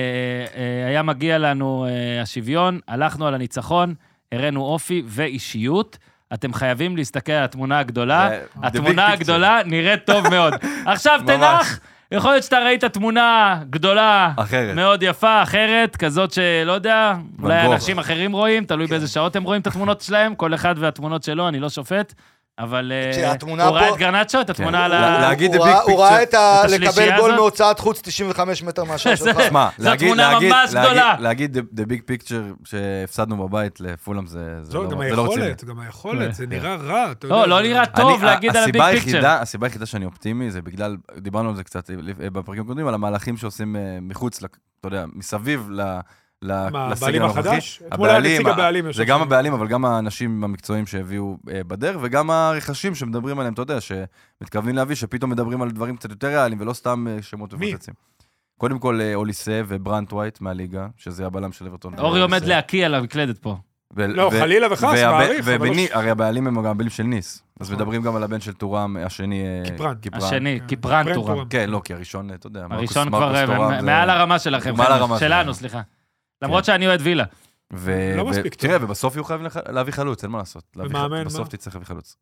אה, היה מגיע לנו אה, השוויון, הלכנו על הניצחון, הראינו אופי ואישיות. אתם חייבים להסתכל על התמונה הגדולה.
זה the big
התמונה
picture.
הגדולה נראית טוב
<laughs>
מאוד. עכשיו
ממש.
תנח, יכול להיות שאתה ראית תמונה גדולה,
אחרת.
מאוד יפה, אחרת, כזאת שלא יודע, אולי
גוך.
אנשים אחרים רואים,
כן.
תלוי באיזה שעות הם רואים את התמונות שלהם, כל אחד והתמונות שלו, אני לא שופט, אבל אה,
כשהתמונה
הוא ראה
פה-
את גרנצ'ו, את התמונה על
כן. לה-
ה...
להגיד
הוא
the big
ראה- הוא
picture.
ראה את ה...
אה, את השלישייה
לקבל גול
הזאת?
מהוצאת חוץ 95 מטר
<laughs>
מהשער שלך.
שמע,
זו תמונה ממש
להגיד-
גדולה.
להגיד the- the big picture שהפסדנו בבית לפולאם זה זה
לא, גם
לא זה לא רציני.
היכולת, גם היכולת, זה
כן.
נראה רע. אתה יודע,
לא, לא
זה-
נראה טוב
אני-
להגיד על הביג
הסיבה
פיקצ'ר.
היחידה- הסיבה היחידה שאני אופטימי זה בגלל, דיברנו על זה קצת אה, בפרקים הקודמים, על המהלכים שעושים אה, מחוץ, לק- אתה יודע, מסביב ל... ל-
מה,
לסגל
הבעלים
הנוכחי.
החדש? אתמול היה נציג
ה-
הבעלים יושב
זה גם
שם.
הבעלים, אבל גם האנשים המקצועיים שהביאו אה, בדרך, וגם הרכשים שמדברים עליהם, אתה יודע, שמתכוונים להביא, שפתאום מדברים על דברים קצת יותר ריאליים, ולא סתם אה, שמות
מי?
מפוצצים. קודם כל אה, אוליסה וברנט ווייט מהליגה, שזה הבלם של אברטון.
אורי עומד
אוליסה.
להקיא על המקלדת פה.
ו-
לא,
ו-
חלילה וחס,
והבן-
מעריך, אבל
ובני-
לא-
הרי הבעלים הם גם הבעלים של ניס. אז מדברים גם על הבן של טורם, השני... אה,
קיפרן.
השני,
כן.
קיפרן
ברנט
טורם.
טורם.
כן, לא, כי הראשון, אתה יודע, מרקוס-
הראשון
מרקוס
כבר אה,
טורם
מ-
זה-
מעל הרמה שלכם,
הוא מעל
חבר'ה,
הרמה כן.
שלנו,
שלנו.
סליחה. למרות שאני אוהד וילה.
אוקיי.
ו-
לא
ו-
מספיק טוב.
תראה, ובסוף יהיו חייבים לח- להביא חלוץ, אין מה לעשות. להביא
ומאמן,
חלוץ, בסוף
מה?
תצטרך להביא חלוץ.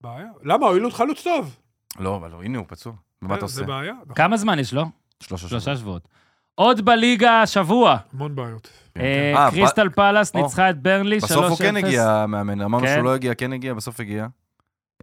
בעיה. למה, הועילות חלוץ טוב.
לא, אבל לא, הנה הוא פצוע. ומה אתה עושה?
אה, זה בעיה.
כמה זמן יש לו?
שלושה
שלושה שבועות. עוד בליגה השבוע,
המון בעיות.
כן.
אה,
אה,
קריסטל פלאס
או.
ניצחה את ברנלי 3-0.
בסוף הוא כן הגיע, המאמן. אמרנו
כן.
שהוא לא הגיע, כן הגיע, בסוף הגיע.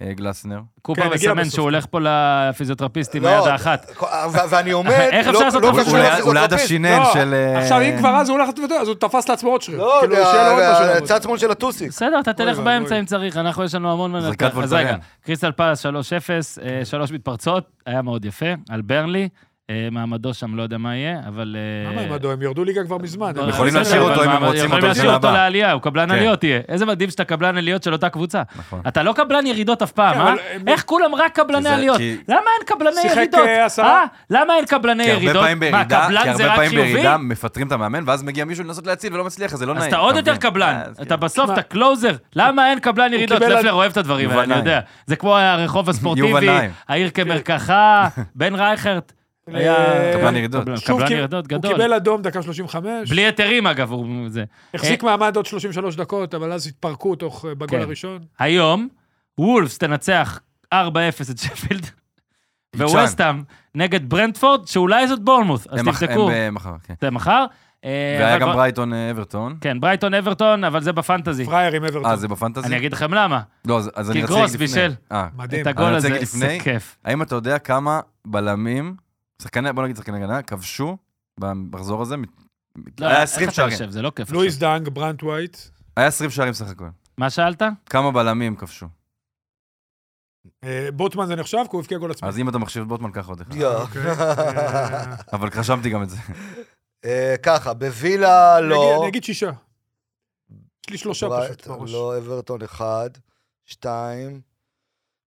אה, גלסנר.
קופר
כן, הגיע
מסמן
בסוף.
שהוא הולך פה לפיזיותרפיסט עם
לא,
היד האחת.
ו- ו- ואני עומד,
איך
לא-
אפשר לעשות
לא
תחרות?
הוא-
קשור
הוא ליד-
לפיזיותרפיסט.
הוא ליד השינן
לא,
של... אה,
עכשיו, אם כבר אז הוא הולך, לתת- אז הוא תפס לעצמו עוד שריר.
לא,
כאילו, שיהיה לו עוד משהו
יודע,
לעבוד.
צד שמאל של הטוסיק.
בסדר, אתה תלך
ואבוי.
באמצע אם צריך, אנחנו, יש לנו המון מה
זריקת
לנתח. אז
וולטריאן.
רגע, קריסטל פלאס 3-0, אה, שלוש מתפרצות, היה מאוד יפה, על ברנלי. אה, מעמדו שם לא יודע מה יהיה, אבל... אה,
למה הם עדו? הם ירדו ליגה כבר מזמן. אה,
אבל
הם-
יכולים
בסדר,
להשאיר
אבל
אותו אם הם
מעמד-
רוצים
יכולים
אותו
להשאיר
בשנה
אותו
הבאה.
לעלייה, הוא קבלן
כן.
עליות תהיה. איזה מדהים שאתה קבלן עליות של אותה קבוצה.
נכון.
אתה לא קבלן ירידות אף פעם,
כן,
אה?
אבל הם-
איך כולם רק קבלני
כי זה-
עליות?
כי-
למה אין קבלני
שיחק,
ירידות?
אה, עשרה?
אה, למה אין קבלני
כי הרבה
ירידות?
פעמים
מה,
בירידה, כי
קבלן זה
הרבה
רק
פעמים
חיובי?
בירידה מפטרים את המאמן, ואז מגיע מישהו לנסות להציל ולא מצליח, אז זה לא
אז
נעים.
אתה עוד יותר
מבין?
קבלן,
אז
אתה
כאילו,
בסוף,
תשמע,
אתה קלוזר. למה אין קבלן ירידות?
קיבל
לפלר
על-
אוהב את הדברים האלה,
יובל
אני יודע.
נעים.
זה כמו הרחוב הספורטיבי,
נעים.
העיר
<laughs>
כמרקחה, בן רייכרט. היה
אה,
קבלן ירידות.
קבלן-
שוב,
קבלן
כי-
ירידות
הוא
גדול.
קיבל אדום דקה 35.
בלי היתרים, אגב, הוא זה.
החזיק מעמד עוד 33 דקות, אבל אז התפרקו תוך, אה, בגול
כן.
הראשון.
היום, וולפס תנצח 4-0 את
<laughs>
שפילד, וווסטאם נגד ברנדפורד, שאולי זאת בורנמוס, אז
הם מח-
תבדקו.
הם אה, מחר, כן.
זה מחר. אה,
והיה
אבל
גם
ב-
ברייטון אה, אברטון.
כן, ברייטון אברטון, אבל זה בפנטזי.
פראייר עם אברטון.
אה, זה בפנטזי?
אני אגיד לכם למה.
לא, אז- אז
כי
אני רציתי
גרוס
להגיד
בישל.
לפני. אה,
מדהים.
את הגול
אני רוצה
הזה,
להגיד
זה
לפני,
כיף.
האם אתה יודע כמה בלמים, שחקני, בוא נגיד שחקני הגנה, כבשו במחזור הזה? מ-
לא,
היה
איך
20
אתה
שערים.
יושב? זה לא כיף.
לואיס דאנג, ברנט ווייט.
היה 20 שערים סך הכל.
מה שאלת?
כמה בלמים כבשו?
אה, בוטמן זה נחשב, כי הוא הבקיע גול עצמי.
אז אם אתה מחשיב את בוטמן, קח עוד אחד.
יא.
אוקיי. אה,
אבל רשמתי גם את זה.
<laughs> אה, ככה, בווילה
אני אגיד-
לא.
אני אגיד שישה. יש לי שלושה פשוט
ברייטון
בראש.
לא, אברטון אחד, שתיים.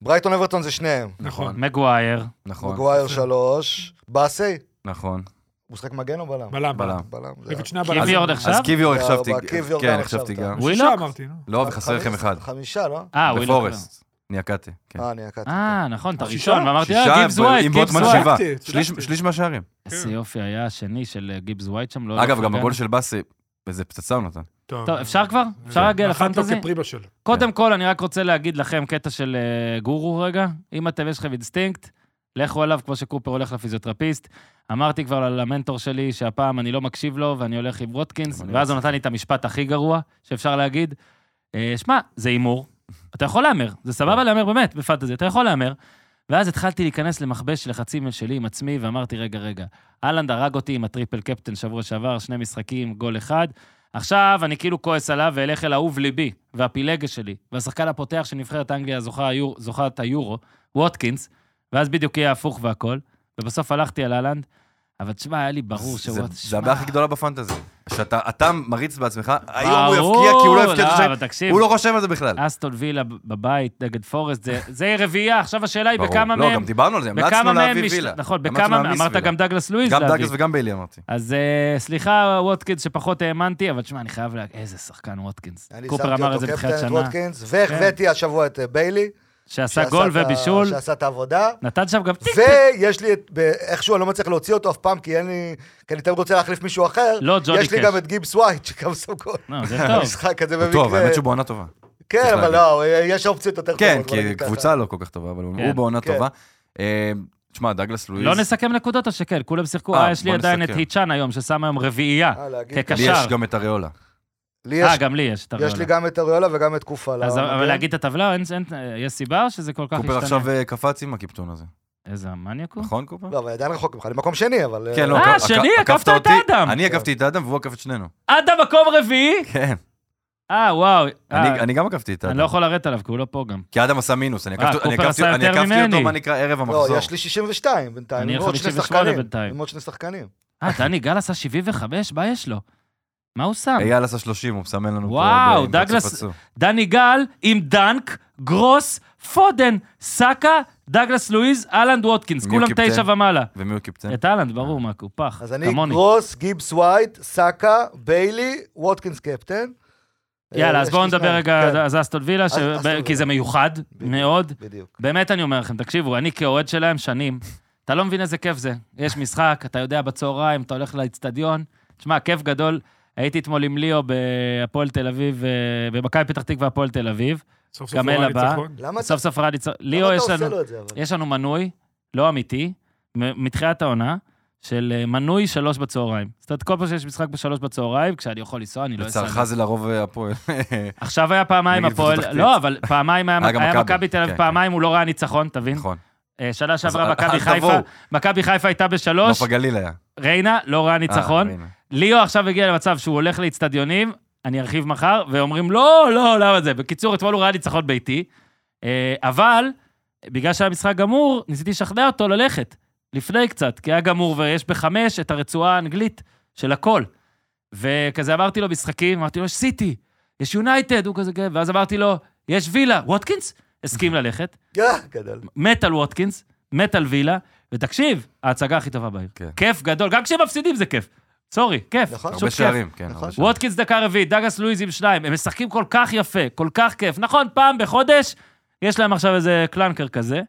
ברייטון אברטון זה שניהם.
נכון.
מגווייר.
נכון,
מגווייר שלוש. באסי?
נכון.
הוא משחק מגן או בלם?
בלם, בלם.
בלם.
בלם. זה
הביא את שני הבלמים.
קיביורד
אז
עכשיו?
קיוויור
תודה
החשבתי,
רבה, קיוויור
כן,
גם
החשבתי
עכשיו,
גם.
אה, שישה
ווילוק?
אמרתי, נו.
לא, וחסר לכם
חמיש-
אחד.
חמישה, לא?
אה, הוא לא
ופורסט. ניאקטה, כן.
אה, אני עקדתי.
אה, נכון, אתה
שישה?
ראשון, ואמרתי,
שישה,
אה, גיבס
אבל
ווייט,
עם
גיבס
בוטמן
ווייט.
שבעה.
צדקתי,
שליש-
צדקתי.
שליש מהשערים.
איזה יופי היה השני של אה, גיבס ווייט שם, לא...
אגב,
לא
גם
פרגן.
הגול של באסי, איזה פצצה הוא נתן.
טוב, אפשר כבר? אפשר להגיע
נחת לו
לפנטזי?
כפרי בשל.
קודם כל, אני רק רוצה להגיד לכם קטע של אה, גורו רגע. אם אתם, יש לכם אינסטינקט, לכו אליו כמו שקופר הולך לפיזיותרפיסט. אמרתי כבר למנטור שלי שהפעם אני לא מקשיב לו ואני הולך עם ווטקינס,
גם אני
ואז
לא
הוא נתן לי את המשפט הכי גרוע שאפשר להגיד. אה, שמע, זה הימור, אתה יכול להמר, זה סבבה להמר באמת, בפנטזי, אתה יכול להמר. ואז התחלתי להיכנס למכבש לחצים שלי עם עצמי, ואמרתי, רגע, רגע, אהלנד הרג אותי עם הטריפל קפטן שבוע שעבר, שני משחקים, גול אחד. עכשיו אני כאילו כועס עליו ואלך אל אהוב ליבי, והפילגש שלי, והשחקן הפותח של נבחרת אנגליה זוכה היור- זוכת היורו, ווטקינס, ואז בדיוק יהיה הפוך והכל, ובסוף הלכתי על אהלנד, אבל תשמע, היה לי ברור
זה-
שוואט...
זה הבעיה הכי גדולה בפנטזי. שאתה אתה מריץ בעצמך, היום הוא
ברור,
יפקיע כי הוא לא יפקיע את
לא,
השערים.
אבל תקשיב. אה,
הוא לא חושב על זה בכלל.
אסטון וילה בבית נגד פורסט, זה- זה רביעייה, עכשיו השאלה היא
ברור.
בכמה
לא,
מהם...
גם דיברנו על זה,
בכמה
המלצנו
מהם...
להביא
מש-
וילה.
נכון,
המלצנו
בכמה...
להעמיס
אמרת
וילה.
גם דגלס לואיז
גם
להביא.
דאגס וגם ביילי אמרתי.
אז אה, סליחה, ווטקינס, שפחות האמנתי, אבל תשמע, אני חייב לה... איזה שחקן ווטקינס.
אני
קופר
שמתי
אמר
אותו
את זה בתחילת
קפטן, את
שנה,
ווטקינס, והחבאתי השבוע את אה, ביילי.
שעשה
שעשה
גול
את ה-
ובישול,
שעשה את העבודה.
נתן שם גם טיק טיק.
ויש לי את, ב- איכשהו אני לא מצליח להוציא אותו אף פעם, כי אין לי, כי אני תמיד רוצה להחליף מישהו אחר.
לא, ג'וני
יש לי
קאש.
גם את גיבס ווייט, שגם שם גול.
לא, זה
<laughs>
טוב.
המשחק הזה
הוא טוב,
במקרה.
האמת שהוא בעונה טובה.
כן,
צריך
אבל
להגיד.
לא, יש אופציות יותר טובות.
כן,
בוא
כי
נגיד ככה.
קבוצה לא כל כך טובה, אבל
כן.
הוא בעונה
כן.
טובה. אה, תשמע, דאגלס לואיז,
לא נסכם נקודות או שכן? כולם שיחקו,
אה,
אה, יש לי
בוא
עדיין את
נסכם.
היצ'אן היום, ששם היום רביעייה.
אה, להגיד.
כקשר.
לי יש גם את אריולה.
לי
כן, אה,
יש-
גם לי יש, אתה
יש לי גם את אריולה וגם את קופה. לא-
אז
למגן.
אבל להגיד את הטבלה, אין- אין- אה, יש סיבה או שזה כל כך
קופר
השתנה?
עכשיו אה, קפץ עם הקיפטון הזה,
איזה מניאק הוא?
נכון קופר?
לא, אבל עדיין רחוק ממך, אני מקום שני, אבל...
כן, לא,
אה,
עק-
שני,
עק-
עקפת את
אותי,
האדם.
אני עקפתי את האדם והוא עקף את שנינו.
עד המקום רביעי?
כן,
אה, וואו. אה,
אני אני גם עקפתי את
אני לא
האדם.
יכול לרדת עליו, כי הוא לא פה גם.
כי אדם עשה מינוס, אני
אה,
עקפתי אני
קופר
עקפתי-
עשה
אני
יותר
עקפתי אותו,
ממני.
מה נקרא, ערב
לא,
המחזור.
יש לי 62 בינתיים,
אני
עם עוד שני
58
שחקנים.
בינתיים.
עם עוד שני שחקנים.
אה, דני גל עשה 75? מה יש לו? מה הוא שם?
אייל עשה 30, הוא מסמן לנו פה.
וואו,
ב- עם
דאגלס-
פצוף עצוב.
דני גל עם דנק, גרוס, פודן, סאקה, דגלס לואיז, אהלנד ווטקינס,
מי
כולם
הקפטן?
תשע ומעלה.
ומי הוא קיפטן?
את אהלנד, ברור, מה, הוא פח,
אז אני
כמוני.
גרוס, גיבס ווייט, סאקה, ביילי, ווטקינס קפטן.
יאללה,
אה,
אז
יש
בואו
לי
נדבר
שניים. כן,
רגע אז אסטון וילה, ש-
אס- אסטון
ב-
וילה.
כי זה מיוחד
בדיוק.
מאוד.
בדיוק.
באמת אני אומר לכם, תקשיבו, אני כאוהד שלהם שנים, אתה לא מבין איזה כיף זה. יש משחק, אתה יודע בצהריים, אתה הולך לאצטדיון, תשמע, כיף גדול. הייתי אתמול עם ליאו בהפועל תל אביב, אה, במכבי פתח תקווה הפועל תל אביב.
סוף סוף
גם
הוא ראה
אלה בא.
ניצחון.
למה אתה
סוף סוף רדי צור... ליאו,
למה אתה
יש
עושה
לנו...
לו את זה? אבל?
יש לנו מנוי, לא אמיתי, מ- מתחילת העונה, של אה, מנוי שלוש בצהריים. זאת אומרת, כל פעם שיש משחק בשלוש בצהריים, כשאני יכול לנסוע, אני לא אסע.
לצערך זה לרוב אה, הפועל.
<laughs> עכשיו היה פעמיים
נגיד קבוצה
הפועל...
תחתית.
לא, אבל פעמיים היה
אה, גם
היה
מכבי.
מכבי תל אביב,
כן,
פעמיים הוא לא ראה ניצחון, תבין?
נכון.
אה, שנה
אז
שעברה
אל-
מכבי
אל
חיפה,
תבואו.
מכבי חיפה הייתה בשלוש,
נוף הגליל היה. אה,
ריינה לא ראה ניצחון.
הנה.
ליאו עכשיו הגיע למצב שהוא הולך לאיצטדיונים, אני ארחיב מחר, ואומרים, לא, לא, למה זה? בקיצור, אתמול הוא ראה ניצחון ביתי, אה, אבל בגלל שהיה משחק גמור, ניסיתי לשכנע אותו ללכת לפני קצת, כי היה גמור ויש בחמש את הרצועה האנגלית של הכל. וכזה אמרתי לו משחקים, אמרתי לו, יש סיטי, יש יונייטד, הוא כזה, כן, ואז אמרתי לו, יש וילה, ווטקינס? הסכים ללכת,
אה, גדול.
מת על ווטקינס, מת על וילה, ותקשיב, ההצגה הכי טובה בעיר.
כן.
כיף גדול, גם כשמפסידים זה כיף. סורי, כיף.
נכון.
פשוט
הרבה
כיף.
שערים, כן.
נכון.
הרבה שערים.
ווטקינס דקה רביעית, דאגס לואיז עם שניים, הם משחקים כל כך יפה, כל כך כיף. נכון, פעם בחודש, יש להם עכשיו איזה קלנקר כזה,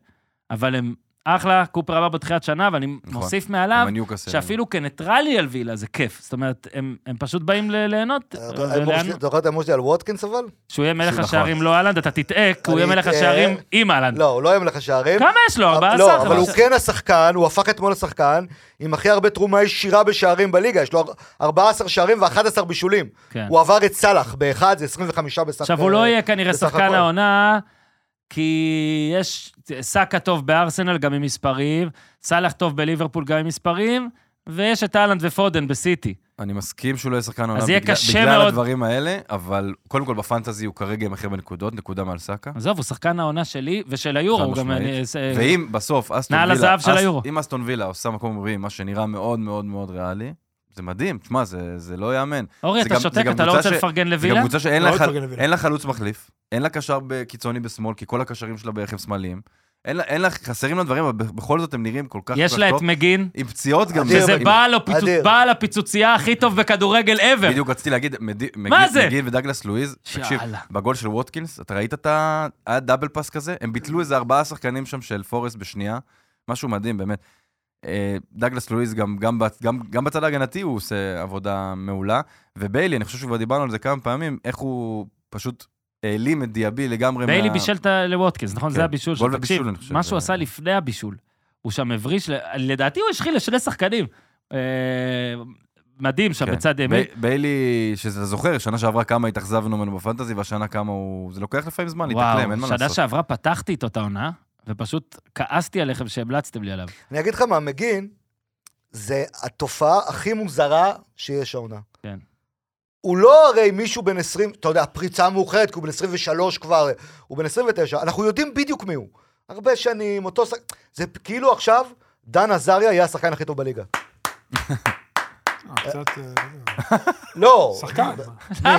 אבל הם אחלה, קופר אמר בתחילת שנה, ואני מוסיף מעליו,
נכון. גם הניוקאסל.
שאפילו כניטרלי על וילה זה כיף. זאת אומרת, הם הם פשוט באים ל- ליהנות.
ההימור שלי-
וליהנות.
אה, אתה זוכר את ההימור שלי על ווטקינס אבל?
שהוא יהיה מלך
נכון.
השערים לא אהלנד, אתה תטעה, כי הוא
אני
יהיה מלך
אטעה.
השערים עם אהלנד.
לא, הוא לא יום לך שערים.
כמה יש לו? 14?
לא, אבל הוא
15?
כן השחקן, הוא הפך אתמול לשחקן עם הכי הרבה תרומה ישירה בשערים בליגה, יש לו אר- 14 שערים ו-11 בישולים.
כן.
הוא עבר את סאלח באחד, זה 25 בסך
עכשיו, הוא
אה,
לא יהיה כנראה
בסך
שחקן
הכל.
העונה, כי יש סאקה טוב בארסנל גם עם מספרים, סאלח טוב בליברפול גם עם מספרים, ויש את אהלנד ופודן בסיטי.
אני מסכים שהוא לא יהיה שחקן העונה
אז יהיה
בגלל-
קשה
בגלל
מאוד.
הדברים האלה, אבל קודם כל בפנטזי הוא כרגע עם הכי הרבה נקודות, נקודה מעל סאקה.
עזוב, הוא שחקן העונה שלי ושל היורו, הוא גם... אה,
משמעית.
אני- זה-
ואם בסוף אסטון
נעל
וילה...
כן, הזהב של
אס-
היורו.
אם אסטון וילה עושה מקום רביעי, מה שנראה מאוד מאוד מאוד ריאלי, זה מדהים, תשמע, זה זה לא ייאמן.
אורי,
זה
אתה
גם-
שותק,
זה גם
אתה לא
קבוצה
רוצה
ש-
לפרגן
זה גם
לווילה?
קבוצה שאין
לא
לה חל-
לפרגן לווילה.
אין לה חלוץ מחליף, אין לה קשר ב- קיצוני בשמאל, כי כל הקשרים שלה בערך הם שמאליים. אין לה- אין לך, חסרים לה דברים, אבל בכל זאת הם נראים כל כך...
יש
כל
לה
כך
את
טוב.
מגין,
עם פציעות גם.
אדיר.
זה-
שזה
עם-
בעל הפיצוצ-
אדיר.
בעל הפיצוצייה הכי טוב בכדורגל ever.
בדיוק רציתי להגיד, מדי-
מה
מגיל-
זה?
מגיל ודגלס לואיז, תקשיב,
שאלה.
בגול של ווטקינס, אתה ראית את ה... היה דאבל פאס כזה? הם ביטלו איזה ארבעה שחקנים שם של פורסט בשנייה, משהו מדהים, באמת. אה, דגלס לואיז גם, גם, בצ- גם, גם בצד ההגנתי הוא עושה עבודה מעולה, וביילי, אני חושב שכבר דיברנו על זה כמה פעמים, איך הוא פשוט העלים את דיאבי לגמרי
ביילי
מה-
בישל את ה- לווטקינס, נכון?
כן.
זה הבישול
גול
שלו. תקשיב,
ובישול, אני חושב, אה.
מה שהוא
זה-
עשה לפני הבישול, הוא שם הבריש, ל- לדעתי הוא השחיל לשני שחקנים. אה, מדהים שם
כן.
בצד ימין.
ב- ביילי, שאתה זוכר, שנה שעברה כמה התאכזבנו ממנו בפנטזי, והשנה כמה הוא... זה לוקח לפעמים זמן להתאקלם, אין מה
שנה
לעשות.
שעברה פתחתי איתו את העונה, ופשוט כעסתי עליכם שהמלצתם לי עליו.
אני אגיד לך מה, מגין, זה התופעה הכי מוזרה שיש העונה.
כן.
הוא לא הרי מישהו בן 20, אתה יודע, פריצה מאוחרת, כי הוא בן 23 כבר, הוא בן 29, אנחנו יודעים בדיוק מי הוא. הרבה שנים, אותו שחק... זה כאילו עכשיו, דן עזריה יהיה השחקן הכי טוב בליגה.
אה, קצת... אה,
לא.
שחקן.
מי?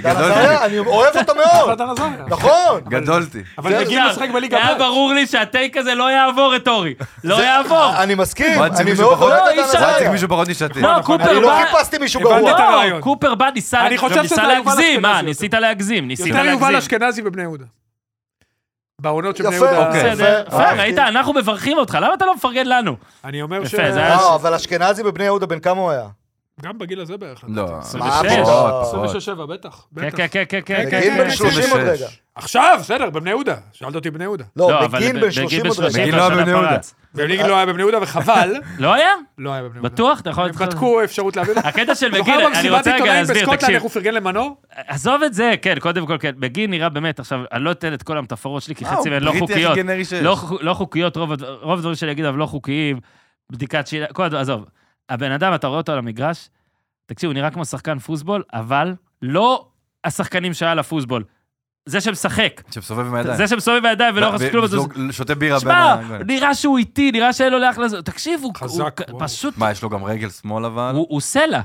<laughs>
דן
גדולתי,
עזריה, אני אוהב אותו
<laughs>
מאוד,
החלטה לזריה.
אה, נכון.
גדולתי.
לא, אבל מגיעים
עכשיו,
לשחק בליגה
היה
ב'.
ברור לי שהטייק הזה לא יעבור את אורי. לא יעבור.
אה,
אני מסכים,
מה, צריך
אני
מישהו
מאוד
פחות?
אוהב את
לא, אי
דן
אפשר.
רציתי
עזריה.
מישהו פחות משתתף.
לא, קופר
אני לא
בא...
חיפשתי מישהו
הבנתי
גרוע.
את
לא,
הרעיון.
קובר בא ניסה
אני חושב
גם
שזה
ניסה
יובל
להגזים, מה,
אשכנזי
ניסית
יותר.
להגזים, ניסית
יותר יובל
להגזים.
אשכנזי בבני יהודה. בעונות של בני
יפה,
יהודה.
אוקיי.
בסדר,
יפה,
יפה,
אה,
אהבתי.
ראית, אנחנו מברכים אותך, למה אתה לא מפרגן לנו?
אני אומר
יפה,
ש...
זה היה-
וואו, אה, אבל אשכנזי בבני יהודה, בן כמה הוא היה?
גם בגיל הזה בערך.
לא,
מה,
פחות,
פחות.
26-7, בטח.
כן,
בטח.
כן, כן, כן, כן,
בגיל
כן.
בן
כן.
30 עוד רגע.
עכשיו, בסדר, בבני יהודה. שאלת אותי בבני יהודה.
לא,
לא, אבל
בגין בן 30 עוד רגע.
בגיל
בגיל
לא
לא
היה בבני יהודה.
פרץ.
ובליג לא היה בבני יהודה, וחבל,
לא היה?
לא היה בבני יהודה.
בטוח? אתה יכול...
הם בדקו אפשרות
<laughs>
להביא אותו.
הקטע של
זוכר
מגין, אני
במסיבת
רוצה רגע
עיתונאים
להסביר,
בסקוטלנד
תקשיב.
איך הוא פרגן למנור?
עזוב את זה, כן, קודם כל, כן. מגין נראה באמת, עכשיו, אני לא אתן את כל המטאפורות שלי, כי
אה, הוא
חצי מהן לא
בריטי הכי
חוקיות.
גנרי שיש.
לא חוק- לא חוקיות, רוב הד- רוב הדברים שאני אגיד עליו לא חוקיים, בדיקת שינה, כל הדברים, עזוב. הבן אדם, אתה רואה אותו על המגרש, תקשיב, הוא נראה כמו שחקן פוסבול, אבל לא השחקנים שהיה לפוסבול. זה שמשחק,
שמסובב עם הידיים.
זה שמסובב בידיים ולא יכול לעשות כלום, אז הוא-
וזוג- שותה בירה בין
שמע,
הגולים.
נראה שהוא איטי, נראה שאין לו לאח לזה, תקשיב, הוא הוא
חזק,
כ-
וואו.
פשוט,
מה, יש לו גם רגל שמאל אבל?
הוא הוא סלע,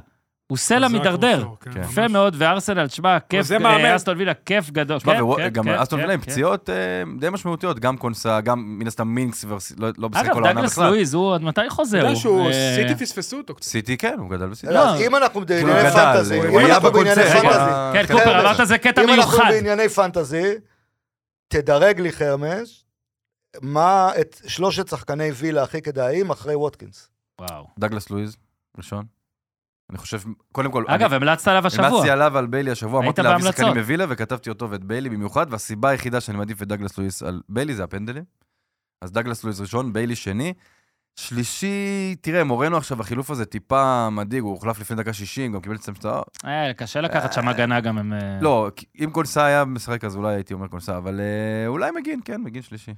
הוא סלע
חזק,
מידרדר.
הוא טוב, כן,
יפה
ממש.
מאוד, וארסנל, שמע, כיף,
זה מאמן.
אה, אסטון וילה, כיף גדול.
שמע,
כן,
ווו-
כן,
גם
כן,
אסטון
כן,
וילה עם
כן.
פציעות אה, די משמעותיות, גם קונסה, גם מן הסתם מינקס, ורס- לא- לא בסדר
אגב,
כל העונה
דגלס
בכלל.
לואיז, הוא עד מתי חוזר?
אתה יודע שהוא,
אה,
סיטי פספסו אותו. קצת.
סיטי כן, הוא גדל בסיטי.
רגע, אז אם אנחנו
כאילו, הוא
לא, בענייני
גדל,
פנטזי,
הוא-
אם
הוא היה
אנחנו בענייני
בקונצרט.
פנטזי,
כן,
רגע,
קופר,
חבר'ה,
אמרת זה קטע
אם אנחנו
מיוחד.
בענייני פנטזי, תדרג לי חרמש, מה את שלושת שחקני וילה הכי כדאיים אחרי ווטקינס.
וואו.
דגלס לואיז, ראשון. אני חושב, קודם כל,
אגב, המלצת עליו
אני
השבוע.
המלצתי עליו ועל ביילי השבוע,
היית
אמרתי להביא
בהמלצות.
שחקנים מווילה, וכתבתי אותו ואת ביילי במיוחד, והסיבה היחידה שאני מעדיף את דגלס לואיס על ביילי זה הפנדלים. אז דגלס לואיס ראשון, ביילי שני. שלישי, תראה, מורנו עכשיו, החילוף הזה טיפה מדאיג, הוא הוחלף לפני דקה 60, גם קיבל צמצם...
אה, קשה לקחת שם הגנה גם עם... אה,
לא, כי- אם קונסה היה משחק אז אולי הייתי אומר קונסה, אבל אה, אולי מגין, כן, מגין שלישי.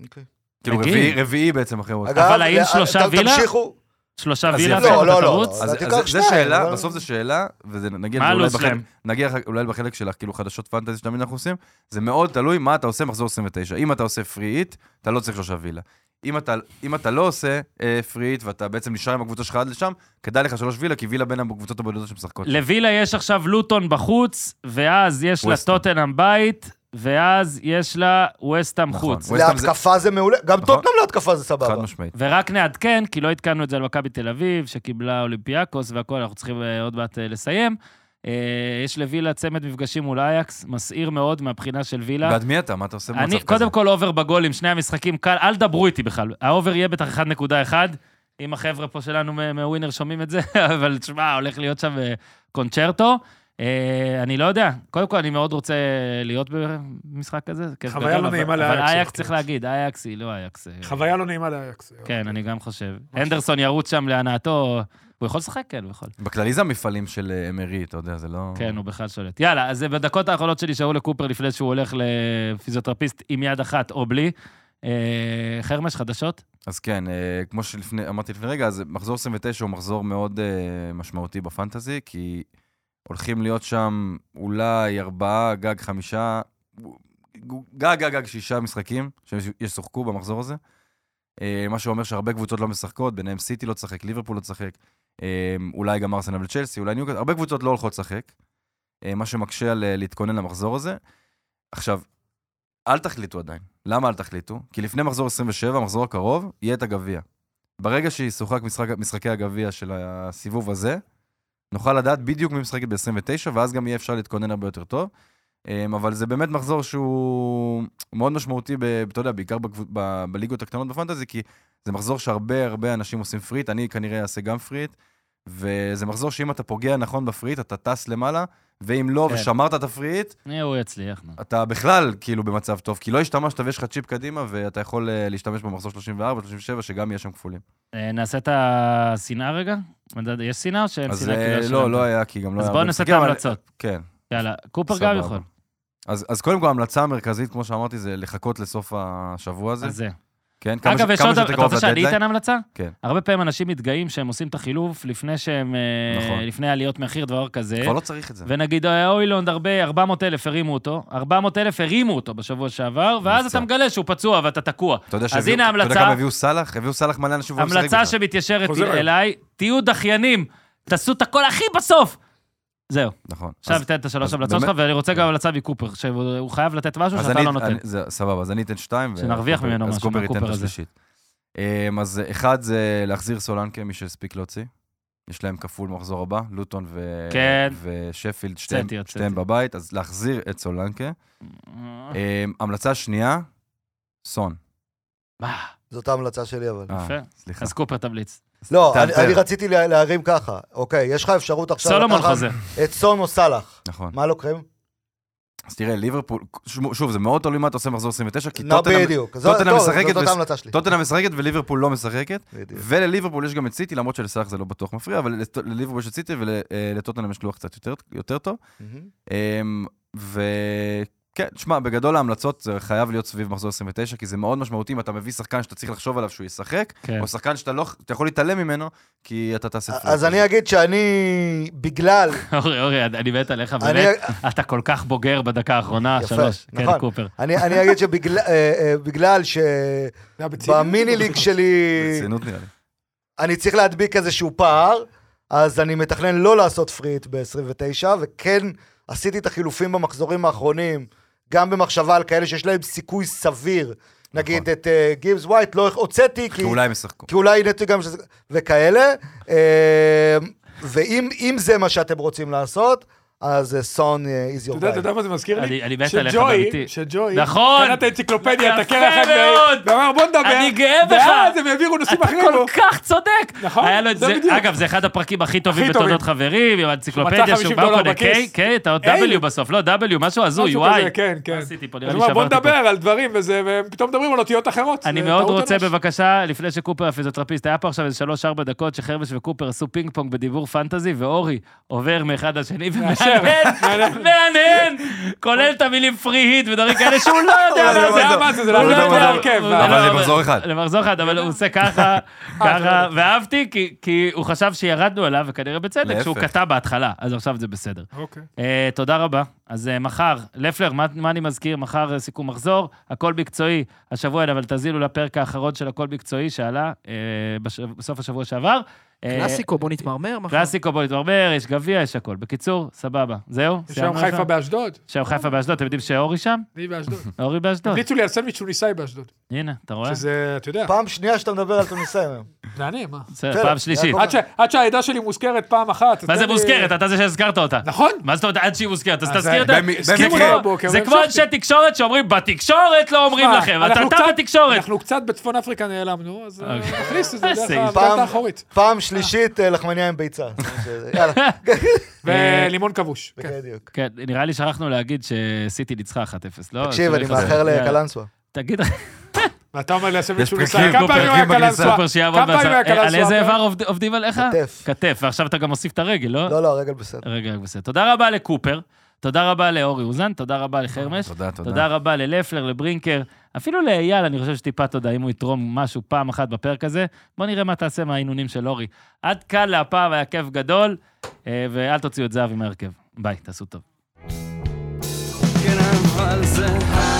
כאילו
מגין?
רביעי- רביעי בעצם אחרי וואטסאפ.
אגב,
האם
אה,
שלושה
ת-
וילה?
תמשיכו.
שלושה
אז
וילה
יפה.
ואתה
לא,
לא, לא.
תרוץ?
אז
אז
תיקח
אז זה
שניים,
שאלה,
אבל-
בסוף זה שאלה, וזה נגיד,
מה
אולי
הלו"ז
בחלק-
שלהם?
נגיע אחר- אולי בחלק של כאילו חדשות פנטזי שתמיד אנחנו עושים, זה מאוד תלוי מה אתה עושה מחזור 29. אם אתה עושה פרי איט, אתה לא צריך שלושה וילה. אם אתה, אם אתה לא עושה אה, פרי איט ואתה בעצם נשאר עם הקבוצה שלך עד לשם, כדאי לך שלוש וילה, כי וילה בין הקבוצות הבודדות שמשחקות.
לווילה יש עכשיו לוטון בחוץ, ואז יש לה
ווסטהאם.
טוטנאם בית, ואז יש לה ווסטהאם
נכון.
חוץ.
ווסטהאם זה-
להתקפה זה מעולה, גם
נכון.
טוטנאם להתקפה זה
חד
סבבה.
משמעית.
ורק נעדכן, כי לא עדכנו את זה על מכבי תל אביב, שקיבלה אולימפיאקוס והכול, אנחנו צריכים אה, עוד מעט אה, לסיים. אה, יש לווילה צמד מפגשים מול אייקס, מסעיר מאוד מהבחינה של וילה.
בעד מי אתה? מה אתה עושה במצב
לא. אני,
כזה?
קודם כל, אובר בגולים, שני המשחקים קל, אל דברו איתי בכלל. האובר יהיה בטח 1.1, אם החבר'ה פה שלנו מ- מווינר שומעים את זה, <laughs> אבל תשמע, הולך להיות שם אה, קונצ'רטו. אה, אני לא יודע, קודם כל, אני מאוד רוצה להיות במשחק כזה. זה כיף
חוויה
גדול,
לא
אבל-
נעימה
אבל
לאייקס,
אייקס
כן.
צריך להגיד, אייקס היא לא אייקס. אה,
חוויה לא נעימה לאייקס.
כן, אני גם חושב. הנדרסון ירוץ שם להנאתו. הוא יכול לשחק? כן, הוא יכול.
בכללי זה המפעלים של אה, אמרי, אתה יודע, זה לא...
כן, הוא בכלל שולט. יאללה, אז זה בדקות האחרונות שנשארו לקופר לפני שהוא הולך לפיזיותרפיסט עם יד אחת או בלי. אה, חרמש, חדשות?
אז כן, אה, כמו שאמרתי לפני רגע, אז מחזור 29 הוא מחזור מאוד אה, משמעותי בפנטזי, כי הולכים להיות שם אולי ארבעה, גג חמישה, גג, גג, גג שישה משחקים שישוחקו במחזור הזה. אה, מה שאומר שהרבה קבוצות לא משחקות, ביניהם סיטי לא תשחק, ליברפול לא תשחק, אה, אולי גם ארסנל וצ'לסי, אולי ניוקאסט, הרבה קבוצות לא הולכות לשחק, אה, מה שמקשה על אה, להתכונן למחזור הזה. עכשיו, אל תחליטו עדיין. למה אל תחליטו? כי לפני מחזור 27, המחזור הקרוב, יהיה את הגביע. ברגע שישוחק משחק, משחקי הגביע של הסיבוב הזה, נוכל לדעת בדיוק מי משחקת ב-29, ואז גם יהיה אפשר להתכונן הרבה יותר טוב. אמ, אבל זה באמת מחזור שהוא מאוד משמעותי, ב, אתה יודע, בעיקר בקבו- ב, בליגות הקטנות בפנטזי, כי זה מחזור שהרבה הרבה אנשים עושים פריט, אני כנראה אעשה גם פריט, וזה מחזור שאם אתה פוגע נכון בפריט, אתה טס למעלה, ואם לא,
כן.
ושמרת את הפריט,
אה, הוא יצליח, נו.
אתה בכלל כאילו במצב טוב, כי לא השתמשת ויש לך צ'יפ קדימה, ואתה יכול אה, להשתמש במחזור 34, 37, שגם יהיה שם כפולים.
אה, נעשה את השנאה רגע? מדד- יש שנאה או שאין
אז
שנאה?
אה,
כאילו,
לא,
יש-
לא היה, כי גם לא היה...
אז
הרבה
בואו נעשה את
משחקים, אבל-
ההמלצות.
כן.
יאללה, קופר
סבבה.
גם יכול.
אז אז קודם כל, ההמלצה המרכזית, כמו שאמרתי, זה לחכות לסוף השבוע הזה.
אז זה.
כן, כמה ש-
אגב, יש
כמה
עוד...
שיותר
אתה
קרוב
רוצה שאני
לדדליין.
אתן המלצה?
כן.
הרבה פעמים אנשים מתגאים שהם עושים את החילוף לפני שהם... אה,
נכון.
לפני עליות מחיר, דבר כזה.
כבר לא צריך את זה.
ונגיד, אה, אוילונד, הרבה, 400 אלף הרימו אותו, 400 אלף הרימו אותו בשבוע שעבר, ואז
נפצע.
אתה מגלה שהוא פצוע ואתה תקוע.
אתה יודע
אז הנה
אתה יודע כמה
ההמלצה,
הביאו סאלח? הביאו סאלח מלא אנשים והוא לא משחק
המלצה
בכלל.
שמתיישרת
חוזר אליי.
אליי, תהיו דחיינים, תעשו את הכל הכי בסוף. זהו,
נכון.
עכשיו
אז-
תתן את השלוש
אז
המלצות שלך,
באמת-
ואני רוצה גם המלצה מקופר, שהוא הוא חייב לתת משהו
אז
שאתה
אני-
לא נותן.
אני- זה- סבבה, אז אני אתן שתיים. ו-
שנרוויח
קופר-
ממנו משהו
אז קופר ייתן
מהקופר
את
הזה.
השלישית. אמ, אז אחד זה להחזיר סולנקה, מי שהספיק להוציא. יש להם כפול מחזור הבא, לוטון ו...
כן.
ושפילד, שתיהם,
הוצאתי.
שתיהם בבית, אז להחזיר את סולנקה. אמ, המלצה שנייה, סון.
אה,
זאת ההמלצה שלי, אבל.
אה,
יפה.
סליחה.
אז קופר תמליץ.
לא,
טל,
אני-
טל.
אני רציתי לה- להרים ככה. אוקיי, יש לך אפשרות עכשיו
סולומון
לקחת
חוזר.
את סון או סאלח.
נכון.
מה לוקחים?
אז תראה, ליברפול, שוב, שוב, זה מאוד תלוי מה אתה עושה במחזור 29, כי
נו,
טוטנהאם-
לא בדיוק. זו-
טוטנהאם
טוב,
משחקת
זאת
וס-
אותה המלצה שלי.
טוטנהאם משחקת וליברפול לא משחקת.
בדיוק.
ולליברפול יש גם את סיטי, למרות שלסאלח זה לא בטוח מפריע, אבל לט- לליברפול יש את סיטי ולטוטנאם יש לוח קצת יותר- יותר טוב.
מהמם.
אמ, וכן, תשמע, בגדול ההמלצות זה חייב להיות סביב מחזור 29, כי זה מאוד משמעותי אם אתה מביא שחקן שאתה צריך לחשוב עליו שהוא ישחק,
כן.
או שחקן שאתה לא, אתה יכול להתעלם ממנו, כי אתה תעשה... פלופ.
אז אני אגיד שאני, בגלל...
אוקיי.
אורי, אורי, אני מת עליך,
אני-
באמת. אתה כל כך בוגר בדקה האחרונה,
יפה,
שלוש. כן,
נכון.
קופר.
אני אני אגיד אה, שבגלל שבמיני
זה היה בציניות? לא?
ליג שלי
ברצינות נראה לי.
אני צריך להדביק איזשהו פער, אז אני מתכנן לא לעשות פריט ב-29, וכן עשיתי את החילופים במחזורים האחרונים, גם במחשבה על כאלה שיש להם סיכוי סביר. נגיד את אה, גיבס ווייט, לא הוצאתי, כי
כי אולי הם ישחקו.
כי אולי נטו גם שזה... וכאלה. אה, ואם אם זה מה שאתם רוצים לעשות, אז אה, סון איז
אתה
יור
יודע, אתה יודע מה זה מזכיר לי?
אני- אני מת עליך,
שג'וי,
אמיתי.
שג'וי,
נכון.
קנה את האנציקלופדיה, את
יפה
הקרח
מאוד.
הזה, ואמר בוא נדבר,
אני גאה בך.
ואז הם העבירו נושאים
אתה
אחרים,
כל
לו.
כך צודק!
נכון,
היה לו את
זה
זה,
בדיוק.
אגב, זה אחד הפרקים הכי טובים
הכי
בתולדות
טובים.
חברים, עם האנציקלופדיה, שהוא
50
בא
דולר
קודם, קיי,
בכיס.
קיי, אתה עוד
איי.
W בסוף, לא W, משהו הזוי,
משהו
וואי.
כזה, כן, כן.
מה עשיתי פה? נראה
אז
לי
הוא אמר, בוא
שברתי
נדבר
פה.
על דברים וזה, ופתאום מדברים על אותיות אחרות.
אני
זה
מאוד
טעות
רוצה
אנוש.
בבקשה, לפני שקופר הפיזיותרפיסט, היה פה עכשיו איזה שלוש-ארבע דקות שחרבש וקופר עשו פינג פונג בדיבור פנטזי, ואורי עובר מאחד לשני
מאשר.
ומהנהן,
<laughs> מהנהן.
מהנהן, כולל את המילים פרי היט ודברים כאלה שהוא לא יודע
הוא לא
מה זה.
יודע מה זה, זה
הוא
לא
לא
יודע
יודע.
מה ההרכב.
הוא
אבל אה, לא
לא יודע.
למחזור אחד.
למחזור אחד, אבל הוא עושה ככה, ככה, ואהבתי, כי- כי הוא חשב שירדנו עליו, וכנראה בצדק,
להפך.
שהוא קטע בהתחלה, אז עכשיו זה בסדר.
אוקיי.
אה, תודה רבה. אז אה, מחר, לפלר, מה, מה אני מזכיר? מחר אה, סיכום מחזור, הכל מקצועי השבוע, אין, אבל תזילו לפרק האחרון של הכל מקצועי שעלה אה, בש... בסוף השבוע שעבר. אה,
קלאסיקו, בוא נתמרמר מחר.
קלאסיקו, בוא נתמרמר, יש גביע, יש הכל. בקיצור, סבבה. זהו?
יש
סיימנו
היום חיפה
לכם?
באשדוד,
יש היום חיפה באשדוד, אתם יודעים שאורי שם?
אני באשדוד.
<laughs> אורי באשדוד.
המליצו לי על סנדוויץ' תוניסאי באשדוד.
הנה, אתה רואה?
שזה, אתה יודע,
פעם שנייה שאתה מדבר על תוניסאים היום.
נענה, מה?
בסדר,
בסדר,
פעם שלישית.
יעקב.
עד ש- עד שהעדה שלי מוזכרת פעם אחת. אז
מה זה
תן לי-
מוזכרת? אתה זה שהזכרת אותה.
נכון.
מה זאת אומרת עד שהיא מוזכרת? אז
אז
תזכיר את
זה-
זה.
במ-
זה
במקרה.
כמו-
בבוקר,
זה כמו
והמשכתי.
אנשי תקשורת שאומרים, בתקשורת לא אומרים
מה,
לכם, אתה
אנחנו
אתה
קצת-
בתקשורת. אוקיי.
אנחנו קצת בצפון אפריקה נעלמנו, אז אה, נכניס את זה דרך
איזה
העבודה
פעם-
האחורית.
פעם שלישית, אה, לחמניה
<laughs>
עם ביצה. יאללה,
ולימון כבוש. כן.
בדיוק.
כן, נראה לי שכחנו להגיד שסיטי ניצחה 1-0, לא?
תקשיב, אני
שלא יחזור.
מאחר
יאללה.
לקלנסווה.
תגיד,
ואתה אומר לי
יש
הסנדוויץ'
פרקים,
תוניסאי. כמה
פה
פעמים היה
פרקים
קלנסווה?
בגרסה.
סופר שיעבוד
כמה פעמים
בהצעה.
היה קלנסווה?
על איזה איבר עובד- עובדים עליך?
כתף.
כתף, ועכשיו אתה גם מוסיף את הרגל, לא?
לא, לא, הרגל בסדר.
רגע, בסדר. תודה רבה לקופר, תודה רבה לאורי אוזן, תודה רבה לחרמש,
תודה, תודה.
תודה רבה ללפלר, לברינקר, אפילו לאייל, אני חושב שטיפה תודה, אם הוא יתרום משהו פעם אחת בפרק הזה. בוא נראה מה תעשה מההינונים של אורי. עד כאן להפעם, היה כיף גדול, אה, ואל תוציאו את זהבי מהרכב. ביי, תעשו טוב.
כן, אבל זה...